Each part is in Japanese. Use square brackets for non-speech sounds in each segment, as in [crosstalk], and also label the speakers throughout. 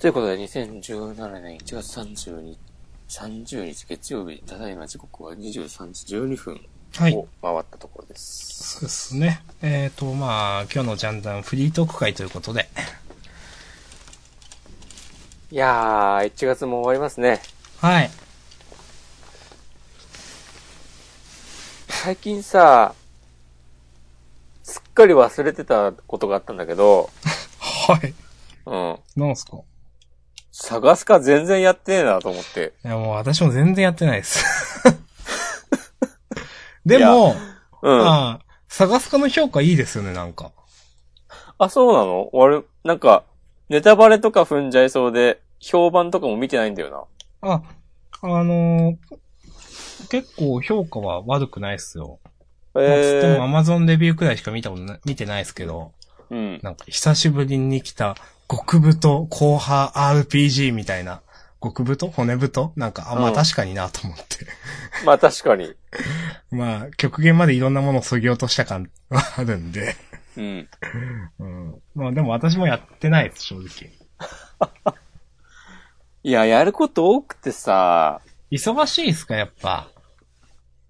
Speaker 1: ということで、2017年1月30日、30日月曜日、ただいま時刻は23時12分
Speaker 2: はい。
Speaker 1: を回ったところです。
Speaker 2: そうですね。えっ、と、まあ、今日のジャンダンフリートーク会ということで。
Speaker 1: いやー、1月も終わりますね。
Speaker 2: はい。
Speaker 1: 最近さ、すっかり忘れてたことがあったんだけど、
Speaker 2: はい。
Speaker 1: うん。
Speaker 2: なんすか
Speaker 1: 探すか全然やってねえなと思って。
Speaker 2: いや、もう私も全然やってない [laughs] です。で
Speaker 1: い
Speaker 2: も、
Speaker 1: うん。
Speaker 2: まあ、探すかの評価いいですよね、なんか。
Speaker 1: あ、そうなの俺、なんか、ネタバレとか踏んじゃいそうで、評判とかも見てないんだよな。
Speaker 2: あ、あのー結構評価は悪くないっすよ。まあつってもア
Speaker 1: え
Speaker 2: マゾンレビューくらいしか見たことな、見てないですけど、
Speaker 1: ー、うん。
Speaker 2: なんか久しぶりに来た極太後派 RPG みたいな、極太骨太なんか、あ、ま
Speaker 1: う
Speaker 2: あ
Speaker 1: ん
Speaker 2: 確かになと思って。 [laughs]
Speaker 1: まあ確かに。
Speaker 2: まあ、極限までいろんなものを削ぎ落とした感はあるんで。 [laughs]
Speaker 1: うん。
Speaker 2: うん。まあでも私もやってないです、正直。
Speaker 1: いや、やること多くてさ、
Speaker 2: 忙しいっすか、やっぱ。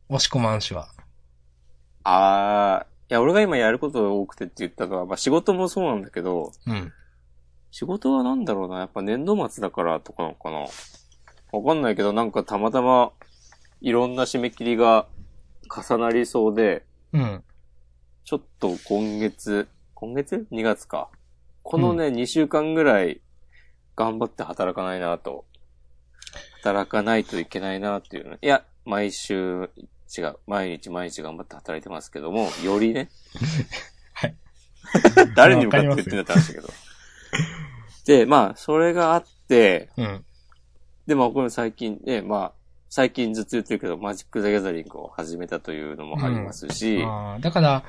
Speaker 2: 押し込まんしは。
Speaker 1: あー、いや、俺が今やることが多くてって言ったのは、まあ仕事もそうなんだけど、
Speaker 2: うん。
Speaker 1: 仕事はなんだろうな、やっぱ年度末だからとかなのかな。わかんないけど、なんかたまたま、いろんな締め切りが重なりそうで、
Speaker 2: うん。
Speaker 1: ちょっと今月、今月 ?2 月か。このね、2週間ぐらい、頑張って働かないなと。働かないといけないなっていうね。いや、毎週、違う。毎日毎日頑張って働いてますけども、よりね。
Speaker 2: はい。
Speaker 1: [laughs] 誰に向かって言ってんだって話だけど。で、まあ、それがあって、
Speaker 2: うん。
Speaker 1: で、まあ、これ最近ね、まあ、最近ずっと言ってるけど、マジック・ザ・ギャザリングを始めたというのもありますし、
Speaker 2: ああ、だから、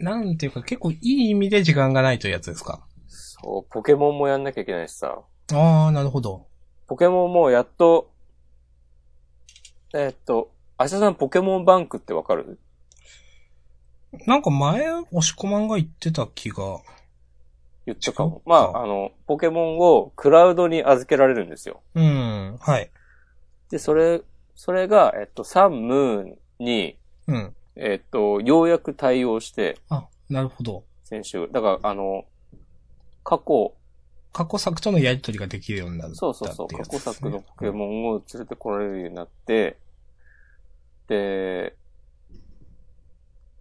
Speaker 2: なんていうか結構いい意味で時間がないというやつですか。
Speaker 1: そう、ポケモンもやんなきゃいけないしさ、
Speaker 2: ああ、なるほど。
Speaker 1: ポケモンもやっと、えーっと、明日さんポケモンバンクってわかる
Speaker 2: なんか前、押し込まんが言ってた気が。
Speaker 1: 言ったか
Speaker 2: 違
Speaker 1: も
Speaker 2: う。
Speaker 1: ま
Speaker 2: あ
Speaker 1: あ、あの、ポケモンをクラウドに預けられるんですよ。
Speaker 2: うん、はい。
Speaker 1: で、それ、それが、えっと、サンムーンに、
Speaker 2: うん。
Speaker 1: えっと、ようやく対応して、
Speaker 2: あ、なるほど。
Speaker 1: 先週。だから、あの、過去、
Speaker 2: 過去作とのやりとりができるようになる
Speaker 1: そうそうそう、過去作のポケ
Speaker 2: ン。
Speaker 1: モンを連れてこられるようになって、で、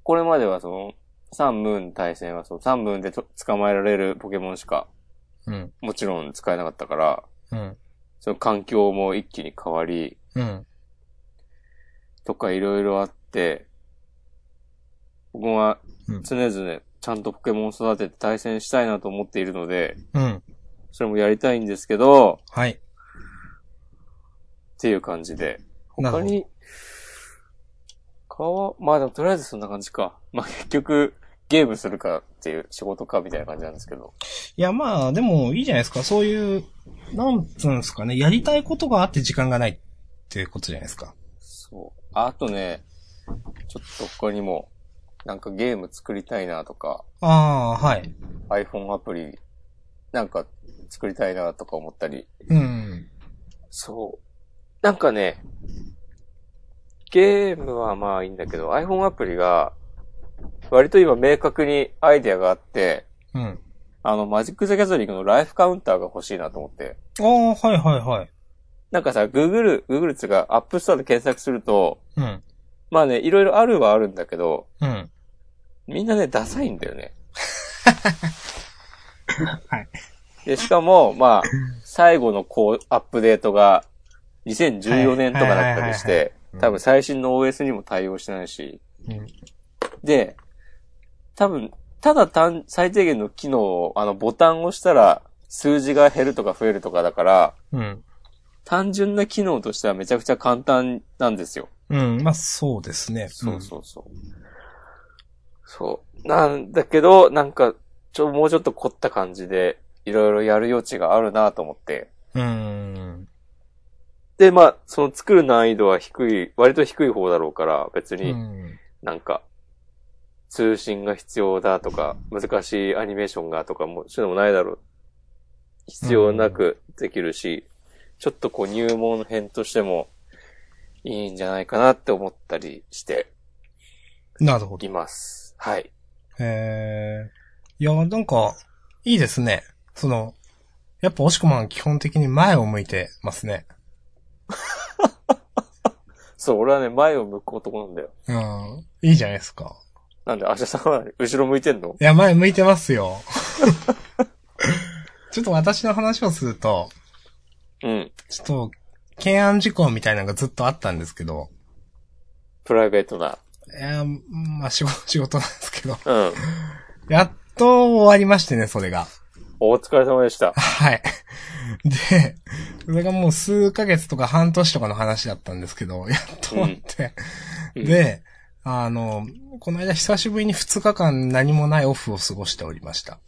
Speaker 1: これまではその、サンムーン対戦はその、サンムーンでと捕まえられるポケモンしか、
Speaker 2: うん、
Speaker 1: もちろん使えなかったから、
Speaker 2: うん、
Speaker 1: その環境も一気に変わり、
Speaker 2: うん。
Speaker 1: とかいろいろあって、僕は
Speaker 2: うん
Speaker 1: 常々ちゃんとポケモンを育てて対戦したいなと思っているので、
Speaker 2: うん。
Speaker 1: それもやりたいんですけど、
Speaker 2: はい。
Speaker 1: っていう感じで。
Speaker 2: な
Speaker 1: 他
Speaker 2: るほど
Speaker 1: に、顔は、まあでもとりあえずそんな感じか。まあ結局、ゲームするかっていう仕事かみたいな感じなんですけど。
Speaker 2: いや、まあ、でも、いいじゃないですか。そういう、なんつうんですかね。やりたいことがあって時間がないっていうことじゃないですか。
Speaker 1: そう。あとね、ちょっと他にも、なんかゲーム作りたいなとか、
Speaker 2: ああ、はい。
Speaker 1: iPhone アプリ、なんか作りたいなとか思ったり。
Speaker 2: うん。
Speaker 1: そう。なんかね、ゲームはまあいいんだけど、iPhone アプリが、割と今明確にアイデアがあって、
Speaker 2: うん。
Speaker 1: あの、マジック・ザ・ギャザリングのライフカウンターが欲しいなと思って。
Speaker 2: ああ、はいはいはい。
Speaker 1: なんかさ、Google、Google っていうか、App Store で検索すると、
Speaker 2: うん。
Speaker 1: まあね、いろいろあるはあるんだけど、
Speaker 2: うん。
Speaker 1: みんなね、ダサいんだよね。
Speaker 2: [laughs] はい。
Speaker 1: で、しかも、まあ、最後のこう、アップデートが、2014年とかだったりし
Speaker 2: はいはいはいはい
Speaker 1: て、多分最新の OS にも対応してないし、
Speaker 2: うん。
Speaker 1: で、多分、ただ単、最低限の機能を、あの、ボタンを押したら、数字が減るとか増えるとかだから、
Speaker 2: うん。
Speaker 1: 単純な機能としてはめちゃくちゃ簡単なんですよ。
Speaker 2: うん。まあ、そうですね。
Speaker 1: そうそうそう。そう。なんだけど、なんか、ちょ、もうちょっと凝った感じで、いろいろやる余地があるなと思って。
Speaker 2: うん。うん。
Speaker 1: で、まあ、その作る難易度は低い、割と低い方だろうから、別
Speaker 2: う
Speaker 1: に
Speaker 2: ん。
Speaker 1: なんか、通信が必要だとか、難しいアニメーションがとかも、そういうのもないだろう必要なくできるし、ちょっとこう入門編としてもいいんじゃないかなって思ったりして
Speaker 2: なるほど。
Speaker 1: います。はい。
Speaker 2: えー、いや、なんか、いいですね。その、やっぱ、おしくまん基本的に前を向いてますね。
Speaker 1: そう、俺はね、前を向く男なんだよ。
Speaker 2: うん。いいじゃないですか。
Speaker 1: なんで、明日さんは後ろ向いてんの
Speaker 2: いや、前向いてますよ。 [laughs] ちょっと私の話をすると、
Speaker 1: うん。
Speaker 2: ちょっと、懸案事項みたいなのがずっとあったんですけど、
Speaker 1: プライベートな。
Speaker 2: えー、まあ、仕事、仕事なんですけど、
Speaker 1: うん。
Speaker 2: やっと終わりましてね、それが。
Speaker 1: お疲れ様でした。
Speaker 2: はい。 [laughs] で、それがもう数ヶ月とか半年とかの話だったんですけど、やっと終わって。
Speaker 1: うん
Speaker 2: で、あの、この間久しぶりに2日間何もないオフを過ごしておりました。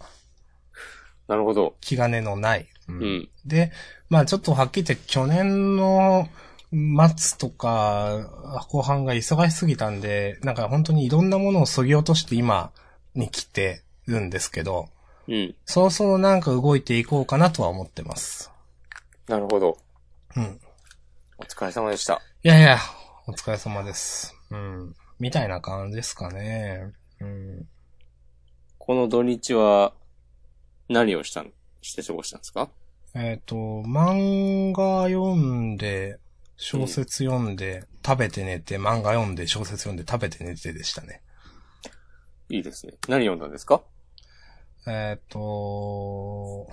Speaker 1: なるほど。
Speaker 2: 気兼ねのない。う
Speaker 1: うん。
Speaker 2: で、まあちょっとはっきり言って去年の末とか後半が忙しすぎたんで、なんか本当にいろんなものを削ぎ落として今に来てるんですけど、
Speaker 1: うん。
Speaker 2: そろそろなんか動いていこうかなとは思ってます。
Speaker 1: なるほど。
Speaker 2: うん。
Speaker 1: お疲れ様でした。
Speaker 2: いやいや、お疲れ様です。うん。みたいな感じですかね。うん。
Speaker 1: この土日は、何をしたん、して過ごしたんですか
Speaker 2: えっ、と、漫画読んで、小説読んで、食べて寝て、漫画読んで、小説読んで、食べて寝てでしたね。
Speaker 1: いいですね。何読んだんですか
Speaker 2: えっ、と、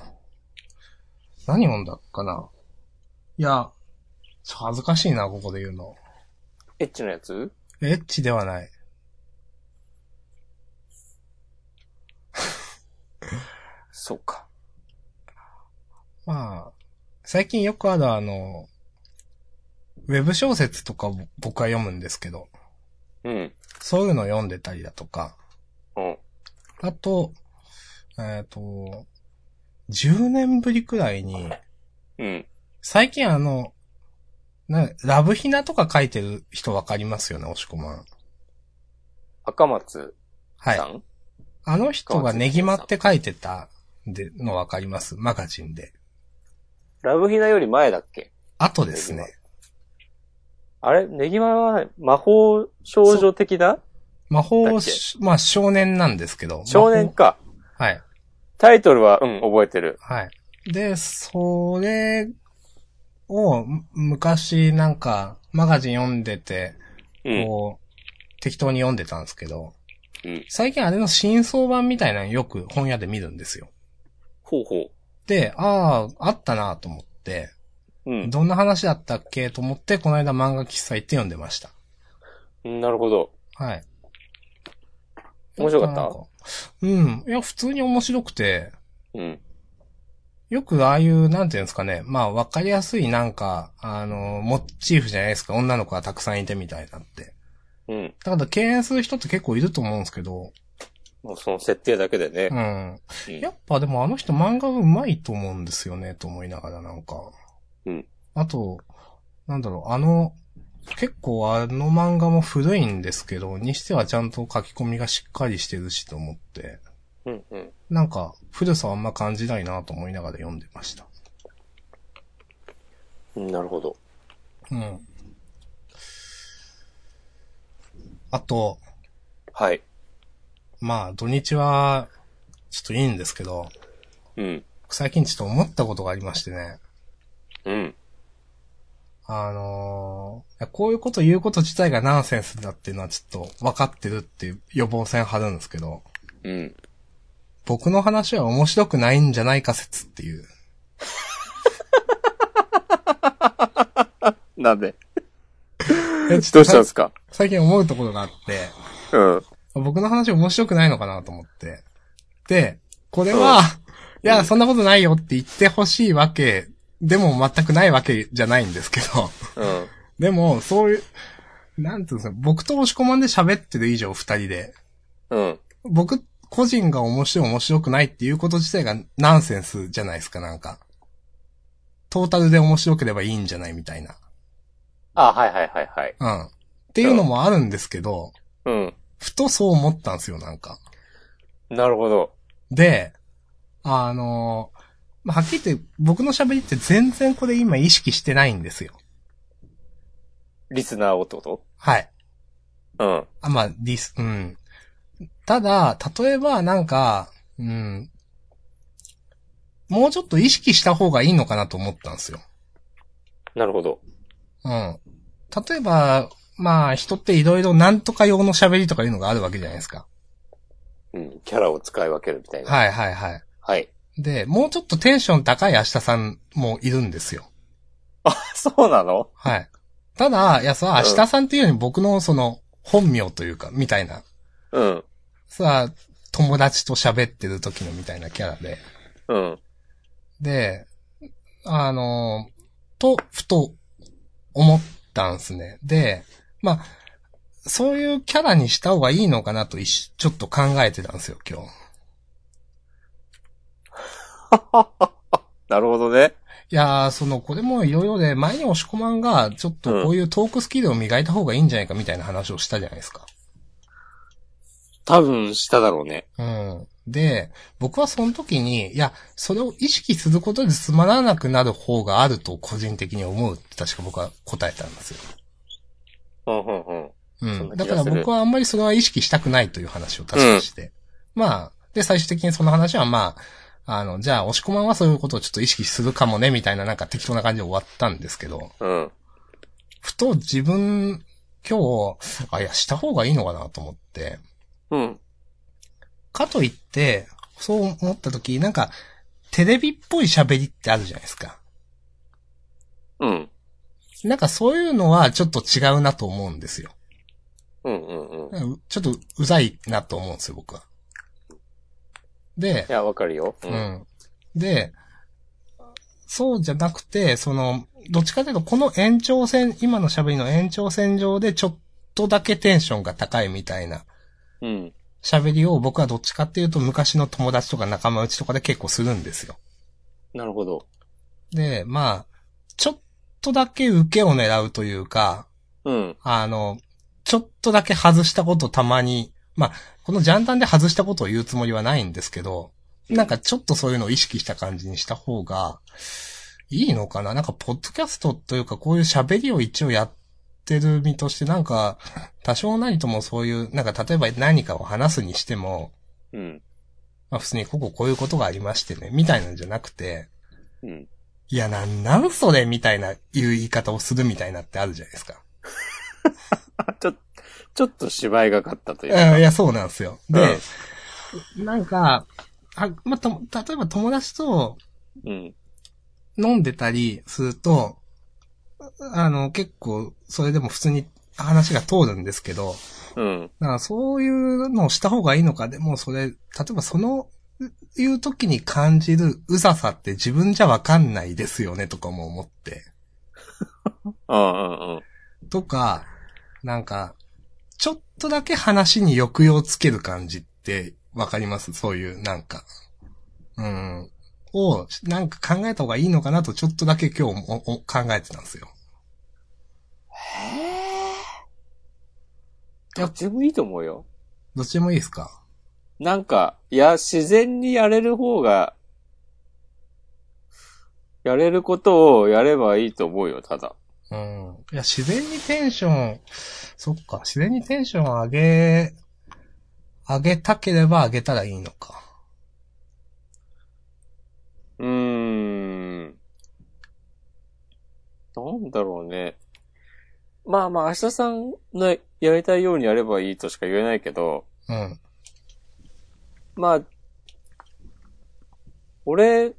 Speaker 2: 何読んだっかないや、ちょ恥ずかしいな、ここで言うの。
Speaker 1: エッチなやつ
Speaker 2: エッチではない。
Speaker 1: そうか。
Speaker 2: まあ、最近よくあるあの、ウェブ小説とかを僕は読むんですけど。
Speaker 1: うん。
Speaker 2: そういうのを読んでたりだとか、
Speaker 1: うん。
Speaker 2: あと、えっ、と、10年ぶりくらいに、
Speaker 1: うん。
Speaker 2: 最近あの、なラブヒナとか書いてる人わかりますよね、おしこまん。
Speaker 1: 赤松
Speaker 2: は
Speaker 1: さ
Speaker 2: い。
Speaker 1: ん、
Speaker 2: あの人がネギマって書いてたでのわかりますマガジンで。
Speaker 1: ラブヒナより前だっけ
Speaker 2: あとですね
Speaker 1: ネギ。あれネギマは魔法少女的な
Speaker 2: 魔
Speaker 1: だ
Speaker 2: 法
Speaker 1: っけ
Speaker 2: し、まあ少年なんですけど。
Speaker 1: 少年
Speaker 2: 魔法
Speaker 1: か。
Speaker 2: はい。
Speaker 1: タイトルは、うん、覚えてる。
Speaker 2: はい。で、それをむ昔なんかマガジン読んでて、
Speaker 1: うん。
Speaker 2: こう、適当に読んでたんですけど、
Speaker 1: うん
Speaker 2: 最近あれの新装版みたいなのよく本屋で見るんですよ。
Speaker 1: ほうほう。
Speaker 2: で、ああ、あったなと思って、
Speaker 1: うん。
Speaker 2: どんな話だったっけと思って、この間漫画喫茶行って読んでました。
Speaker 1: うんなるほど。
Speaker 2: はい。
Speaker 1: 面白かっ
Speaker 2: なん
Speaker 1: た
Speaker 2: うん。いや、普通に面白くて、
Speaker 1: うん。
Speaker 2: よくああいう、なんていうんですかね、まあ、わかりやすいなんか、あの、モチーフじゃないですか、女の子がたくさんいてみたいなって。
Speaker 1: うん。
Speaker 2: だから、敬遠する人って結構いると思うんですけど、
Speaker 1: もうその設定だけでね
Speaker 2: う。ん。
Speaker 1: うん
Speaker 2: やっぱでもあの人漫画上手いと思うんですよね、と思いながらなんか。
Speaker 1: うん。
Speaker 2: あと、なんだろう、あの、結構あの漫画も古いんですけど、にしてはちゃんと書き込みがしっかりしてるしと思って、
Speaker 1: うん。うん。
Speaker 2: なんか古さはあんま感じないなと思いながら読んでました。
Speaker 1: うんなるほど。
Speaker 2: うん。あと、
Speaker 1: はい。
Speaker 2: まあ土日は、ちょっといいんですけど、
Speaker 1: うん。
Speaker 2: 最近ちょっと思ったことがありましてね。
Speaker 1: うん。
Speaker 2: あのーいやこういうこと言うこと自体がナンセンスだっていうのはちょっと分かってるっていう予防線張るんですけど、
Speaker 1: うん。
Speaker 2: 僕の話は面白くないんじゃないか説っていう。
Speaker 1: なんで
Speaker 2: えち
Speaker 1: どう
Speaker 2: ょ
Speaker 1: したん
Speaker 2: っとさ
Speaker 1: ですか
Speaker 2: 最近思うところがあって、
Speaker 1: うん。
Speaker 2: 僕の話面白くないのかなと思って。で、これは、いや、そんなことないよって言ってほしいわけ、でも全くないわけじゃないんですけど、
Speaker 1: うん。
Speaker 2: でも、そういう、なんていうんですか、僕と押し込まんで喋ってる以上二人で、
Speaker 1: うん。
Speaker 2: 僕個人が面白い面白くないっていうこと自体がナンセンスじゃないですか、なんか。トータルで面白ければいいんじゃないみたいな。
Speaker 1: あ、はいはいはいはい。
Speaker 2: うん。っていうのもあるんですけど、
Speaker 1: うん。
Speaker 2: ふとそう思ったんですよ、なんか。
Speaker 1: なるほど。
Speaker 2: で、あのーまあ、はっきり言って、僕の喋りって全然これ今意識してないんですよ。
Speaker 1: リスナーをってこと
Speaker 2: はい。
Speaker 1: うん。
Speaker 2: あ、まあ、ディス、うん。ただ、例えばなんか、うん。もうちょっと意識した方がいいのかなと思ったんですよ。
Speaker 1: なるほど。
Speaker 2: うん。例えば、まあ、人っていろいろなんとか用の喋りとかいうのがあるわけじゃないですか。
Speaker 1: うん。キャラを使い分けるみたいな。
Speaker 2: はいはいはい。
Speaker 1: はい。
Speaker 2: で、もうちょっとテンション高い明日さんもいるんですよ。
Speaker 1: [laughs] そうなの
Speaker 2: はい。ただ、いや、さ、明日さんっていうより僕のその、本名というか、みたいな、
Speaker 1: うん。
Speaker 2: さ、友達と喋ってる時のみたいなキャラで。
Speaker 1: うん。
Speaker 2: で、あの、と、ふと、思ったんすね。で、まあ、そういうキャラにした方がいいのかなと一瞬、ちょっと考えてたんですよ、今日。
Speaker 1: なるほどね。
Speaker 2: いやー、その、これもいろいろで、前に押し込まんが、ちょっとこういうトークスキルを磨いた方がいいんじゃないかみたいな話をしたじゃないですか。
Speaker 1: 多分しただろうね。
Speaker 2: うん。で、僕はその時に、いや、それを意識することでつまらなくなる方があると個人的に思うって確か僕は答えたんですよ。
Speaker 1: うん、うん、うん。
Speaker 2: う
Speaker 1: そん
Speaker 2: ん。
Speaker 1: な気が
Speaker 2: だ
Speaker 1: する
Speaker 2: から僕はあんまりそれは意識したくないという話を確かして。まあ、で、最終的にその話はまあ、あの、じゃあ、押し込まんはそういうことをちょっと意識するかもね、みたいななんか適当な感じで終わったんですけど。
Speaker 1: うん。
Speaker 2: ふと自分、今日、あ、いや、した方がいいのかなと思って。
Speaker 1: うん。
Speaker 2: かといって、そう思った時、なんか、テレビっぽい喋りってあるじゃないですか。
Speaker 1: うん。
Speaker 2: なんかそういうのはちょっと違うなと思うんですよ。
Speaker 1: うん、うん、うん。い
Speaker 2: なんかちょっとうざいなと思うんですよ、僕は。で、
Speaker 1: や、わかるよ。う
Speaker 2: う。ん。で、そうじゃなくて、その、どっちかというと、この延長線、今の喋りの延長線上でちょっとだけテンションが高いみたいな
Speaker 1: うん。
Speaker 2: 喋りを僕はどっちかっていうと昔の友達とか仲間内とかで結構するんですよ。
Speaker 1: なるほど。
Speaker 2: で、まあ、ちょっとだけ受けを狙うというか、
Speaker 1: うん。
Speaker 2: あの、ちょっとだけ外したことたまに、まあ、このジャンダンで外したことを言うつもりはないんですけど、なんかちょっとそういうのを意識した感じにした方がいいのかななんかポッドキャストというかこういう喋りを一応やってる身としてなんか多少なりともそういう、なんか例えば何かを話すにしても、
Speaker 1: うん。
Speaker 2: まあ普通にこここういうことがありましてね、みたいなんじゃなくて、
Speaker 1: うん。
Speaker 2: いや、なんなんそれみたいな、いう言い方をするみたいなってあるじゃないですか。
Speaker 1: あ、 [laughs] ちょ、ちょっと芝居がかったというか。
Speaker 2: うんいや、そうなんですよ。で、
Speaker 1: う
Speaker 2: なんか、あまあ、とも例えば友達と
Speaker 1: ん。うん。
Speaker 2: 飲んでたりすると、あの、結構、それでも普通に話が通るんですけど、
Speaker 1: うん。
Speaker 2: だからそういうのをした方がいいのか、でもそれ、例えばその、ういう時に感じるうざさって自分じゃわかんないですよねとかも思って。
Speaker 1: うん、うん、うん。
Speaker 2: とか、なんか、ちょっとだけ話に抑揚つける感じってわかりますそういう、なんか。うん。を、なんか考えた方がいいのかなとちょっとだけ今日もお考えてたんですよ。
Speaker 1: どっちもいいと思うよ。
Speaker 2: どっちでもいいですか
Speaker 1: なんか、いや、自然にやれる方が、やれることをやればいいと思うよ、ただ。
Speaker 2: うん。いや、自然にテンション、そっか、自然にテンション上げ、上げたければ上げたらいいのか。
Speaker 1: うーん。なんだろうね。まあまあ、明日さんのやりたいようにやればいいとしか言えないけど、
Speaker 2: うん。
Speaker 1: まあ、俺、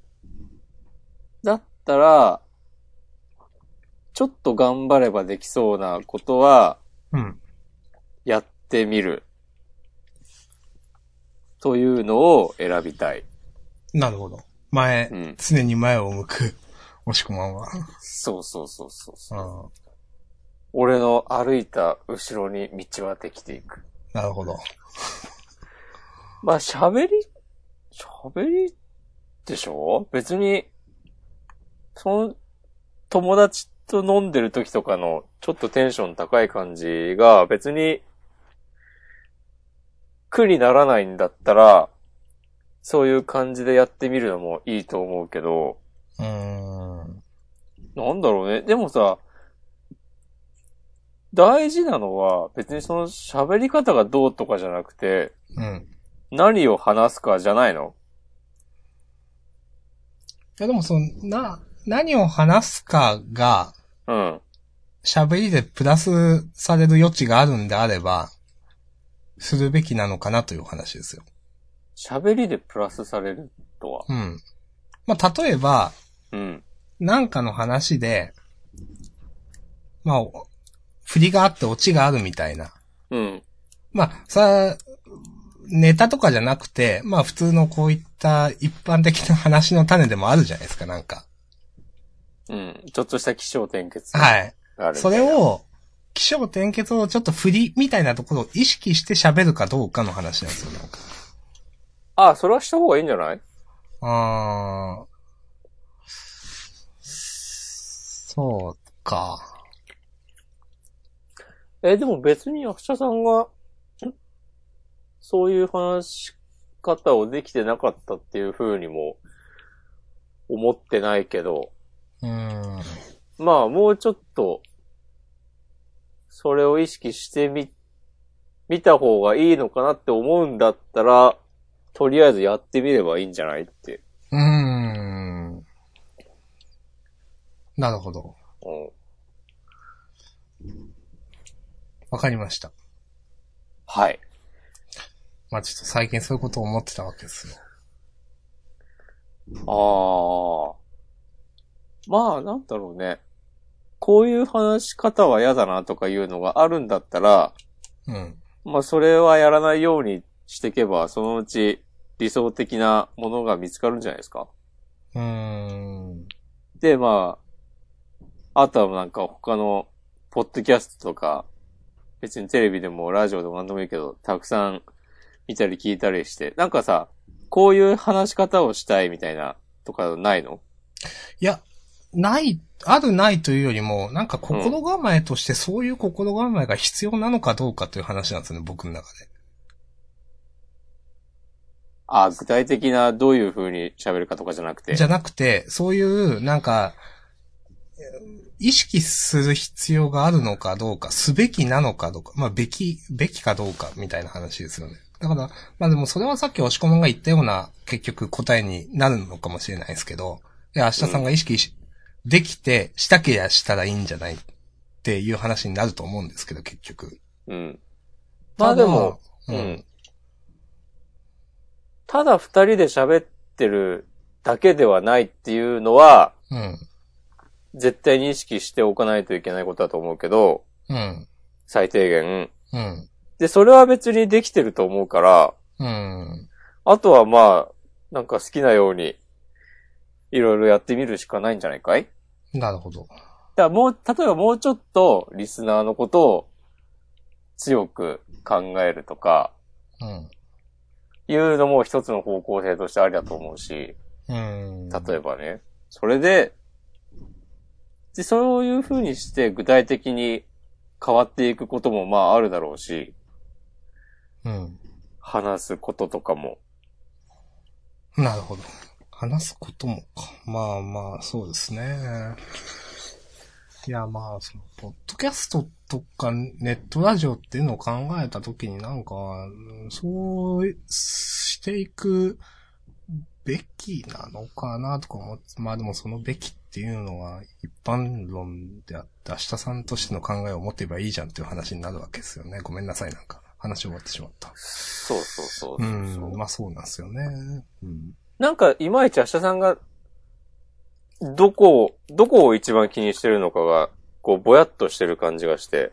Speaker 1: だったら、ちょっと頑張ればできそうなことは、
Speaker 2: うん。
Speaker 1: やってみる。というのを選びたい。
Speaker 2: なるほど。前、
Speaker 1: うん
Speaker 2: 常に前を向く、押し込まんは。
Speaker 1: そうそうそうそうそうう。
Speaker 2: ん。
Speaker 1: 俺の歩いた後ろに道はできていく。
Speaker 2: なるほど。
Speaker 1: まあ、喋り、喋りでしょ別に、その、友達と飲んでる時とかの、ちょっとテンション高い感じが、別に、苦にならないんだったら、そういう感じでやってみるのもいいと思うけど、
Speaker 2: うーん。
Speaker 1: なんだろうね。でもさ、大事なのは別にその喋り方がどうとかじゃなくて、
Speaker 2: うん。
Speaker 1: 何を話すかじゃないの
Speaker 2: いやでもその、な、何を話すかが、
Speaker 1: うん。
Speaker 2: 喋りでプラスされる余地があるんであれば、するべきなのかなという話ですよ。
Speaker 1: 喋りでプラスされるとは。
Speaker 2: うん。まあ、例えば、
Speaker 1: うん。
Speaker 2: なんかの話で、まあ、お振りがあってオチがあるみたいな。
Speaker 1: うん。
Speaker 2: まあ、さ、ネタとかじゃなくて、まあ普通のこういった一般的な話の種でもあるじゃないですか、なんか。
Speaker 1: うん。ちょっとした気象転結。い。
Speaker 2: はい。
Speaker 1: ある
Speaker 2: それ。を、気象転結をちょっと振りみたいなところを意識して喋るかどうかの話なんですよ、なんか。
Speaker 1: あ、それはした方がいいんじゃない
Speaker 2: あー。そうか。
Speaker 1: え、でも別に役者さんが、んそういう話し方をできてなかったっていう風にも思ってないけど、
Speaker 2: うーん。
Speaker 1: まあもうちょっと、それを意識してみ、見た方がいいのかなって思うんだったら、とりあえずやってみればいいんじゃないって。
Speaker 2: うーん。なるほど。
Speaker 1: うん、
Speaker 2: わかりました。
Speaker 1: はい。
Speaker 2: まあちょっと最近そういうことを思ってたわけですよ。
Speaker 1: ああ。まあ、なんだろうね。こういう話し方は嫌だなとかいうのがあるんだったら、
Speaker 2: うん。
Speaker 1: まあ、それはやらないようにしていけば、そのうち理想的なものが見つかるんじゃないですか。
Speaker 2: うーん。
Speaker 1: で、まあ、あとはなんか他の、ポッドキャストとか、別にテレビでもラジオでも何でもいいけど、たくさん見たり聞いたりして、なんかさ、こういう話し方をしたいみたいな、とかないの
Speaker 2: いや、ない、あるないというよりも、なんか心構えとしてそういう心構えが必要なのかどうかという話なんですよね、僕の中で。
Speaker 1: あ、具体的などういう風に喋るかとかじゃなくて。
Speaker 2: じゃなくて、そういう、なんか、意識する必要があるのかどうか、すべきなのかどうか、まあ、べき、べきかどうか、みたいな話ですよね。だから、まあでもそれはさっき押し込まんが言ったような、結局答えになるのかもしれないですけど、で、明日さんが意識し、できて、したけりゃしたらいいんじゃないっていう話になると思うんですけど、結局。
Speaker 1: うん。まあでも、
Speaker 2: ただ、う
Speaker 1: うんん。ただ二人で喋ってるだけではないっていうのは、
Speaker 2: うん。
Speaker 1: 絶対に意識しておかないといけないことだと思うけど、
Speaker 2: うん。
Speaker 1: 最低限。
Speaker 2: うん。
Speaker 1: で、それは別にできてると思うから、
Speaker 2: うん。
Speaker 1: あとはまあ、なんか好きなように、いろいろやってみるしかないんじゃないかい
Speaker 2: なるほど。
Speaker 1: だからもう、例えばもうちょっと、リスナーのことを強く考えるとか、
Speaker 2: うん。
Speaker 1: いうのも一つの方向性としてありだと思うし、
Speaker 2: うん。
Speaker 1: 例えばね。それで、でそういう風にして具体的に変わっていくこともまああるだろうし、
Speaker 2: うん。
Speaker 1: 話すこととかも。
Speaker 2: なるほど。話すこともか。まあまあ、そうですね。いや、まあ、その、ポッドキャストとか、ネットラジオっていうのを考えたときになんか、うんそうしていくべきなのかなとか思って、まあでもそのべきっていうのは一般論であって、明日さんとしての考えを持てばいいじゃんっていう話になるわけですよね。ごめんなさい、なんか。話終わってしまった。
Speaker 1: そうそうそう
Speaker 2: う
Speaker 1: そうそ
Speaker 2: ん。
Speaker 1: う
Speaker 2: まあそうなんですよね。うん。
Speaker 1: なんか、いまいち明日さんが、どこを、どこを一番気にしてるのかが、こう、ぼやっとしてる感じがして。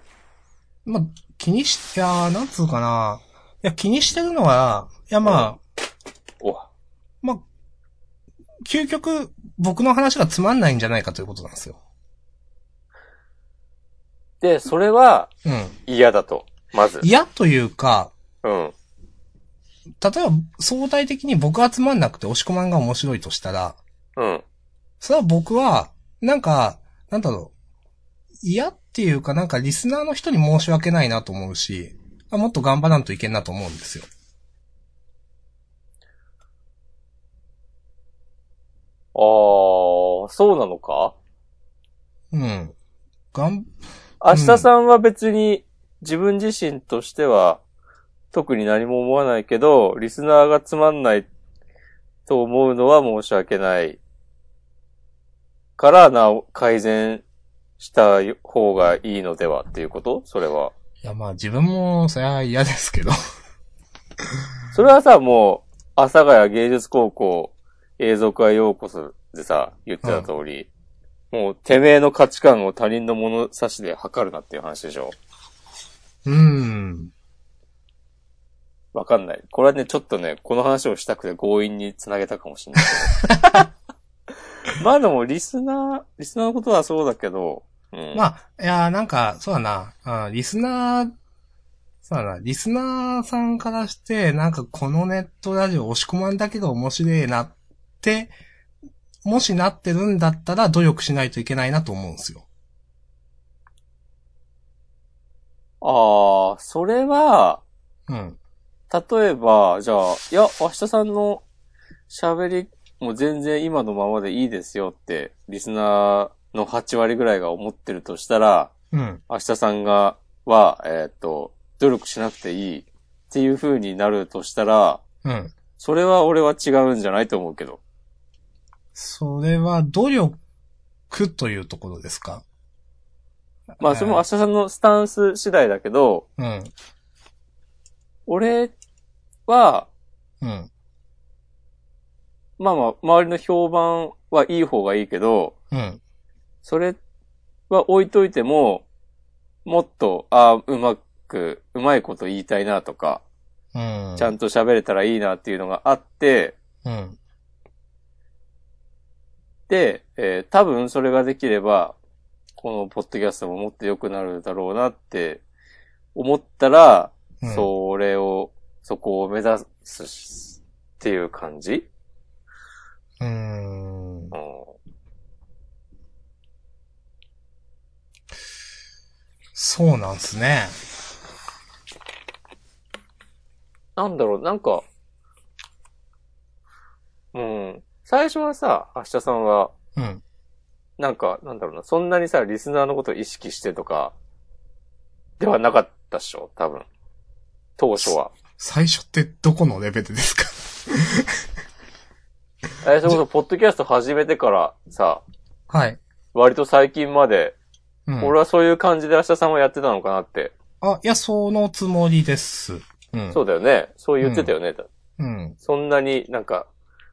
Speaker 2: まあ、気にし、いやー、なんつうかな。いや、気にしてるのは、いや、まあ、
Speaker 1: お
Speaker 2: まあ、究極、僕の話がつまんないんじゃないかということなんですよ。
Speaker 1: で、それは
Speaker 2: うん。
Speaker 1: 嫌だと。まず。
Speaker 2: 嫌というか、
Speaker 1: うん。
Speaker 2: 例えば、相対的に僕はつまんなくて押し込まんが面白いとしたら、
Speaker 1: うん。
Speaker 2: それは僕は、なんか、なんだろう。嫌っていうか、なんかリスナーの人に申し訳ないなと思うし、あもっと頑張らんといけんなと思うんですよ。
Speaker 1: あー、そうなのか
Speaker 2: うん。がん、
Speaker 1: 明日さんは別に自分自身としては特に何も思わないけど、リスナーがつまんないと思うのは申し訳ない。からな、改善した方がいいのではっていうことそれは。
Speaker 2: いやまあ自分も、そりゃ嫌ですけど。
Speaker 1: それはさ、もう、阿佐ヶ谷芸術高校映像化へようこそでさ、言ってた通り、もう、てめえの価値観を他人の物差しで測るなっていう話でしょ。
Speaker 2: うん。
Speaker 1: わかんない。これはね、ちょっとね、この話をしたくて強引に繋げたかもしれ
Speaker 2: [laughs]
Speaker 1: ないけど。まあでも、リスナー、リスナーのことはそうだけど、うん、
Speaker 2: まあ、いや、なんか、そうだな、あリスナー、そうだな、リスナーさんからして、なんかこのネットラジオ押し込まんだけど面白いなって、もしなってるんだったら努力しないといけないなと思うんですよ。
Speaker 1: ああ、それは、
Speaker 2: うん。
Speaker 1: 例えば、じゃあ、いや、明日さんの喋りも全然今のままでいいですよって、リスナーの8割ぐらいが思ってるとしたら、
Speaker 2: うん。
Speaker 1: 明日さんが、は、えーっと、努力しなくていいっていう風になるとしたら、
Speaker 2: うん。
Speaker 1: それは俺は違うんじゃないと思うけど。
Speaker 2: それは努力というところですか
Speaker 1: まあ、それも明日さんのスタンス次第だけど、
Speaker 2: うん。
Speaker 1: 俺は、
Speaker 2: うん。
Speaker 1: まあまあ、周りの評判はいい方がいいけど、
Speaker 2: うん。
Speaker 1: それは置いといても、もっと、ああ、うまく、うまいこと言いたいなとか、
Speaker 2: うん。
Speaker 1: ちゃんと喋れたらいいなっていうのがあって、
Speaker 2: うん。
Speaker 1: で、えー多分それができれば、このポッドキャストももっと良くなるだろうなって思ったら、
Speaker 2: うん。
Speaker 1: それを、そこを目指すしっていう感じ、
Speaker 2: う。うん。
Speaker 1: うん、
Speaker 2: そうなんすね。
Speaker 1: なんだろう、なんか、うん。最初はさ、明日さんは、
Speaker 2: うん。
Speaker 1: なんか、なんだろうな、そんなにさ、リスナーのことを意識してとか、ではなかったっしょ、多分。当初は。
Speaker 2: 最初ってどこのレベルですか
Speaker 1: え、それこそ、ポッドキャスト始めてからさ、
Speaker 2: はい。
Speaker 1: 割と最近まで、
Speaker 2: うん。
Speaker 1: 俺はそういう感じで明日さんはやってたのかなって。
Speaker 2: あ、いや、そのつもりです。うん。
Speaker 1: そうだよね。そう言ってたよね。
Speaker 2: うん。
Speaker 1: そんなになんか、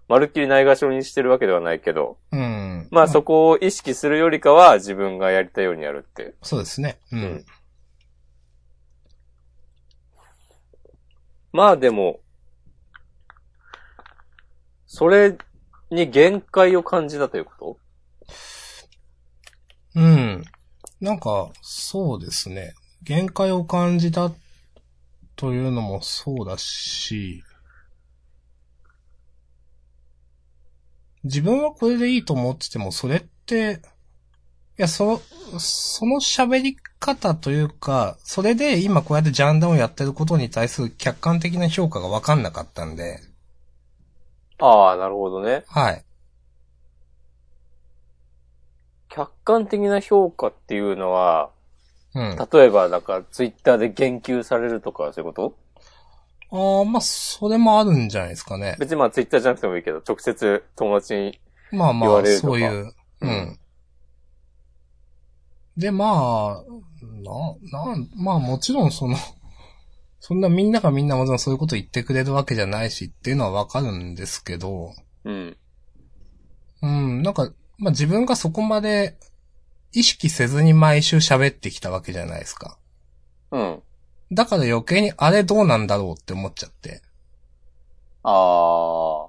Speaker 1: まるっきりないがしろにしてるわけではないけど、
Speaker 2: うん。
Speaker 1: まあそこを意識するよりかは自分がやりたいようにやるって。
Speaker 2: そうですね。うん。
Speaker 1: まあでも、それに限界を感じたというこ
Speaker 2: うん。なんか、そうですね。限界を感じたというのもそうだし、自分はこれでいいと思ってても、それって、いや、その、その喋り方というか、それで今こうやってジャンダンをやってることに対する客観的な評価がわかんなかったんで、
Speaker 1: とああ、なるほどね。
Speaker 2: はい。
Speaker 1: 客観的な評価っていうのは、
Speaker 2: うん。
Speaker 1: 例えば、なんか、ツイッターで言及されるとか、そういうこと
Speaker 2: ああ、まあ、それもあるんじゃないですかね。
Speaker 1: 別にまあ、ツイッターじゃなくてもいいけど、直接友達に、
Speaker 2: まあ
Speaker 1: 言
Speaker 2: ま
Speaker 1: わ
Speaker 2: あ、
Speaker 1: れるとか
Speaker 2: そういう。う。
Speaker 1: うん
Speaker 2: で、まあ、な、なん、まあもちろんその、 [laughs] そんなみんながみんなもちろんそういうこと言ってくれるわけじゃないしっていうのはわかるんですけど、
Speaker 1: うん。
Speaker 2: うん、なんか、まあ自分がそこまで意識せずに毎週喋ってきたわけじゃないですか。
Speaker 1: うん。
Speaker 2: だから余計にあれどうなんだろうって思っちゃって。
Speaker 1: ああ。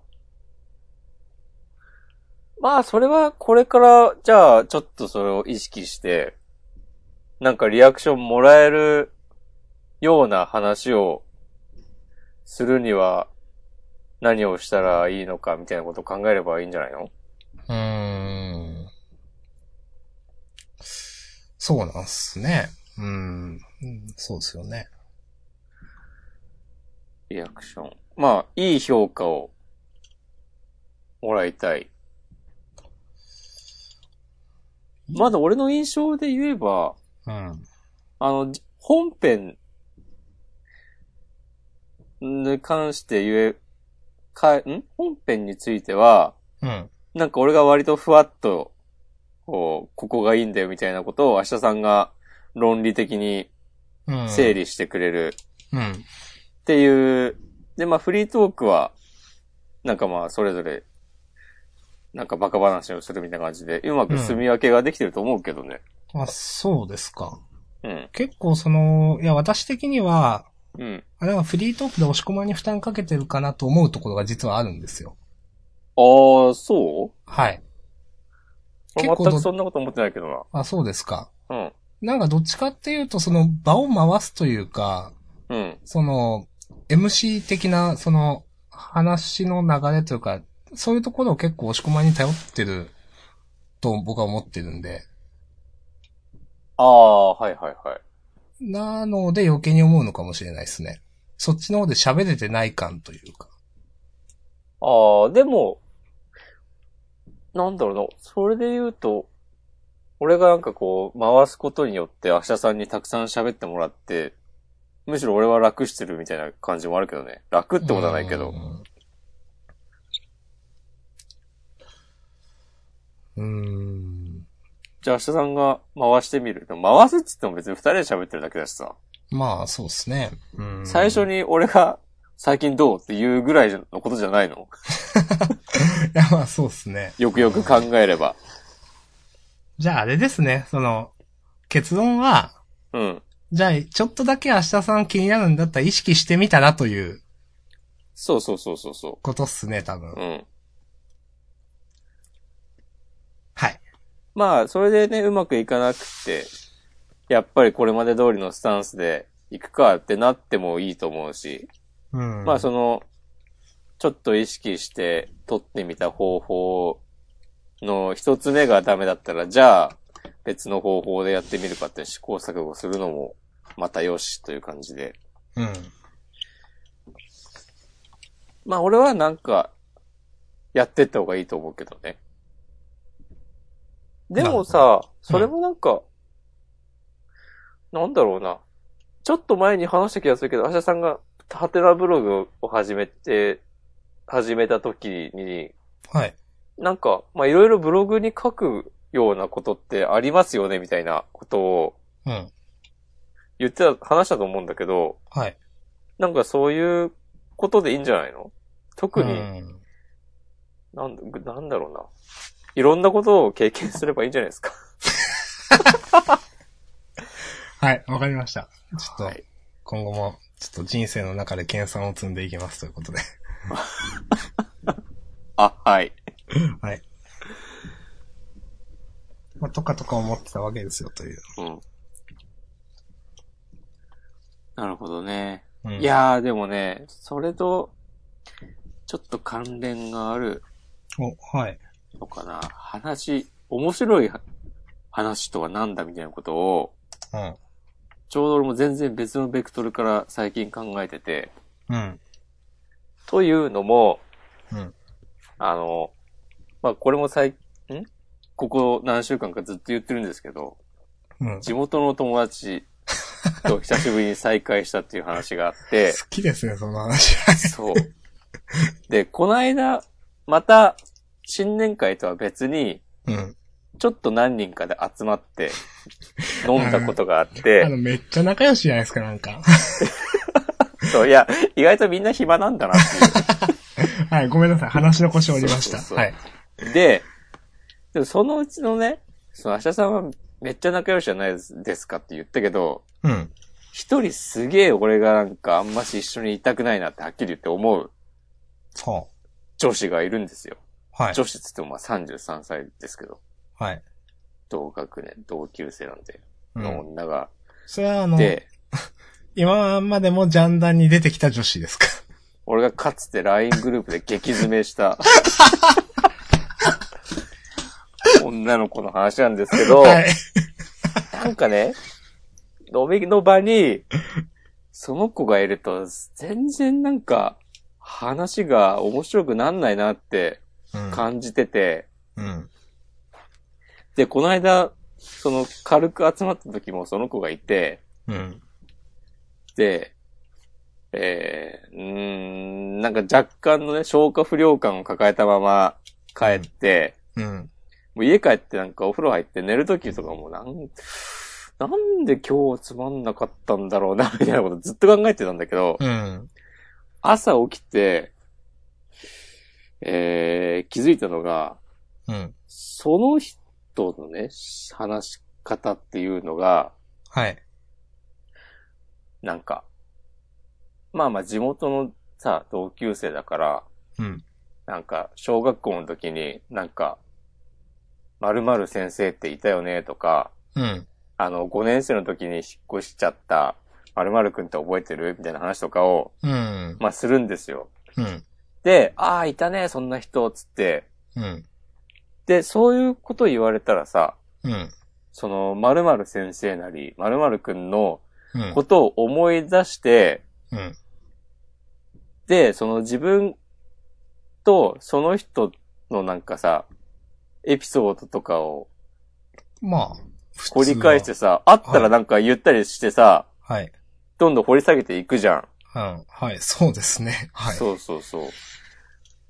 Speaker 1: まあ、それは、これから、じゃあ、ちょっとそれを意識して、なんかリアクションもらえるような話をするには、何をしたらいいのかみたいなことを考えればいいんじゃないの
Speaker 2: うーん。そうなんすね。うん。うんそうですよね。
Speaker 1: リアクション。まあ、いい評価をもらいたい。まだ俺の印象で言えば、
Speaker 2: うん。
Speaker 1: あの、じ本編に関して言え、か、ん本編については、
Speaker 2: うん。
Speaker 1: なんか俺が割とふわっと、こう、ここがいいんだよみたいなことを明日さんが論理的に
Speaker 2: うん。
Speaker 1: 整理してくれる
Speaker 2: うん。
Speaker 1: っていう、で、まあフリートークは、なんかまあそれぞれ、なんかバカ話をするみたいな感じで、うまく住み分けができてると思うけどね。
Speaker 2: あ、そうですか。
Speaker 1: うん。
Speaker 2: 結構その、いや、私的には、
Speaker 1: うん。
Speaker 2: あれはフリートークで押し込まに負担かけてるかなと思うところが実はあるんですよ。
Speaker 1: ああ、そう
Speaker 2: はい。
Speaker 1: 俺
Speaker 2: 結
Speaker 1: 全
Speaker 2: 構ど
Speaker 1: くそんなこと思ってないけど
Speaker 2: あ、そうですか。
Speaker 1: な。
Speaker 2: なんかどっちかっていうと、その場を回すというか、
Speaker 1: うん。うん。
Speaker 2: その、MC 的な、その、話の流れというか、そういうところを結構押し込まに頼ってると僕は思ってるんで。
Speaker 1: ああ、はいはいはい。
Speaker 2: なので余計に思うのかもしれないですね。そっちの方で喋れてない感というか。
Speaker 1: ああ、でも、なんだろうな、それで言うと、俺がなんかこう、回すことによって、明日さんにたくさん喋ってもらって、むしろ俺は楽してるみたいな感じもあるけどね。楽ってことはないけど。
Speaker 2: うん。うーん。
Speaker 1: じゃあ明日さんが回してみる。でも回すっつっても別に二人で喋ってるだけだしさ。
Speaker 2: まあ、そうですね。うん
Speaker 1: 最初に俺が、最近どうっていうぐらいのことじゃないの
Speaker 2: いや、 [laughs] まあ、そうですね。
Speaker 1: よくよく考えれば。
Speaker 2: じゃあ、あれですね。その、結論は、
Speaker 1: うん。
Speaker 2: じゃあ、ちょっとだけ明日さん気になるんだったら意識してみたらという
Speaker 1: そうそうそうそうそ
Speaker 2: ことっすね、多分
Speaker 1: う。。うん。
Speaker 2: はい。
Speaker 1: まあ、それでね、うまくいかなくて、やっぱりこれまで通りのスタンスで行くかってなってもいいと思うし、
Speaker 2: うん。
Speaker 1: まあその、ちょっと意識して取ってみた方法の一つ目がダメだったら、じゃあ別の方法でやってみるかって試行錯誤するのもまたよしという感じで。
Speaker 2: うん。
Speaker 1: まあ俺はなんか、やってった方がいいと思うけどね。でも
Speaker 2: な
Speaker 1: さ、それもなんか、なんだろうな。ちょっと前に話した気がするけど、アシャさんが、ハテナブログを始めて、始めた時に、
Speaker 2: はい。
Speaker 1: なんか、まあいろいろブログに書くようなことってありますよね、みたいなことを
Speaker 2: うん。
Speaker 1: 言ってた、話したと思うんだけど、
Speaker 2: はい。
Speaker 1: なんかそういうことでいいんじゃないの特に、
Speaker 2: うん
Speaker 1: なんだ、なんだろうな。いろんなことを経験すればいいんじゃないですか。
Speaker 2: はい、わかりました。ちょっと、
Speaker 1: はい
Speaker 2: 今後も、ちょっと人生の中で研鑽を積んでいきますということで。
Speaker 1: [laughs]
Speaker 2: [laughs]
Speaker 1: あ、はい。
Speaker 2: はい。まあ、とかとか思ってたわけですよ、という。
Speaker 1: うん。なるほどね。
Speaker 2: うん
Speaker 1: い。やー、でもね、それと、ちょっと関連がある
Speaker 2: お、はい。
Speaker 1: のかな。話、面白いは話とはなんだみたいなことを、
Speaker 2: うん。
Speaker 1: ちょうど俺も全然別のベクトルから最近考えてて、
Speaker 2: うん。
Speaker 1: というのも、
Speaker 2: うん
Speaker 1: あの、まあ、これも最、んここ何週間かずっと言ってるんですけど、
Speaker 2: うん。
Speaker 1: 地元の友達
Speaker 2: [laughs]
Speaker 1: と久しぶりに再会したっていう話があって、
Speaker 2: 好きですね、その
Speaker 1: [laughs]
Speaker 2: 話。
Speaker 1: そう。で、この間、また、新年会とは別に、
Speaker 2: うん。
Speaker 1: ちょっと何人かで集まって、飲んだことがあって
Speaker 2: [laughs] あ、の、めっちゃ仲良しじゃないですか、なんか。
Speaker 1: そう、いや、意外とみんな暇なんだなっていう。
Speaker 2: はい、ごめんなさい。話の腰折りまし
Speaker 1: そうそうそう
Speaker 2: た。はい。
Speaker 1: で、でもそのうちのね、その、アシャさんはめっちゃ仲良しじゃないですかって言ったけど、
Speaker 2: うん。
Speaker 1: 一人すげえ俺がなんかあんまし一緒にいたくないなってはっきり言って思う
Speaker 2: そう。
Speaker 1: 女子がいるんですよ。
Speaker 2: はい。
Speaker 1: 女子っつってもまあ33歳ですけど、
Speaker 2: はい。
Speaker 1: 同学年、同級生なんで、
Speaker 2: う
Speaker 1: の
Speaker 2: ん。
Speaker 1: 女が。
Speaker 2: それはあの、
Speaker 1: で、
Speaker 2: 今までもジャンダンに出てきた女子ですか。
Speaker 1: 俺がかつて LINE グループで激詰めした
Speaker 2: [laughs]
Speaker 1: 女の子の話なんですけど、
Speaker 2: はい。
Speaker 1: なんかね、飲みの場に、その子がいると、全然なんか、話が面白くなんないなって
Speaker 2: うん
Speaker 1: 感じてて、
Speaker 2: うん。
Speaker 1: で、この間、その、軽く集まった時もその子がいて、
Speaker 2: うん。
Speaker 1: で、えー、うーん、なんか若干のね、消化不良感を抱えたまま帰って、
Speaker 2: うん。
Speaker 1: もう家帰ってなんかお風呂入って寝る時とかもなん、なんで今日つまんなかったんだろうな、 [laughs] みたいなことずっと考えてたんだけど、
Speaker 2: うん。
Speaker 1: 朝起きて、えー、気づいたのが、
Speaker 2: うん。
Speaker 1: その人のね、話し方っていうのが、
Speaker 2: はい。
Speaker 1: なんか、まあまあ地元のさ、同級生だから、
Speaker 2: うん。
Speaker 1: なんか、小学校の時に、なんか、〇〇先生っていたよね、とか、
Speaker 2: うん。
Speaker 1: あの、5年生の時に引っ越しちゃった、〇〇くんって覚えてるみたいな話とかを、
Speaker 2: うん。
Speaker 1: まあするんですよ。
Speaker 2: うん。
Speaker 1: で、ああ、いたね、そんな人、つって。
Speaker 2: うん。
Speaker 1: で、そういうこと言われたらさ、
Speaker 2: うん。
Speaker 1: その、〇〇先生なり、〇〇くんの
Speaker 2: うん。
Speaker 1: ことを思い出して、
Speaker 2: うん。
Speaker 1: で、その自分とその人のなんかさ、エピソードとかを
Speaker 2: まあ、普通は
Speaker 1: 掘り返して。さ、あったらなんか言ったりしてさ、
Speaker 2: はい。
Speaker 1: どんどん掘り下げていくじゃん。
Speaker 2: うん。はい。そうですね。はい。
Speaker 1: そうそうそう。っ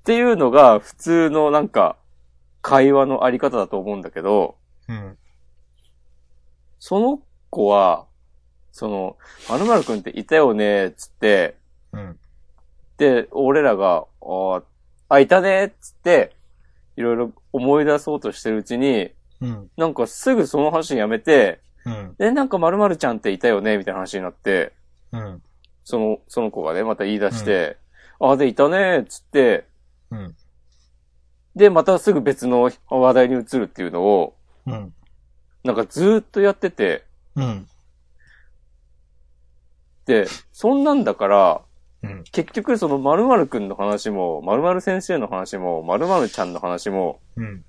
Speaker 1: ていうのが普通のなんか会話のあり方だと思うんだけど、
Speaker 2: うん。
Speaker 1: その子は、その、〇〇くんっていたよね、つって、
Speaker 2: うん。
Speaker 1: で、俺らが、あーあ、いたね、つって、いろいろ思い出そうとしてるうちに、
Speaker 2: うん。
Speaker 1: なんかすぐその話やめて、
Speaker 2: うん。
Speaker 1: で、なんか〇〇ちゃんっていたよねみたいな話になって、
Speaker 2: うん。
Speaker 1: その、その子がね、また言い出して、あ、で、いたねっつって、
Speaker 2: うん。
Speaker 1: で、またすぐ別の話題に移るっていうのを、
Speaker 2: うん。
Speaker 1: なんかずーっとやってて、
Speaker 2: うん。
Speaker 1: で、そんなんだから、
Speaker 2: うん。
Speaker 1: 結局その〇〇くんの話も、〇〇先生の話も、〇〇ちゃんの話も、
Speaker 2: うん。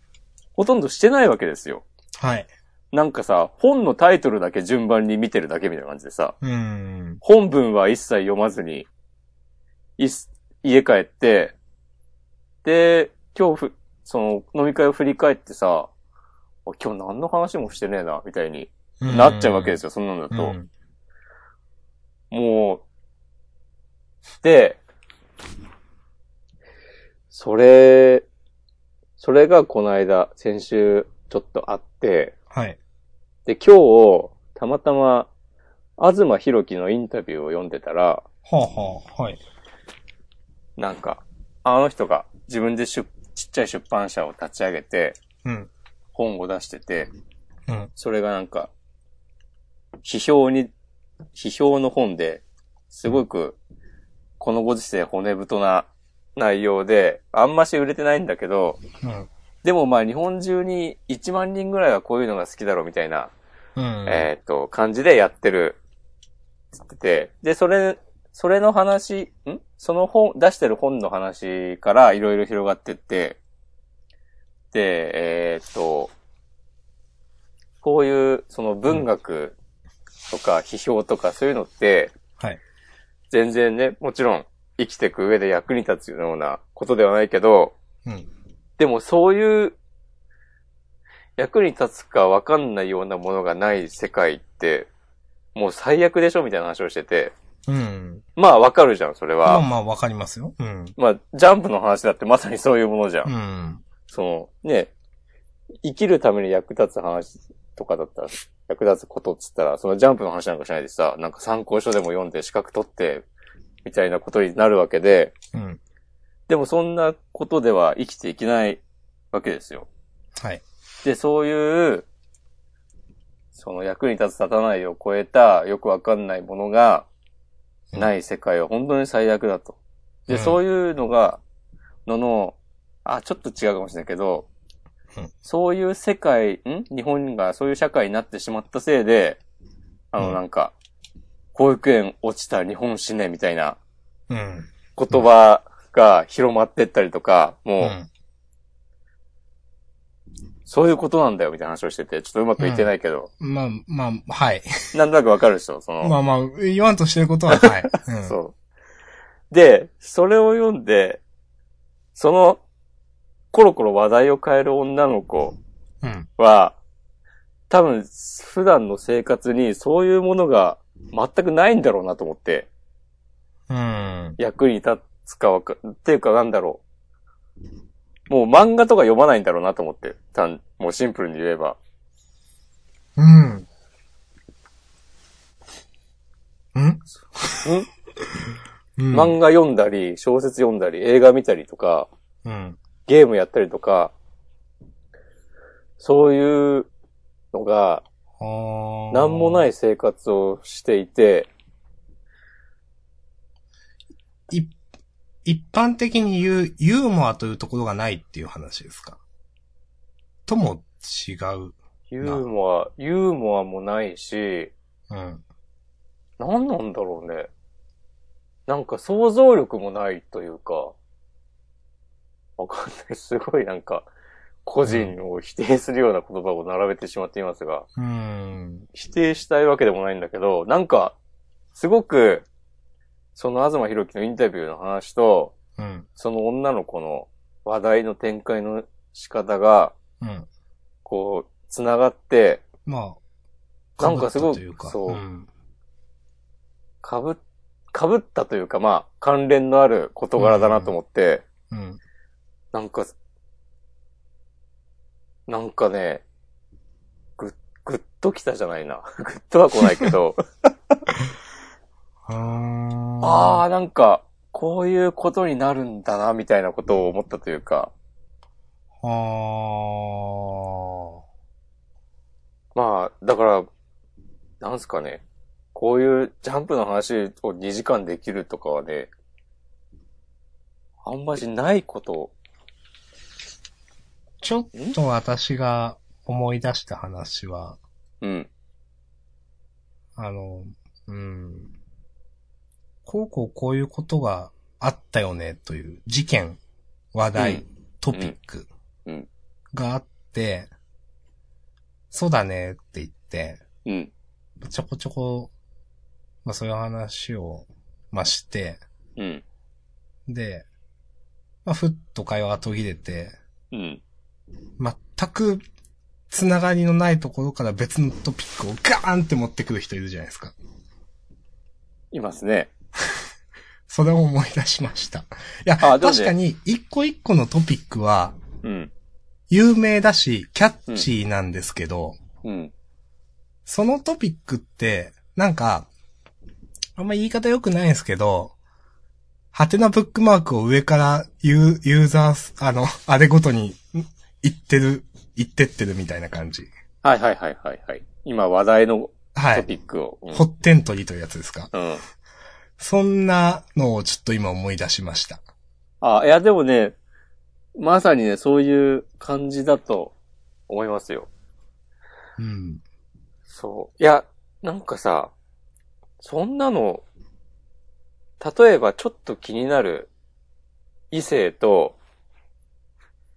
Speaker 1: ほとんどしてないわけですよ。
Speaker 2: はい。
Speaker 1: なんかさ、本のタイトルだけ順番に見てるだけみたいな感じでさ、
Speaker 2: うん。
Speaker 1: 本文は一切読まずに、いす家帰って、で、今日ふ、その、飲み会を振り返ってさ、あ今日何の話もしてねえな、みたいになっちゃうわけです
Speaker 2: よ。
Speaker 1: よ、そんなのだ
Speaker 2: う
Speaker 1: と。
Speaker 2: ん。
Speaker 1: もう、で、それ、それがこの間、先週、ちょっとあって、
Speaker 2: はい。
Speaker 1: で、今日、たまたま、東博樹のインタビューを読んでたら、
Speaker 2: はあはあ。はい。
Speaker 1: なんか、あの人が自分で出ちっちゃい出版社を立ち上げて、
Speaker 2: うん。
Speaker 1: 本を出してて、
Speaker 2: うん。
Speaker 1: それがなんか、批評に、批評の本で、すごく、このご時世骨太な内容で、あんまし売れてないんだけど、
Speaker 2: うん。
Speaker 1: でもまあ日本中に1万人ぐらいはこういうのが好きだろうみたいな、
Speaker 2: うん。
Speaker 1: えーっと、感じでやってる、つってて、で、それ、それの話、んその本、出してる本の話からいろいろ広がってって、で、えーっと、こういう、その文学とか批評とかそういうのって、
Speaker 2: はい。
Speaker 1: 全然ね、もちろん生きていく上で役に立つようなことではないけど、
Speaker 2: うん。
Speaker 1: でもそういう役に立つかわかんないようなものがない世界って、もう最悪でしょみたいな話をしてて。
Speaker 2: うん。
Speaker 1: まあわかるじゃん、それ
Speaker 2: まあ
Speaker 1: は。
Speaker 2: まあ、わかりますよ。うん。
Speaker 1: まあ、ジャンプの話だってまさにそういうものじゃん。
Speaker 2: うん。
Speaker 1: その、ね、生きるために役立つ話とかだったら、役立つことっつったら、そのジャンプの話なんかしないでさ、なんか参考書でも読んで資格取って、みたいなことになるわけで、
Speaker 2: うん。
Speaker 1: でもそんなことでは生きていけないわけですよ。
Speaker 2: はい。
Speaker 1: で、そういう、その役に立つ立たないを超えたよくわかんないものがない世界は本当に最悪だと。で、
Speaker 2: うん
Speaker 1: そういうのが、のの、あ、ちょっと違うかもしれないけど、
Speaker 2: うん
Speaker 1: そういう世界、ん日本がそういう社会になってしまったせいで、あ
Speaker 2: う
Speaker 1: の
Speaker 2: ん
Speaker 1: なんか、保育園落ちた日本死ねみたいな
Speaker 2: うん。
Speaker 1: 言葉が広まってったりとか、
Speaker 2: う
Speaker 1: もう、
Speaker 2: ん。
Speaker 1: そういうことなんだよみたいな話をしてて、ちょっとうまくいってないけど、
Speaker 2: まあまあ、はい。
Speaker 1: なんとなくわかるでしょその、
Speaker 2: [laughs] まあまあ、言わんとしてることは、はい。 [laughs] うん。
Speaker 1: そう。で、それを読んで、その、コロコロ話題を変える女の子
Speaker 2: うん。
Speaker 1: は、多分、普段の生活にそういうものが全くないんだろうなと思って、
Speaker 2: うん。
Speaker 1: 役に立つかわか、っていうかなんだろう。もう漫画とか読まないんだろうなと思って、単もうシンプルに言えば。
Speaker 2: うん。うんうん。
Speaker 1: 漫画読んだり、小説読んだり、映画見たりとか、
Speaker 2: うん。
Speaker 1: ゲームやったりとか、そういうのが、
Speaker 2: な。
Speaker 1: なんもないい生活をしていて、
Speaker 2: い一般的に言う、ユーモアというところがないっていう話ですかとも違う。
Speaker 1: ユーモア、ユーモアもないし、
Speaker 2: うん。
Speaker 1: なんなんだろうね。なんか想像力もないというか、わかんない。すごいなんか、個人を否定するような言葉を並べてしまっていますが、
Speaker 2: うん。
Speaker 1: 否定したいわけでもないんだけど、なんか、すごく、その東博樹のインタビューの話と、
Speaker 2: うん。
Speaker 1: その女の子の話題の展開の仕方が、
Speaker 2: うん。
Speaker 1: こう、繋がって、
Speaker 2: まあ、
Speaker 1: なんかすごく
Speaker 2: 被ったというか。
Speaker 1: そうんかぶ、かぶったというか、まあ、関連のある事柄だなと思って、
Speaker 2: うん。
Speaker 1: なんか、なんかね、ぐ、ぐっときたじゃない [laughs] な。ぐっとは来ないけ
Speaker 2: [laughs]
Speaker 1: ど、あ
Speaker 2: ああ。
Speaker 1: あ、なんか、こういうことになるんだな、みたいなことを思ったというか、
Speaker 2: ああ。
Speaker 1: まあ、だから、なんすかね、こういうジャンプの話を2時間できるとかはね、あんまりないこと、
Speaker 2: ちょっと私が思い出した話は、
Speaker 1: うん、
Speaker 2: あの、うん。こうこうこういうことがあったよねという事件、話題、
Speaker 1: うん
Speaker 2: トピック
Speaker 1: うんうん
Speaker 2: があって、そうだねって言って、
Speaker 1: うん、
Speaker 2: ちょこちょこ、まあそういう話を、まあして、
Speaker 1: うん、
Speaker 2: で、まあふっと会話が途切れて、
Speaker 1: うん、
Speaker 2: 全くつながりのないところから別のトピックをガーンって持ってくる人いるじゃないですか。
Speaker 1: いますね。
Speaker 2: それを思い出しました。いや、
Speaker 1: あでもね
Speaker 2: 確かに一個一個のトピックは
Speaker 1: うん、
Speaker 2: 有名だし、キャッチーなんですけど、
Speaker 1: うん、
Speaker 2: そのトピックって、なんか、あんま言い方良くないんですけど、ハテナブックマークを上からユーユーザー、あの、あれごとにん言ってる、言ってってるみたいな感じ。
Speaker 1: はいはいはいはいはい。今話題の
Speaker 2: は
Speaker 1: ト
Speaker 2: い。
Speaker 1: ピックを。うん
Speaker 2: ホッテントリーというやつですか。
Speaker 1: うん。
Speaker 2: そんなのをちょっと今思い出しました。
Speaker 1: あ、いやでもね、まさにね、そういう感じだと思いますよ。
Speaker 2: うん。
Speaker 1: そう。いや、なんかさ、そんなの、例えばちょっと気になる異性と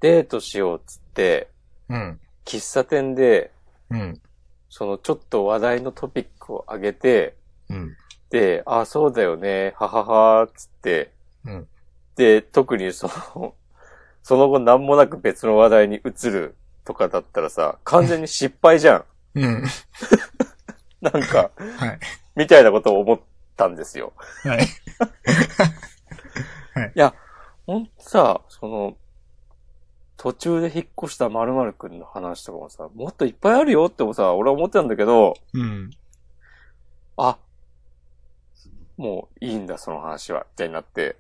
Speaker 1: デートしようっつって、
Speaker 2: うん。
Speaker 1: 喫茶店で、
Speaker 2: うん。
Speaker 1: そのちょっと話題のトピックを上げて、
Speaker 2: うん。
Speaker 1: で、あ、そうだよね、ははは、つって、
Speaker 2: うん
Speaker 1: で、特にその、その後何もなく別の話題に移るとかだったらさ、完全に失敗じゃん。
Speaker 2: うん。
Speaker 1: なんか、
Speaker 2: [laughs] はい。
Speaker 1: みたいなことを思ったんですよ。
Speaker 2: はい。
Speaker 1: ほんとさ、その、途中で引っ越した〇〇くんの話とかもさ、もっといっぱいあるよってもさ、俺は思ってたんだけど、
Speaker 2: うん。
Speaker 1: あ、もういいんだ、その話は、みたいになって。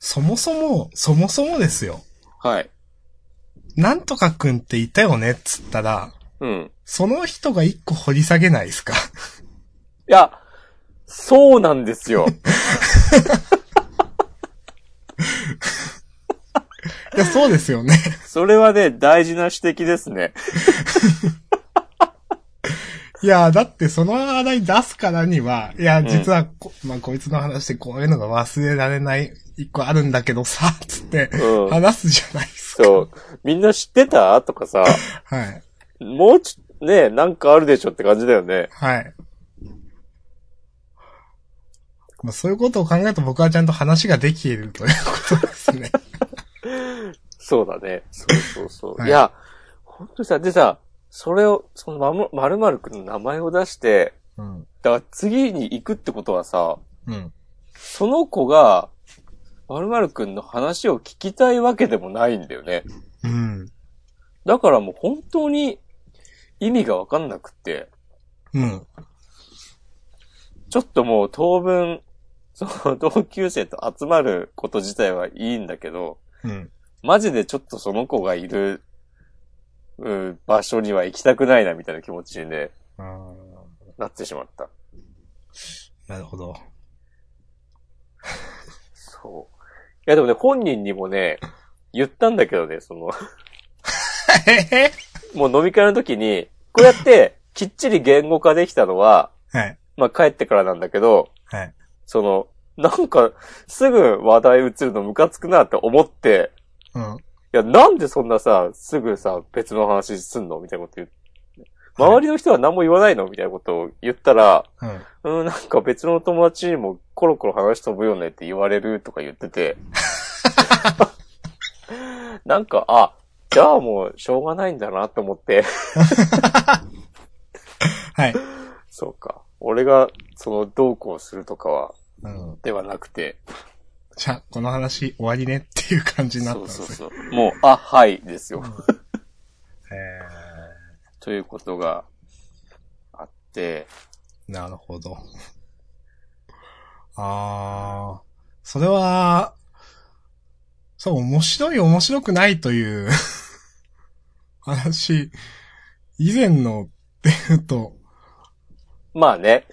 Speaker 2: そもそも、そもそもですよ。
Speaker 1: はい。
Speaker 2: なんとかくんっていたよねっつったら、
Speaker 1: うん。
Speaker 2: その人が一個掘り下げないですか。 [laughs]
Speaker 1: いや、そうなんです [laughs] よ。
Speaker 2: いや、そうですよね。 [laughs]
Speaker 1: それはね、大事な指摘ですね。
Speaker 2: いや、だってその話題出すからには、いや、実はこ、まあ、こいつの話でこういうのが忘れられない一個あるんだけどさ、 [laughs] つって
Speaker 1: うん。
Speaker 2: 話すじゃないですか。
Speaker 1: そう。みんな知ってたとかさ、
Speaker 2: はい。
Speaker 1: もうちょ、ね、なんかあるでしょって感じだよね。
Speaker 2: はい。まあ、そういうことを考えると僕はちゃんと話ができているということですね。
Speaker 1: そうだね。そうそうそう。
Speaker 2: はい
Speaker 1: い、や、ほんとさ、でさ、それを、そのまも、まるまるくんの名前を出して、
Speaker 2: うん。
Speaker 1: だから次に行くってことはさ、
Speaker 2: うん。
Speaker 1: その子が、まるまるくんの話を聞きたいわけでもないんだよね。
Speaker 2: うん。
Speaker 1: だからもう本当に意味がわかんなくて、
Speaker 2: うん。
Speaker 1: ちょっともう当分、その同級生と集まること自体はいいんだけど、
Speaker 2: うん。
Speaker 1: マジでちょっとその子がいる、うん場所には行きたくないなみたいな気持ちにね、
Speaker 2: あー
Speaker 1: なってしまった。
Speaker 2: なるほど。
Speaker 1: そう。いやでもね、本人にもね、言ったんだけどね、その、 [laughs]
Speaker 2: えへへ
Speaker 1: もう飲み会の時に、こうやってきっちり言語化できたのは、
Speaker 2: はい。
Speaker 1: まあ帰ってからなんだけど、
Speaker 2: はい。
Speaker 1: その、なんか、すぐ話題移るのムカつくなって思って、
Speaker 2: うん。
Speaker 1: いや、なんでそんなさ、すぐさ、別の話すんのみたいなこと言う。周りの人は何も言わないのみたいなことを言ったら、
Speaker 2: うん。
Speaker 1: うん、なんか別の友達にもコロコロ話飛ぶよねって言われるとか言って
Speaker 2: [laughs]
Speaker 1: て。なんか、あ、じゃあもうしょうがないんだなと思って。
Speaker 2: はい。
Speaker 1: そうか。俺がそのどうこうするとかは、
Speaker 2: うん。
Speaker 1: ではなくて。
Speaker 2: じゃあ、この話終わりねっていう感じになった
Speaker 1: そ
Speaker 2: ん
Speaker 1: う
Speaker 2: です
Speaker 1: そ
Speaker 2: ね
Speaker 1: うそう。もう、あ、はいですよ。
Speaker 2: え
Speaker 1: ということがあって、
Speaker 2: ー、なるほど。あー、それは、そう、面白い面白くないという [laughs] 話、以前のっていうと、
Speaker 1: まあね。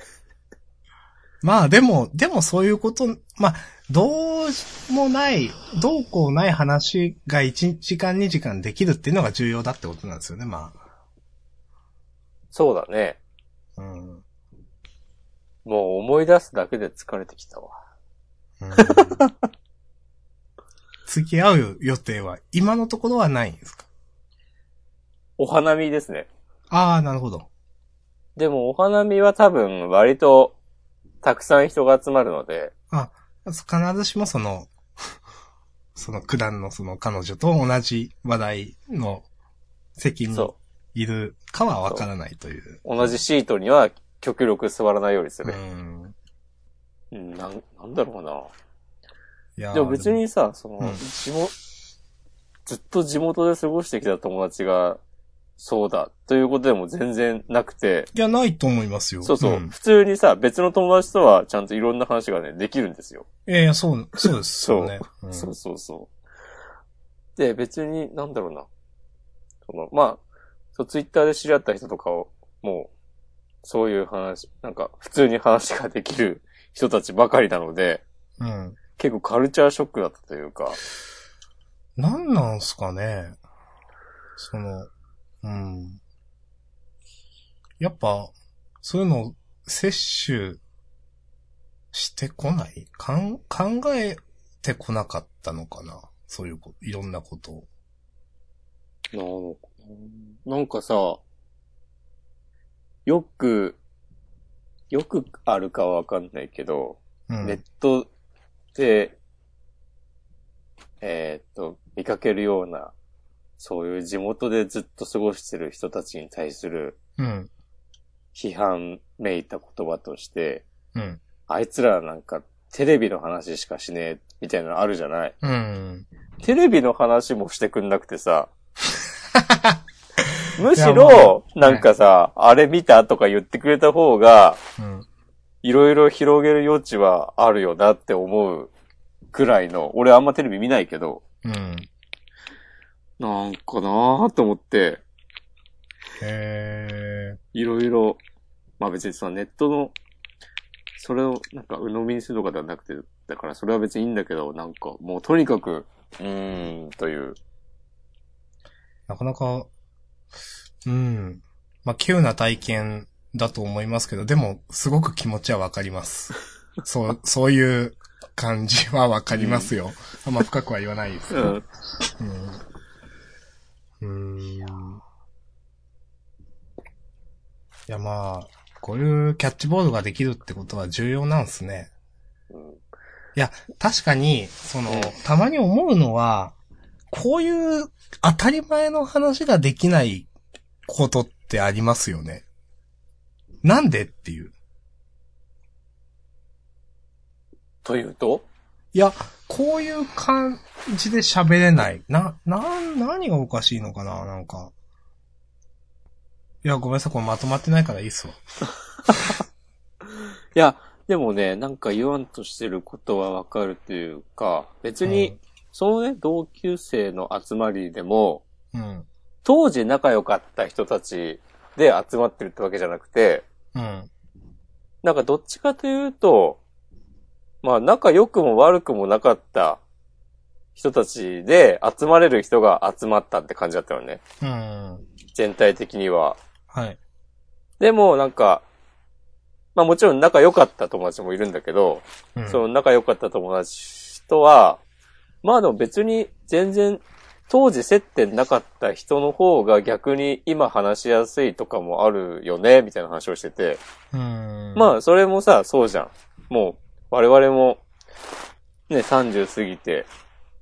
Speaker 2: まあでも、でもそういうこと、まあ、どうもない、どうこうない話が1時間2時間できるっていうのが重要だってことなんですよね、ま
Speaker 1: そうだね。
Speaker 2: あ。うん。
Speaker 1: もう思い出すだけで疲れてきたわ。
Speaker 2: うん付き合う予定は今のところはないんですか
Speaker 1: お花見ですね。
Speaker 2: ああ、なるほど。
Speaker 1: でもお花見は多分割とたくさん人が集まるので、
Speaker 2: 必ずしもその、 [laughs] その九段のその彼女と同じ話題の席に
Speaker 1: そ
Speaker 2: いるかはわからないという。
Speaker 1: う。同じシートには極力座らないようにす
Speaker 2: う
Speaker 1: る。
Speaker 2: ん。
Speaker 1: うん、なん、なんだろうな。
Speaker 2: いやー
Speaker 1: でも別。にさ、その、
Speaker 2: うん
Speaker 1: 地元、ずっと地元で過ごしてきた友達が、そうだ、ということでも全然なくて、
Speaker 2: いや、ないと思いますよ。
Speaker 1: そうそう、
Speaker 2: ん
Speaker 1: 普通にさ、別の友達とはちゃんといろんな話がね、できるんですよ。
Speaker 2: いやいや、そう、そうですよね。うん
Speaker 1: そうそうそう。で、別に、なんだろうな。その、まあ、そう、ツイッターで知り合った人とかを、もう、そういう話、なんか、普通に話ができる人たちばかりなので、
Speaker 2: うん。
Speaker 1: 結構カルチャーショックだったというか、
Speaker 2: なんなんすかね。その、うん。やっぱ、そういうの、摂取してこないかん、考えてこなかったのかなそういうこと、いろんなことを。
Speaker 1: なのなんかさ、よく、よくあるかはわかんないけど、
Speaker 2: うん。
Speaker 1: ネットで、えーっと、見かけるような、そういう地元でずっと過ごしてる人たちに対する
Speaker 2: うん。
Speaker 1: 批判めいた言葉として、
Speaker 2: うん。
Speaker 1: あいつらなんかテレビの話しかしねえ、みたいなのあるじゃない
Speaker 2: うん。
Speaker 1: テレビの話もしてくんなくて
Speaker 2: [laughs]
Speaker 1: さ、むし
Speaker 2: いやま
Speaker 1: ろ、なんかさ、あれ見たとか言ってくれた方が、
Speaker 2: うん。
Speaker 1: いろいろ広げる余地はあるよなって思うくらいの、俺あんまテレビ見ないけど、
Speaker 2: うん。
Speaker 1: なんかなーと思って、
Speaker 2: へ
Speaker 1: いろいろ、まあ別にそのネットの、それをなんか鵜呑みにするとかではなくて、だからそれは別にいいんだけど、なんかもうとにかく、うーん、という。
Speaker 2: ーなかなか、うん。まあ、急な体験だと思いますけど、でも、すごく気持ちはわかります。そう、そういう感じはわかりますよ。あんま深くは言わないですけ
Speaker 1: う
Speaker 2: ど。
Speaker 1: ん。
Speaker 2: うん。うーん。いや、まあ、こういうキャッチボールができるってことは重要なんですね。確かに、その
Speaker 1: うん、
Speaker 2: たまに思うのは、こういう当たり前の話ができないことってありますよね。なんでっていう。
Speaker 1: というと
Speaker 2: いや、こういう感じで喋れない。な、な、何がおかしいのかななんか。いや、ごめんなさい。これまとまってないからいいっすわ。
Speaker 1: いや、でもね、なんか言わんとしてることはわかるというか、別に、
Speaker 2: うん
Speaker 1: そのね、同級生の集まりでも、
Speaker 2: うん。
Speaker 1: 当時仲良かった人たちで集まってるってわけじゃなくて、
Speaker 2: うん。
Speaker 1: なんかどっちかというと、まあ仲良くも悪くもなかった人たちで集まれる人が集まったって感じだったよね。
Speaker 2: うん。
Speaker 1: 全体的には。
Speaker 2: はい。
Speaker 1: でもなんか、まあもちろん仲良かった友達もいるんだけど、
Speaker 2: うん。
Speaker 1: その仲良かった友達とは、まあでも別に全然当時接点なかった人の方が逆に今話しやすいとかもあるよね、みたいな話をしてて。
Speaker 2: うん。
Speaker 1: まあそれもさ、そうじゃん。もう我々もね、30過ぎて、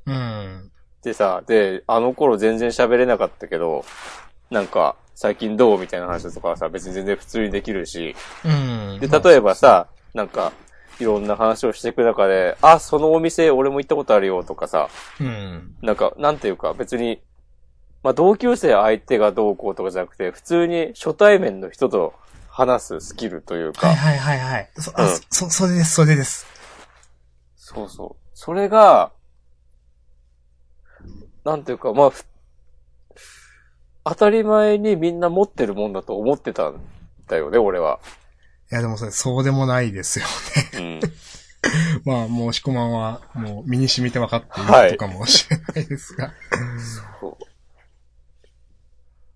Speaker 2: うん。
Speaker 1: でさ、で、あの頃全然喋れなかったけど、なんか最近どうみたいな話とかはさ、別に全然普通にできるし、
Speaker 2: うん。
Speaker 1: で、例えばさ、なんか、いろんな話をしていく中で、あ、そのお店俺も行ったことあるよとかさ、
Speaker 2: うん。
Speaker 1: なんか、なんていうか別に、まあ同級生相手がどうこうとかじゃなくて、普通に初対面の人と話すスキルというか、
Speaker 2: はいはいはいはい。そ、
Speaker 1: う
Speaker 2: あ、
Speaker 1: ん
Speaker 2: そ、それです、それです。
Speaker 1: そうそう。それが、なんていうか、まあ、ふ当たり前にみんな持ってるもんだと思ってたんだよね、俺は。
Speaker 2: いやでもそれ、そうでもないですよ。 [laughs]
Speaker 1: うん。
Speaker 2: まあ、もう、しこまんは、もう、身に染みて分かって
Speaker 1: はい
Speaker 2: いるとかもしれないですが。
Speaker 1: そう。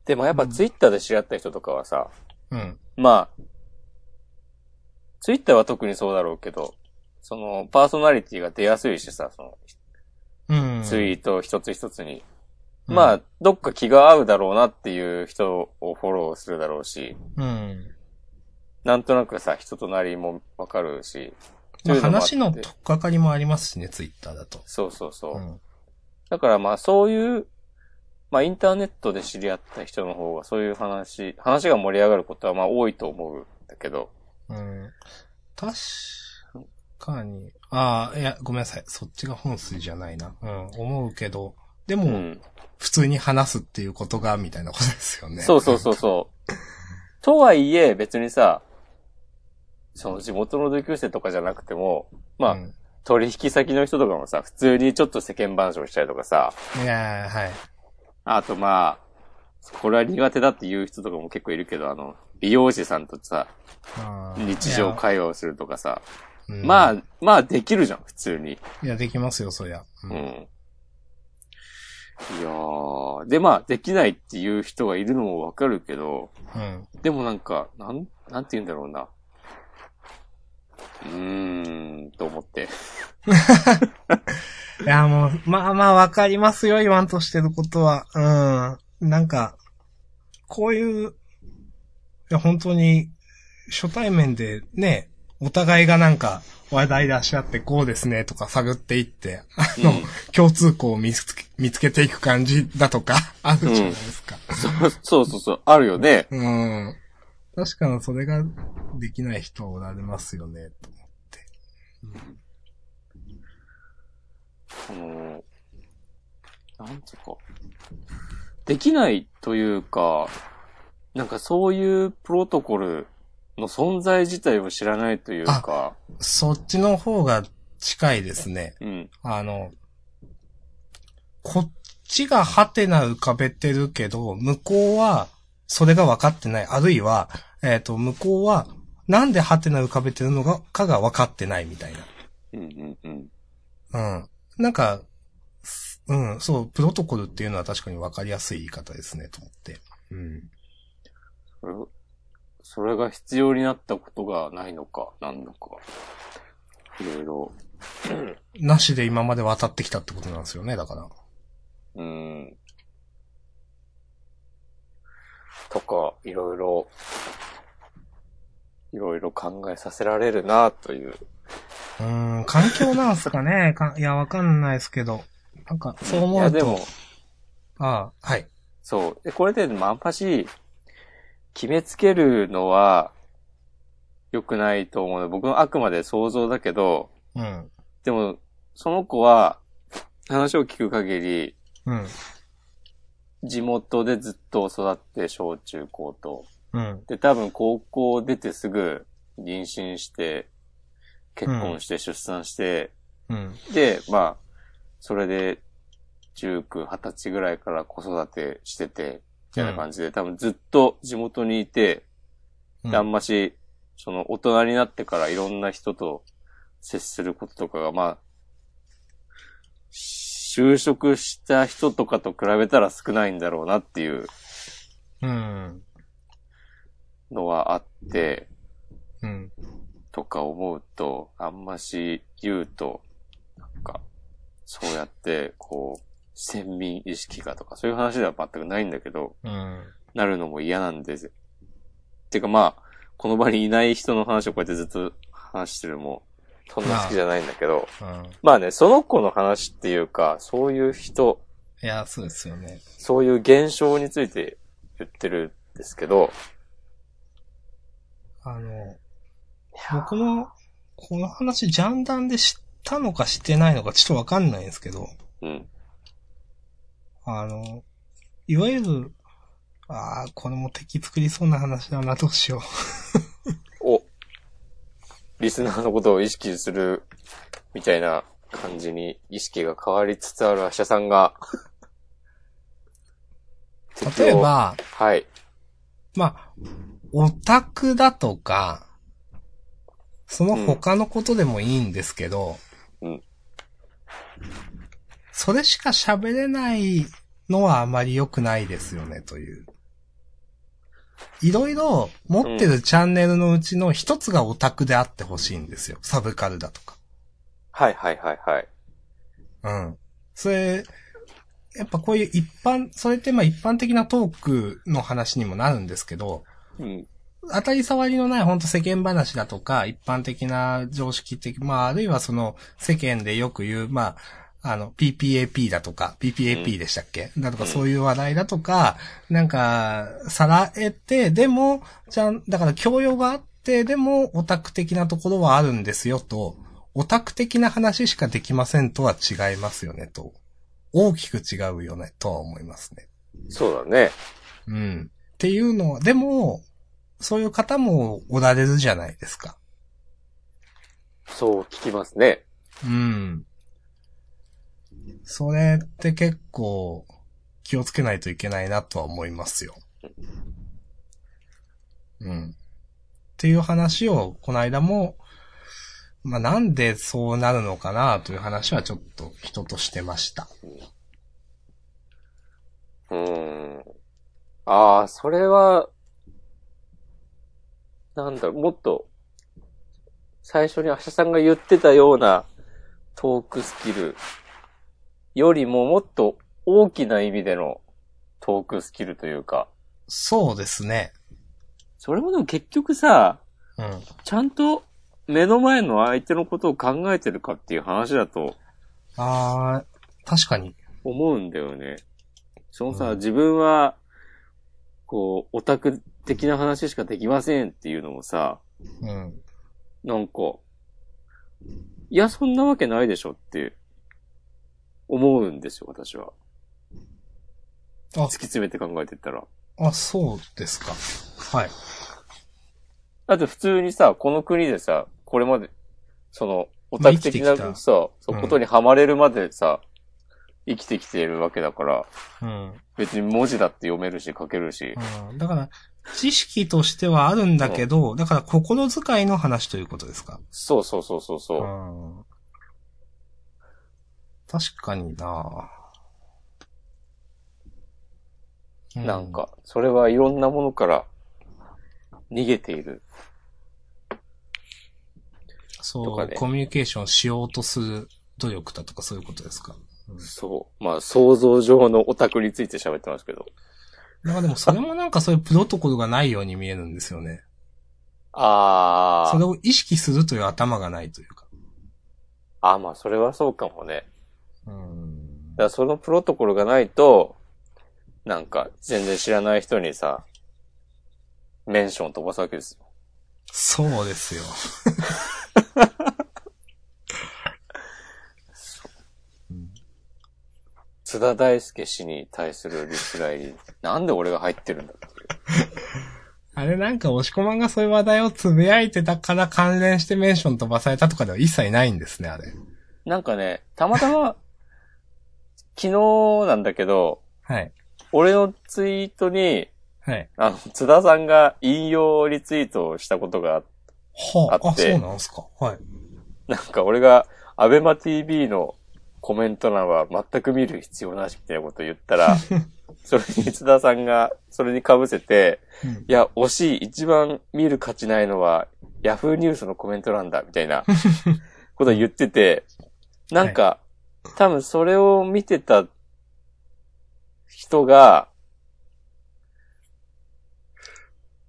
Speaker 1: でもやっぱツイッターで知り合った人とかはさ、
Speaker 2: うん。
Speaker 1: まあ、ツイッターは特にそうだろうけど、その、パーソナリティが出やすいしさ、その、
Speaker 2: うん。
Speaker 1: ツイート一つ一つに。
Speaker 2: うん
Speaker 1: まあ、どっか気が合うだろうなっていう人をフォローするだろうし、
Speaker 2: うん。
Speaker 1: なんとなくさ、人となりもわかるし。
Speaker 2: まあ、
Speaker 1: そういうもあって
Speaker 2: 話のとっかかりもありますしね、ツイッターだと。
Speaker 1: そうそうそう。
Speaker 2: うん。
Speaker 1: だからまあそういう、まあインターネットで知り合った人の方がそういう話、話が盛り上がることはまあ多いと思うんだけど。
Speaker 2: うん。確かに。ああ、いや、ごめんなさい。そっちが本筋じゃないな。うん。思うけど。で
Speaker 1: う
Speaker 2: も、
Speaker 1: ん。
Speaker 2: 普通に話すっていうことが、みたいなことですよね。
Speaker 1: そうそうそうそう。とはいえ別にさ、その地元の同級生とかじゃなくても、まあ、
Speaker 2: うん。
Speaker 1: 取引先の人とかもさ、普通にちょっと世間話をしたりとかさ、
Speaker 2: いやーはい。
Speaker 1: あとまあ、これは苦手だっていう人とかも結構いるけど、あの、美容師さんとさ、
Speaker 2: あー
Speaker 1: 日常、会話をするとかさ、
Speaker 2: いやうん
Speaker 1: まあ、まあできるじゃん、普通に。
Speaker 2: いや、できますよ、そりゃ。う
Speaker 1: うんん。いやー、でまあできないっていう人がいるのもわかるけど、
Speaker 2: うん。
Speaker 1: でもなんか、なん、なんて言うんだろうな。うーん、と思って。 [laughs]
Speaker 2: いや、もう、まあまあ、わかりますよ、言わんとしてることは。うん。なんか、こういう、いや、本当に、初対面でね、お互いがなんか、話題出し合って、こうですね、とか探っていって、あの、
Speaker 1: うん
Speaker 2: 共通項を見つけ、見つけていく感じだとか、 [laughs] あるじゃないですか。
Speaker 1: そうそうそう、あるよね。
Speaker 2: うん。確かにそれができない人おられますよね、と。
Speaker 1: その、なんつうか。できないというか、なんかそういうプロトコルの存在自体を知らないというか、
Speaker 2: そっちの方が近いですね。
Speaker 1: うん。
Speaker 2: あの、こっちがハテナ浮かべてるけど、向こうは、それが分かってない。あるいは、えっ、と、向こうは、なんでハテナ浮かべてるのかかが分かってないみたい
Speaker 1: うんうんうん。
Speaker 2: な。うん。なんか、すうん、そう、プロトコルっていうのは確かに分かりやすい言い方ですね、と思って。うん。
Speaker 1: それ、それが必要になったことがないのか、なんのか。いろいろ。
Speaker 2: なしで今まで渡ってきたってことなんですよね、だから。
Speaker 1: うん。とか、いろいろ、いろいろ考えさせられるな、という。
Speaker 2: うーん、環境なんすかねかいや、わかんないですけど。なんか、そう
Speaker 1: い
Speaker 2: 思
Speaker 1: や、
Speaker 2: う
Speaker 1: で
Speaker 2: と
Speaker 1: も、、
Speaker 2: ああ、はい。
Speaker 1: そう。でこれで、まあ、あんまし、決めつけるのは良くないと思うの。僕のあくまで想像だけど、
Speaker 2: うん。
Speaker 1: でも、その子は、話を聞く限り、
Speaker 2: うん。
Speaker 1: 地元でずっと育って、小中高と。
Speaker 2: うん。
Speaker 1: で、多分高校出てすぐ妊娠して、結婚して出産して、
Speaker 2: うん。
Speaker 1: で、まあ、それで、19、20歳ぐらいから子育てしてて、みたいな感じで、多分ずっと地元にいて、
Speaker 2: う
Speaker 1: であん
Speaker 2: ん。
Speaker 1: まし、その大人になってからいろんな人と接することとかが、まあ、就職した人とかと比べたら少ないんだろうなっていう
Speaker 2: うん。
Speaker 1: のはあって、
Speaker 2: うん。
Speaker 1: とか思うと、あんまし言うと、なんか、そうやって、こう、先民意識がとか、そういう話では全くないんだけど、
Speaker 2: うん。
Speaker 1: なるのも嫌なんです。てかまあ、この場にいない人の話をこうやってずっと話してるのも、そんな好きじゃないんだけど、
Speaker 2: うん。
Speaker 1: まあね、その子の話っていうか、そういう人、
Speaker 2: いや、そうですよね。
Speaker 1: そういう現象について言ってるんですけど、
Speaker 2: あの、僕も、この話、ジャンダンで知ったのか知ってないのかちょっとわかんないんですけど、
Speaker 1: うん、
Speaker 2: あの、いわゆる、ああ、これも敵作りそうな話だな、どうしよ
Speaker 1: お、リスナーのことを意識するみたいな感じに意識が変わりつつあるアシャさんが、
Speaker 2: う。 [laughs] 例え、ば、
Speaker 1: はい、
Speaker 2: まあ、オタクだとか、その他のことでもいいんですけど、
Speaker 1: うん
Speaker 2: それしか喋れないのはあまり良くないですよね、という。いろいろ持ってるチャンネルのうちの一つがオタクであってほしいんですよ。サブカルだとか。
Speaker 1: はいはいはいはい。
Speaker 2: うん。それ、やっぱこういう一般、それってまあ一般的なトークの話にもなるんですけど、
Speaker 1: うん、
Speaker 2: 当たり障りのない本当世間話だとか、一般的な常識的、まああるいはその世間でよく言う、まあ、あの、PPAP だとか、PPAP でしたっけ、だとか、
Speaker 1: うん
Speaker 2: そういう話題だとか、なんか、さらえて、でも、じゃん、だから教養があって、でも、オタク的なところはあるんですよと、オタク的な話しかできませんとは違いますよねと、大きく違うよねとは思いますね。
Speaker 1: そうだね。
Speaker 2: うん。っていうのは、でも、そういう方もおられるじゃないですか。
Speaker 1: そう聞きますね。
Speaker 2: うん。それって結構気をつけないといけないなとは思いますよ。うん。っていう話を、この間も、まあ、なんでそうなるのかなという話はちょっと人としてました。
Speaker 1: うーん。ああ、それは、なんだ、もっと、最初にアシャさんが言ってたようなトークスキルよりももっと大きな意味でのトークスキルというか、
Speaker 2: そうですね。
Speaker 1: それもでも結局さ、
Speaker 2: うん。
Speaker 1: ちゃんと目の前の相手のことを考えてるかっていう話だと
Speaker 2: あー、確かに。
Speaker 1: 思うんだよね。そのさ、
Speaker 2: うん
Speaker 1: 自分は、こう、オタク的な話しかできませんっていうのもさ、
Speaker 2: うん。
Speaker 1: なんか、いや、そんなわけないでしょって、思うんですよ、私は。
Speaker 2: あ
Speaker 1: 突き詰めて考えてったら。
Speaker 2: あ、そうですか。はい。
Speaker 1: だって普通にさ、この国でさ、これまで、その、オタク的
Speaker 2: ま
Speaker 1: な
Speaker 2: あ生きてき
Speaker 1: さ、
Speaker 2: た
Speaker 1: そう
Speaker 2: うん
Speaker 1: ことにはまれるまでさ、生きてきているわけだから、
Speaker 2: うん。
Speaker 1: 別に文字だって読めるし、書けるし。
Speaker 2: うんだから、知識としてはあるんだけど、だから心遣いの話ということですか。
Speaker 1: そうそうそうそうそうう。
Speaker 2: ん確かになう
Speaker 1: なん。か、それはいろんなものから逃げている。と
Speaker 2: そ
Speaker 1: か
Speaker 2: う、
Speaker 1: ね
Speaker 2: コミュニケーションしようとする努力だとかそういうことですか。
Speaker 1: そう。まあ、想像上のオタクについて喋ってますけど。
Speaker 2: なんかでもそれもなんかそういうプロトコルがないように見えるんですよね。
Speaker 1: あ
Speaker 2: それ
Speaker 1: ー。
Speaker 2: を意識するという頭がないというか。
Speaker 1: あーまあ、それはそうかもね。
Speaker 2: うん
Speaker 1: だからそのプロトコルがないと、なんか、全然知らない人にさ、メンションを飛ばすわけですよ。
Speaker 2: そうですよ。うん
Speaker 1: 津田大介氏に対するリプライに、なんで俺が入ってるんだっていう。
Speaker 2: あれなんか、押し込まんがそういう話題をつぶやいてたから関連してメンション飛ばされたとかでは一切ないんですね、あれ。
Speaker 1: なんかね、たまたま、昨日なんだけど、
Speaker 2: はい。
Speaker 1: 俺のツイートに、
Speaker 2: はい。
Speaker 1: あの、津田さんが引用リツイートをしたことがあって、
Speaker 2: はあ、
Speaker 1: あ
Speaker 2: あ、
Speaker 1: って
Speaker 2: そうなんですか。はい。
Speaker 1: [laughs] なんか俺が、アベマ TV のコメント欄は全く見る必要なしみたいなこと言った
Speaker 2: [laughs]
Speaker 1: ら、それに津田さんが、それに被せて、
Speaker 2: うん
Speaker 1: いや、惜しい、一番見る価値ないのは、ヤフーニュースのコメント欄だ、みたい
Speaker 2: [laughs]
Speaker 1: なことを言ってて、なんか、多分それを見てた人が、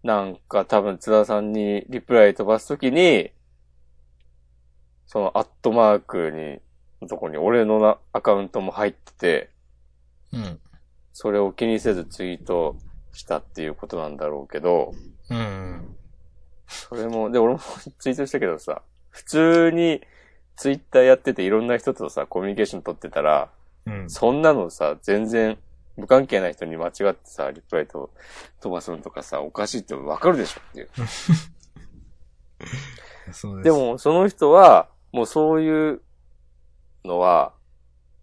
Speaker 1: なんか多分津田さんにリプライ飛ばすときに、そのアットマークに、のとこに俺のなアカウントも入ってて、
Speaker 2: うん。
Speaker 1: それを気にせずツイートしたっていうことなんだろうけど、
Speaker 2: うん。
Speaker 1: それも、で、俺も [laughs] ツイートしたけどさ、普通にツイッターやってていろんな人とさ、コミュニケーション取ってたら、
Speaker 2: うん。
Speaker 1: そんなのさ、全然無関係ない人に間違ってさ、リプライと飛ばすのとかさ、おかしいってわかるでしょっていう。
Speaker 2: そうです。
Speaker 1: で、も、その人は、もうそういうのは、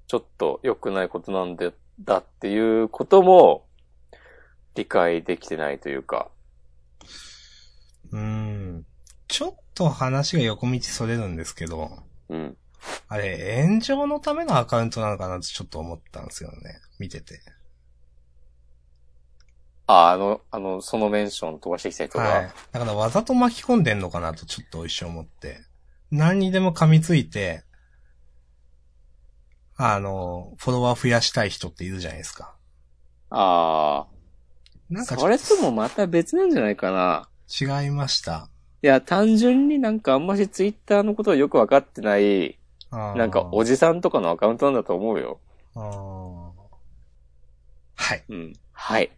Speaker 1: ちょっと良くないことなんで、だっていうことも、理解できてないというか。
Speaker 2: うん。ちょっと話が横道それるんですけど、
Speaker 1: うん。
Speaker 2: あれ、炎上のためのアカウントなのかなってちょっと思ったんですよね。見てて。
Speaker 1: あ、あの、あの、そのメンション飛ばしてきたりとか。
Speaker 2: はい。だからわざと巻き込んでんのかなとちょっと一瞬思って。何にでも噛みついて、あの、フォロワー増やしたい人っているじゃないですか。
Speaker 1: あ
Speaker 2: な
Speaker 1: あ。
Speaker 2: んか
Speaker 1: それともまた別なんじゃないかな。
Speaker 2: 違いました。
Speaker 1: いや、単純になんかあんましツイッターのことをよくわかってない、
Speaker 2: あー
Speaker 1: なんかおじさんとかのアカウントなんだと思うよ。
Speaker 2: あーはい。
Speaker 1: うん。はい。